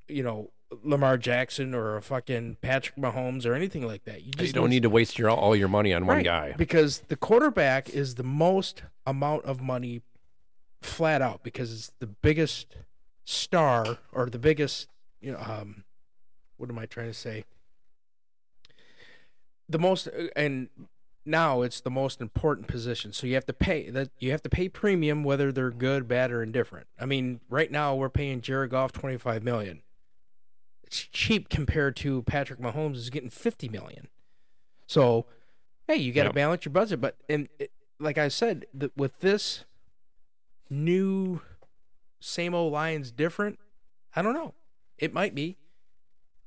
D: you know Lamar Jackson or a fucking Patrick Mahomes or anything like that. You
C: You
D: just
C: don't need to waste your all your money on one
D: Right,
C: guy.
D: because the quarterback is the most amount of money flat out because it's the biggest star or the biggest you know um what am I trying to say the most uh, and now it's the most important position so you have to pay that you have to pay premium whether they're good bad or indifferent i mean right now we're paying jared goff 25 million it's cheap compared to patrick mahomes is getting 50 million so hey you got to
C: Yeah.
D: balance your budget but and it, like i said th- with this new same old lions different i don't know it might be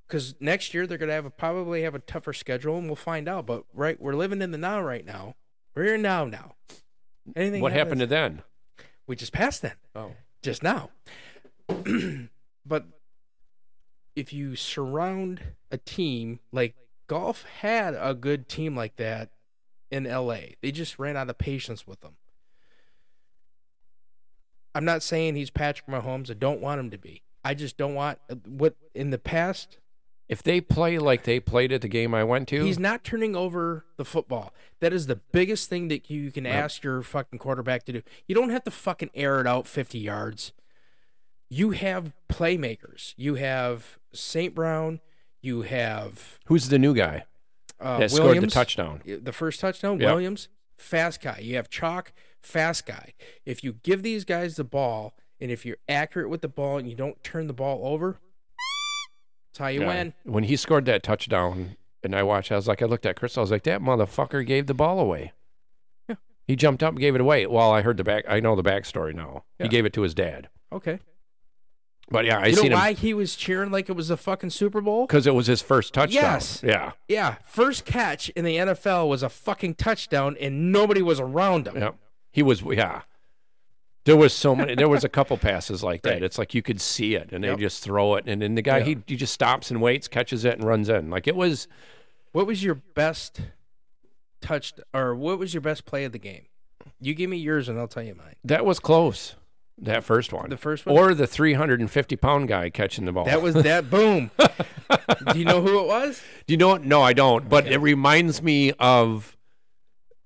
D: because next year they're gonna have a, probably have a tougher schedule, and we'll find out. But right, we're living in the now. Right now, we're here now. Now, anything
C: What happened to
D: happens-
C: then?
D: We just passed that
C: Oh,
D: just now. but if you surround a team like golf had a good team like that in LA, they just ran out of patience with them. I'm not saying he's Patrick Mahomes. I don't want him to be. I just don't want uh, what in the past
C: if they play like they played at the game I went to,
D: He's not turning over the football. That is the biggest thing that you can
C: Yep.
D: ask your fucking quarterback to do. You don't have to fucking air it out 50 yards. You have playmakers. You have St. Brown. You have
C: who's the new guy
D: uh,
C: that
D: Williams.
C: scored the touchdown?
D: Yeah, The first touchdown,
C: Yep.
D: Williams, fast guy. You have Chalk, fast guy. If you give these guys the ball and if you're accurate with the ball and you don't turn the ball over, that's how you
C: Yeah.
D: win.
C: When he scored that touchdown, and I watched, I was like, I looked at Chris, I was like, that motherfucker gave the ball away.
D: Yeah.
C: He jumped up and gave it away. Well, I heard the back. I know the backstory now.
D: Yeah.
C: He gave it to his dad.
D: Okay.
C: But yeah, I
D: you know
C: seen him
D: why he was cheering like it was the fucking Super Bowl?
C: because it was his first touchdown.
D: Yes.
C: Yeah.
D: Yeah, first catch in the NFL was a fucking touchdown, and nobody was around him.
C: Yeah. He was. Yeah. There was so many. There was a couple passes like that.
D: Right.
C: It's like you could see it, and
D: Yep.
C: they just throw it, and then the guy
D: Yeah.
C: he, he just stops and waits, catches it, and runs in. Like it was.
D: What was your best touch, or what was your best play of the game? You give me yours, and I'll tell you mine.
C: That was close. That first one.
D: The first one?
C: Or the 350 pound guy catching the ball.
D: That was that boom. Do you know who it was?
C: Do you know? what? No, I don't. But it reminds me of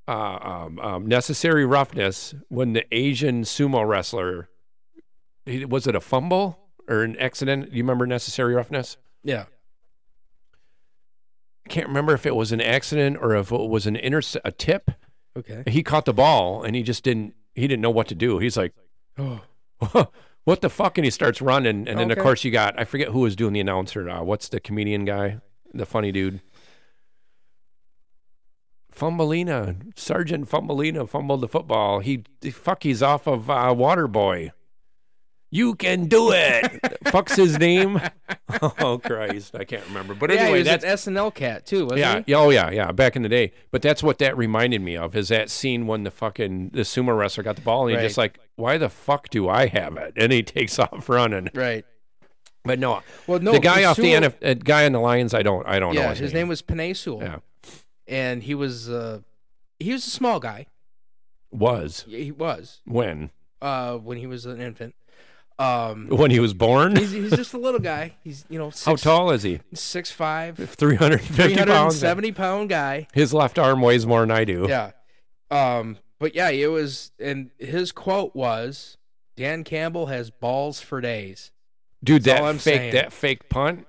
C: uh, um, um, necessary roughness when the Asian sumo wrestler he- was it a fumble or an accident? You remember necessary roughness?
D: Yeah,
C: I can't remember if it was an accident or if it was an interce- a tip.
D: okay.
C: He caught the ball and he just didn't. He didn't know what to do. He's like,
D: Oh,
C: "What the fuck?" And he starts running. And then of
D: Okay.
C: course you got I forget who was doing the announcer. Uh, what's the comedian guy? The funny dude. Fumbleina, Sergeant Fumbleina fumbled the football. He the fuck he's off of uh, Waterboy. You can do it. Fuck's his name. Oh Christ, I can't remember. But
D: yeah,
C: anyway,
D: he was
C: that's
D: an SNL cat too, wasn't
C: yeah,
D: he?
C: yeah, oh yeah, yeah. Back in the day, but that's what that reminded me of is that scene when the fucking the sumo wrestler got the ball and he's just like, "Why the fuck do I have it?" And he takes off running.
D: Right.
C: But no,
D: Well, no,
C: the guy off the
D: Sewell-
C: NF, uh, guy on the Lions, I don't, I don't know
D: Yeah,
C: his,
D: his name was Panay Sewell,
C: Yeah,
D: and he was uh, he was a small guy.
C: was
D: He was
C: when
D: uh, when he was an infant. Um,
C: when he was born.
D: He's, he's just a little guy. He's you know six,
C: How tall is he?
D: Six five,
C: Three hundred fifty
D: three hundred and
C: pounds.
D: seventy pound guy.
C: His left arm weighs more than I do.
D: Yeah. Um. But yeah, it was, and his quote was, "Dan Campbell has balls for days."
C: Dude,
D: That's
C: that
D: all I'm
C: fake,
D: saying.
C: that fake punt.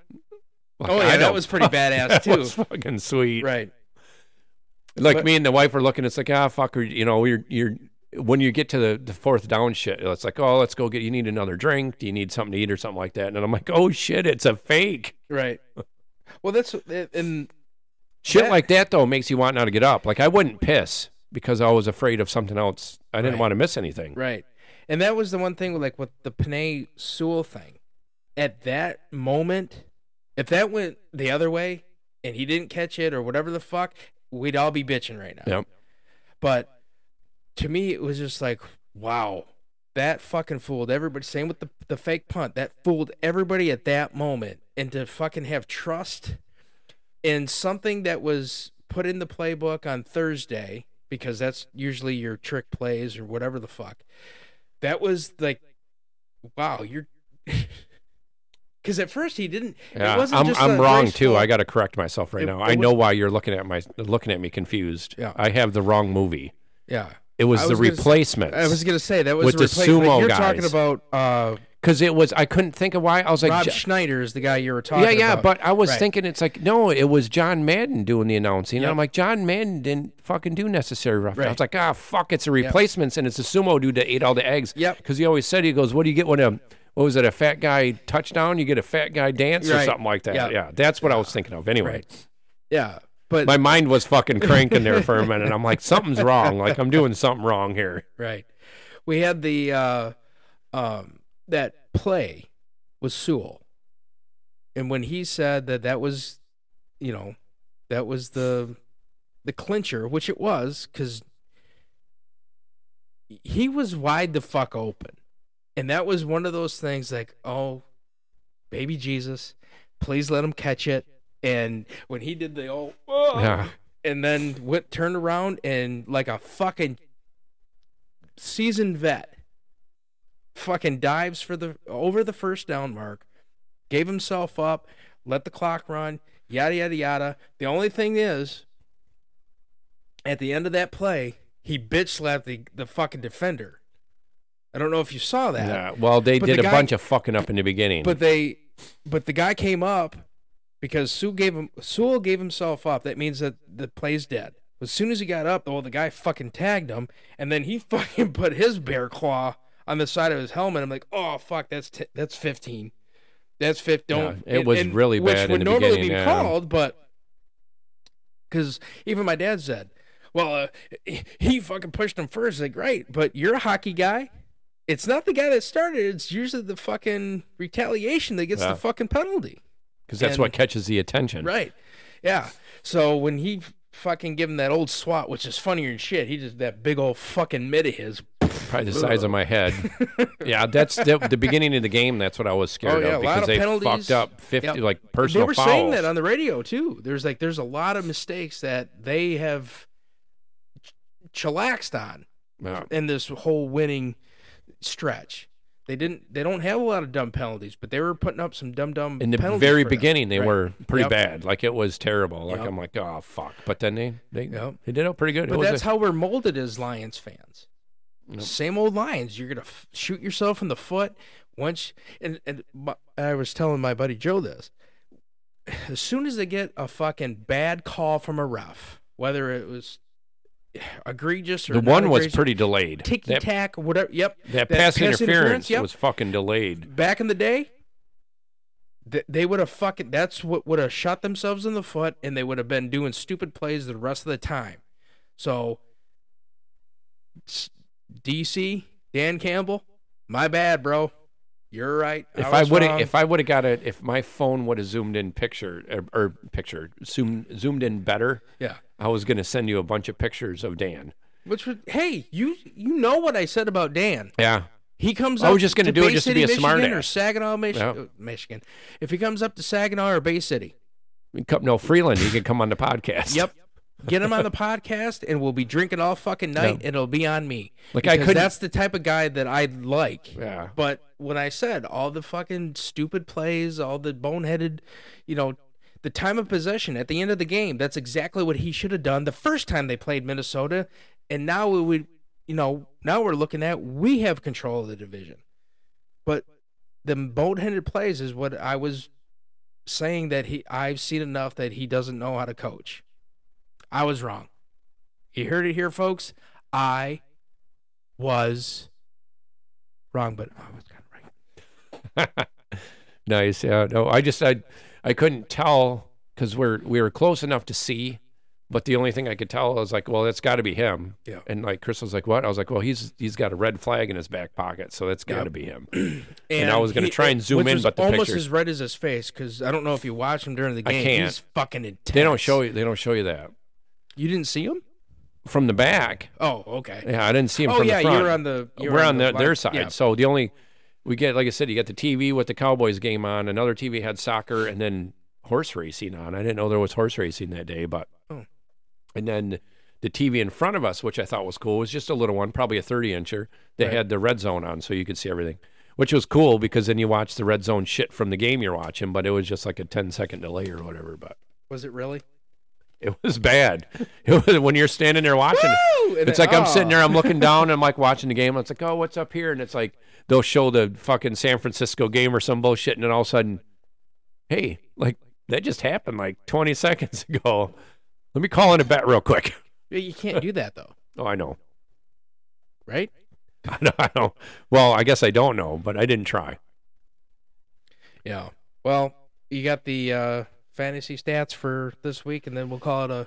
C: Like,
D: Oh, yeah,
C: I
D: that
C: don't-
D: was pretty badass,
C: that
D: too.
C: was fucking sweet.
D: Right.
C: Like
D: But-
C: me and the wife are looking. It's like ah, fuck. Or, you know, you're you're when you get to the, the fourth down shit. It's like oh, let's go get. You need another drink. Do you need something to eat or something like that? And I'm like, oh shit, it's a fake.
D: Right. Well, that's and
C: Shit
D: That-
C: like that though makes you want now to get up. Like I wouldn't piss because I was afraid of something else. I didn't
D: Right.
C: want to miss anything.
D: right, and that was the one thing, like with the Panay Sewell thing. At that moment, if that went the other way and he didn't catch it or whatever the fuck, we'd all be bitching right now.
C: Yep.
D: But to me, it was just like, wow, That fucking fooled everybody. Same with the the fake punt. That fooled everybody at that moment. And to fucking have trust in something that was put in the playbook on Thursday because that's usually your trick plays or whatever the fuck. That was like, wow, you're. Because at first he didn't.
C: Yeah,
D: it wasn't
C: I'm,
D: just
C: I'm
D: a
C: wrong
D: nice
C: too.
D: fool.
C: I got to correct myself right
D: It-
C: now.
D: it
C: I know why you're looking at my looking at me confused.
D: Yeah.
C: I have the wrong movie.
D: yeah.
C: It was,
D: I
C: the
D: was gonna s-
C: replacements.
D: I was gonna say that was
C: With the
D: replace- like,
C: sumo
D: You're
C: guys.
D: talking about uh,
C: because it was I couldn't think of why I was like
D: Rob
C: "Jo-
D: Schneider is the guy you were talking.
C: yeah yeah
D: about.
C: but I was
D: Right.
C: thinking it's like no it was John Madden doing the announcing and
D: Yep.
C: I'm like John Madden didn't fucking do necessary roughness I
D: Right.
C: was like ah fuck it's the replacements and it's the sumo dude that ate all the eggs
D: Yep.
C: because he always said he goes what do you get when a what was it a fat guy touchdown you get a fat guy dance or
D: Right.
C: something like that
D: Yeah.
C: yeah that's what I was thinking of anyway.
D: yeah, but
C: my mind was fucking cranking there for a minute. I'm like, something's wrong. Like I'm doing something wrong here.
D: right. We had the uh, um, that play was Sewell, and when he said that that was, you know, that was the the clincher, which it was, because he was wide the fuck open, and that was one of those things like, oh, baby Jesus, please let him catch it. And when he did the old, "Whoa,"
C: Yeah.
D: and then went turned around and like a fucking seasoned vet fucking dives for the over the first down mark gave himself up let the clock run yada yada yada the only thing is at the end of that play he bitch slapped the, the fucking defender i don't know if you saw that
C: Yeah. Well, they
D: But
C: did
D: the
C: a
D: guy-
C: bunch of fucking up in the beginning.
D: but they, but the guy came up because Sue gave him Sewell gave himself up. That means that the play's dead. As soon as he got up, well, the guy fucking tagged him, and then he fucking put his bear claw on the side of his helmet. I'm like, oh fuck, that's t- that's 15. That's 15. Don't.
C: Yeah, it was really
D: which
C: bad in
D: would
C: the
D: normally
C: beginning,
D: be
C: yeah.
D: called, but because even my dad said, well, uh, he- he fucking pushed him first. Like, right, but you're a hockey guy it's not the guy that started. it, It's usually the fucking retaliation that gets
C: Yeah.
D: the fucking penalty.
C: because that's
D: and-
C: what catches the attention.
D: Right. Yeah. So when he f- fucking give him that old swat, which is funnier than shit, he just that big old fucking mid of his.
C: Probably the size of my head. yeah. That's the, the beginning of the game. That's what I was scared
D: Oh, yeah,
C: of
D: a lot
C: because
D: of
C: they
D: penalties.
C: fucked up 50
D: Yep.
C: like
D: They
C: personal
D: were
C: fouls.
D: saying that on the radio too. There's like there's a lot of mistakes that they have ch- chillaxed on
C: Yeah.
D: in this whole winning stretch. They didn't. They don't have a lot of dumb penalties, but they were putting up some dumb dumb
C: In the
D: penalties
C: very
D: for them.
C: beginning, they
D: Right.
C: were pretty
D: Yep.
C: bad. Like it was terrible. Like
D: Yep.
C: I'm like, oh fuck. But then they they,
D: Yep.
C: they did it pretty good. It
D: But
C: was a-
D: that's how we're molded as Lions fans. Same old Lions. You're gonna f- shoot yourself in the foot once. And and my, I was telling my buddy Joe this. As soon as they get a fucking bad call from a ref, whether it was egregious or
C: the one
D: not
C: was
D: egregious,
C: pretty delayed.
D: ticky
C: that,
D: tack, whatever. Yep.
C: that pass, interference
D: yep.
C: was fucking delayed.
D: back in the day. th- They would have fucking. That's what would have shot themselves in the foot, and they would have been doing stupid plays the rest of the time. So, s- DC Dan Campbell, my bad, bro. You're right.
C: If I
D: was
C: would have,
D: wrong.
C: if I would have got it, if my phone would have zoomed in picture or, or picture zoomed zoomed in better,
D: yeah,
C: I was gonna send you a bunch of pictures of Dan.
D: which would hey you you know what I said about Dan.
C: Yeah,
D: He comes.
C: I
D: up
C: was just gonna
D: to
C: do it
D: Bay
C: just to
D: City,
C: be a
D: Michigan
C: smartass.
D: or Saginaw, Michi-
C: Yeah.
D: uh, Michigan. If he comes up to Saginaw or Bay City,
C: Come- no Freeland, he could come on the podcast.
D: Yep. Get him on the podcast, and we'll be drinking all fucking night, and it'll be on me.
C: Like, I
D: Because
C: couldn't-
D: That's the type of guy that I like.
C: Yeah.
D: But when I said all the fucking stupid plays, all the boneheaded, you know, the time of possession at the end of the game, that's exactly what he should have done the first time they played Minnesota, and now we would, you know, now we're looking at we have control of the division, but the boneheaded plays is what I was saying that he I've seen enough that he doesn't know how to coach. I was wrong. You heard it here, folks. I was wrong, but I was kind of right.
C: Nice. Yeah. No, I just I I couldn't tell because we're we were close enough to see, but the only thing I could tell was like, well, that's got to be him.
D: Yeah.
C: And like Chris was like, what? I was like, well, he's he's got a red flag in his back pocket, so that's got to
D: Yep.
C: be him. And I was gonna
D: he-
C: try and zoom
D: which
C: in,
D: was
C: but the
D: almost
C: pictures-
D: as red as his face because I don't know if you watched him during the
C: I
D: game.
C: can't.
D: He's fucking intense.
C: They don't show you. They don't show you that.
D: You didn't see him.
C: from the back.
D: Oh, okay.
C: Yeah, I didn't see him
D: Oh
C: from
D: yeah,
C: the front.
D: you're on the. you
C: We're on, the, their side.
D: Yeah.
C: So the only we get, like I said, you got the TV with the Cowboys game on. Another TV had soccer, and then horse racing on. I didn't know there was horse racing that day, but
D: Oh.
C: and then the TV in front of us, which I thought was cool, was just a little one, probably a thirty incher. They
D: Right.
C: had the red zone on, so you could see everything. Which was cool because then you watch the red zone shit from the game you're watching, but it was just like a 10 second delay or whatever. But
D: Was it really?
C: it was bad. It was when you're standing there watching.
D: Woo! And
C: It's
D: then-
C: like I'm sitting
D: oh.
C: there, I'm looking down, and I'm like watching the game. It's like, oh, what's up here? And it's like they'll show the fucking San Francisco game or some bullshit, and then all of a sudden, hey, like that just happened like 20 seconds ago. Let me call in a bet real quick.
D: Yeah, You can't do that though,
C: Oh, I know,
D: right?
C: I know, I know. Well, I guess I don't know, but I didn't try.
D: Yeah. Well, you got the uh, fantasy stats for this week, and then we'll call it a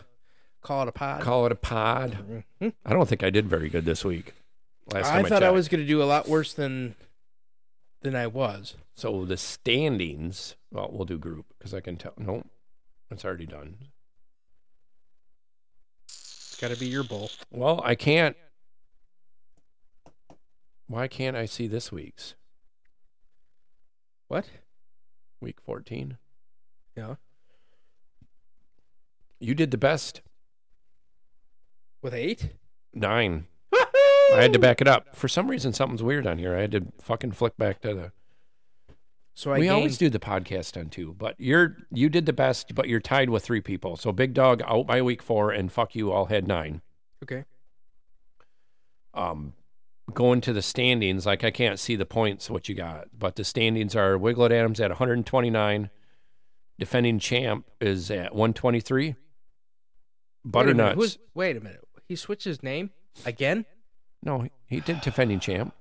D: call it a pod. Mm-hmm.
C: Call it a pod. I don't think I did very good this week. Last
D: I
C: time I,
D: thought I
C: checked.
D: was going to do a lot worse than than I was.
C: So the standings. Well, we'll do group because I can tell. No, it's already done.
D: It's got to be your bowl.
C: Well, I can't. Why can't I see this week's
D: What?
C: week 14?
D: Yeah.
C: You did the best
D: With eight?
C: nine. I had to back it up. For some reason, something's weird on here. I had to fucking flick back to the.
D: So I
C: we
D: gained,
C: always do the podcast on two, but you're you did the best, but you're tied with three people. So Big Dog out by week four, and fuck you all had nine.
D: Okay.
C: um, going to the standings, like I can't see the points what you got, but the standings are Wiglet Adams at 129, defending champ is at 123.
D: Wait a minute,
C: Butternuts,
D: who's- wait a minute. He switched his name again?
C: no, he did defending champ.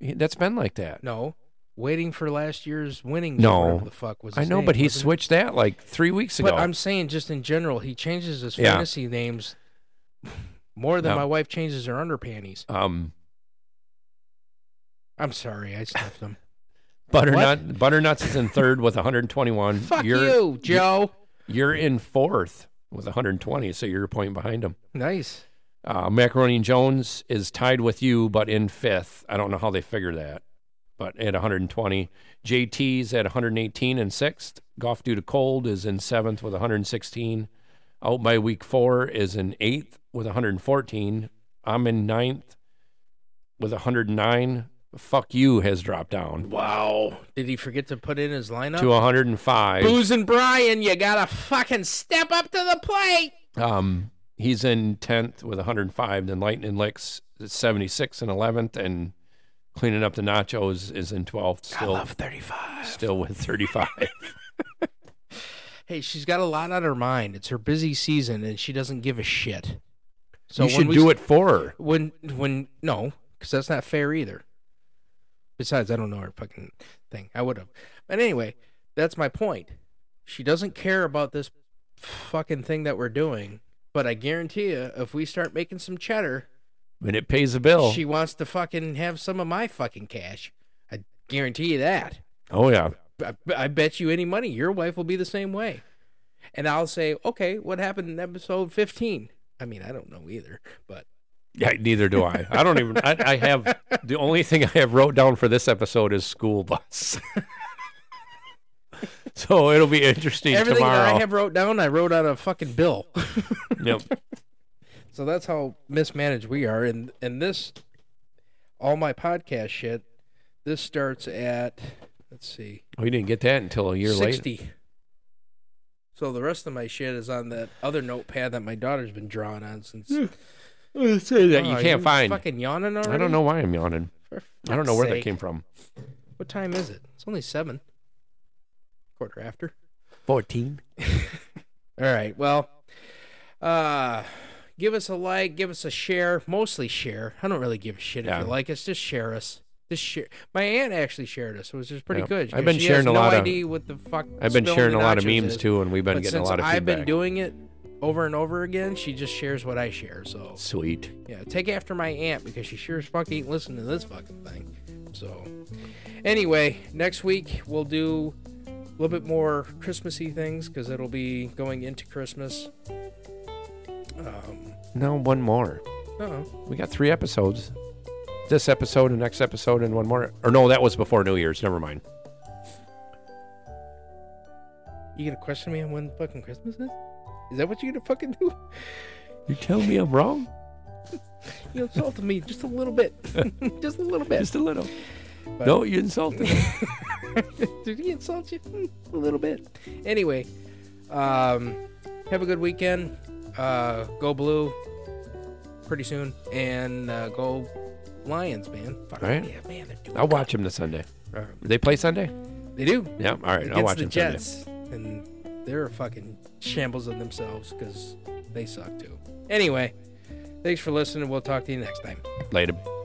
C: He- That's been like that.
D: No. Waiting for last year's winning.
C: No.
D: whatever the fuck was?
C: I
D: his
C: know,
D: name,
C: but he
D: wasn't it?
C: switched that like three weeks ago.
D: But I'm saying just in general, he changes his
C: Yeah.
D: fantasy names more than
C: No.
D: my wife changes her underpanties.
C: um,
D: I'm sorry, I sniffed him.
C: Butternut, Butternuts is in third with 121.
D: Fuck
C: you're,
D: you, Joe.
C: You're in fourth with 120, so you're a point behind him.
D: Nice.
C: Uh, Macaroni and Jones is tied with you, but in fifth. I don't know how they figure that, but at 120. JT's at 118 and sixth. Golf due to cold is in seventh with 116. Out by week four is in eighth with 114. I'm in ninth with 109. Fuck you has dropped down
D: Wow. Did he forget to put in his lineup?
C: to 105.
D: Booze and Brian, you gotta fucking step up to the plate.
C: Um, he's in tenth with 105. Then Lightning Licks is 76 and 11th, and cleaning up the nachos is in 12th. Still,
D: 35.
C: still with 35.
D: Hey, she's got a lot on her mind. It's her busy season, and she doesn't give a shit. So
C: you
D: when
C: should
D: we
C: do it for her.
D: when when no, because that's not fair either. Besides, I don't know her fucking thing. I would have, but anyway, that's my point. She doesn't care about this fucking thing that we're doing. But I guarantee you, if we start making some cheddar,
C: When it pays the bill.
D: she wants to fucking have some of my fucking cash. I guarantee you that.
C: oh yeah.
D: I, I bet you any money your wife will be the same way. And I'll say, okay, what happened in episode 15? I mean, I don't know either, but
C: Yeah, neither do I. I don't even. I, I have the only thing I have wrote down for this episode is school bus. so it'll be interesting
D: everything
C: tomorrow.
D: that I have wrote down, I wrote out a fucking bill.
C: Yep.
D: so that's how mismanaged we are. And and this, all my podcast shit, this starts at let's see,
C: We didn't get that until a year later.
D: 60. So the rest of my shit is on that other notepad that my daughter's been drawing on since.
C: That you
D: Oh,
C: can't find.
D: Fucking yawning already.
C: I don't know why I'm yawning.
D: For
C: I don't
D: fuck's
C: know where that
D: sake.
C: came from.
D: What time is it? It's only seven. Quarter after.
C: 14.
D: All right. Well, uh, give us a like, give us a share, mostly share. I don't really give a shit
C: Yeah.
D: if you like us. Just share us. Just share. My aunt actually shared us, which is pretty
C: Yep.
D: good.
C: I've been
D: She has
C: sharing a
D: no
C: lot of-
D: idea what the fuck.
C: I've been
D: spilling
C: sharing a
D: the
C: lot of
D: nachos
C: memes
D: is.
C: too, and we've been
D: but
C: getting a
D: since
C: lot of
D: I've been
C: feedback.
D: doing it over and over again. She just shares what I share. So
C: Sweet.
D: yeah, take after my aunt because she sure as fuck ain't listening to this fucking thing. So, anyway, next week we'll do a little bit more Christmassy things because it'll be going into Christmas. Um,
C: No, one more.
D: Oh,
C: We got three episodes. This episode, and next episode, and one more. Or no, that was before New Year's. Never mind.
D: you gonna question me on when fucking Christmas is? Is that what you gonna fucking do?
C: You tell me I'm wrong.
D: You insulted me just a little bit, just a little bit.
C: Just a little.
D: But-
C: No, you insulted me.
D: Did he insult you? Hmm, A little bit. Anyway, um, have a good weekend. Uh, go blue pretty soon, and uh, go Lions, man. Fuck
C: All right.
D: yeah, man, they're doing.
C: I'll watch him this Sunday.
D: Alright.
C: They play Sunday?
D: They do
C: Yeah. All right. I'll
D: against
C: watch
D: the
C: him
D: Jets, and they're fucking shambles of themselves because they suck too. Anyway, thanks for listening. We'll talk to you next time.
C: Sunday. Later.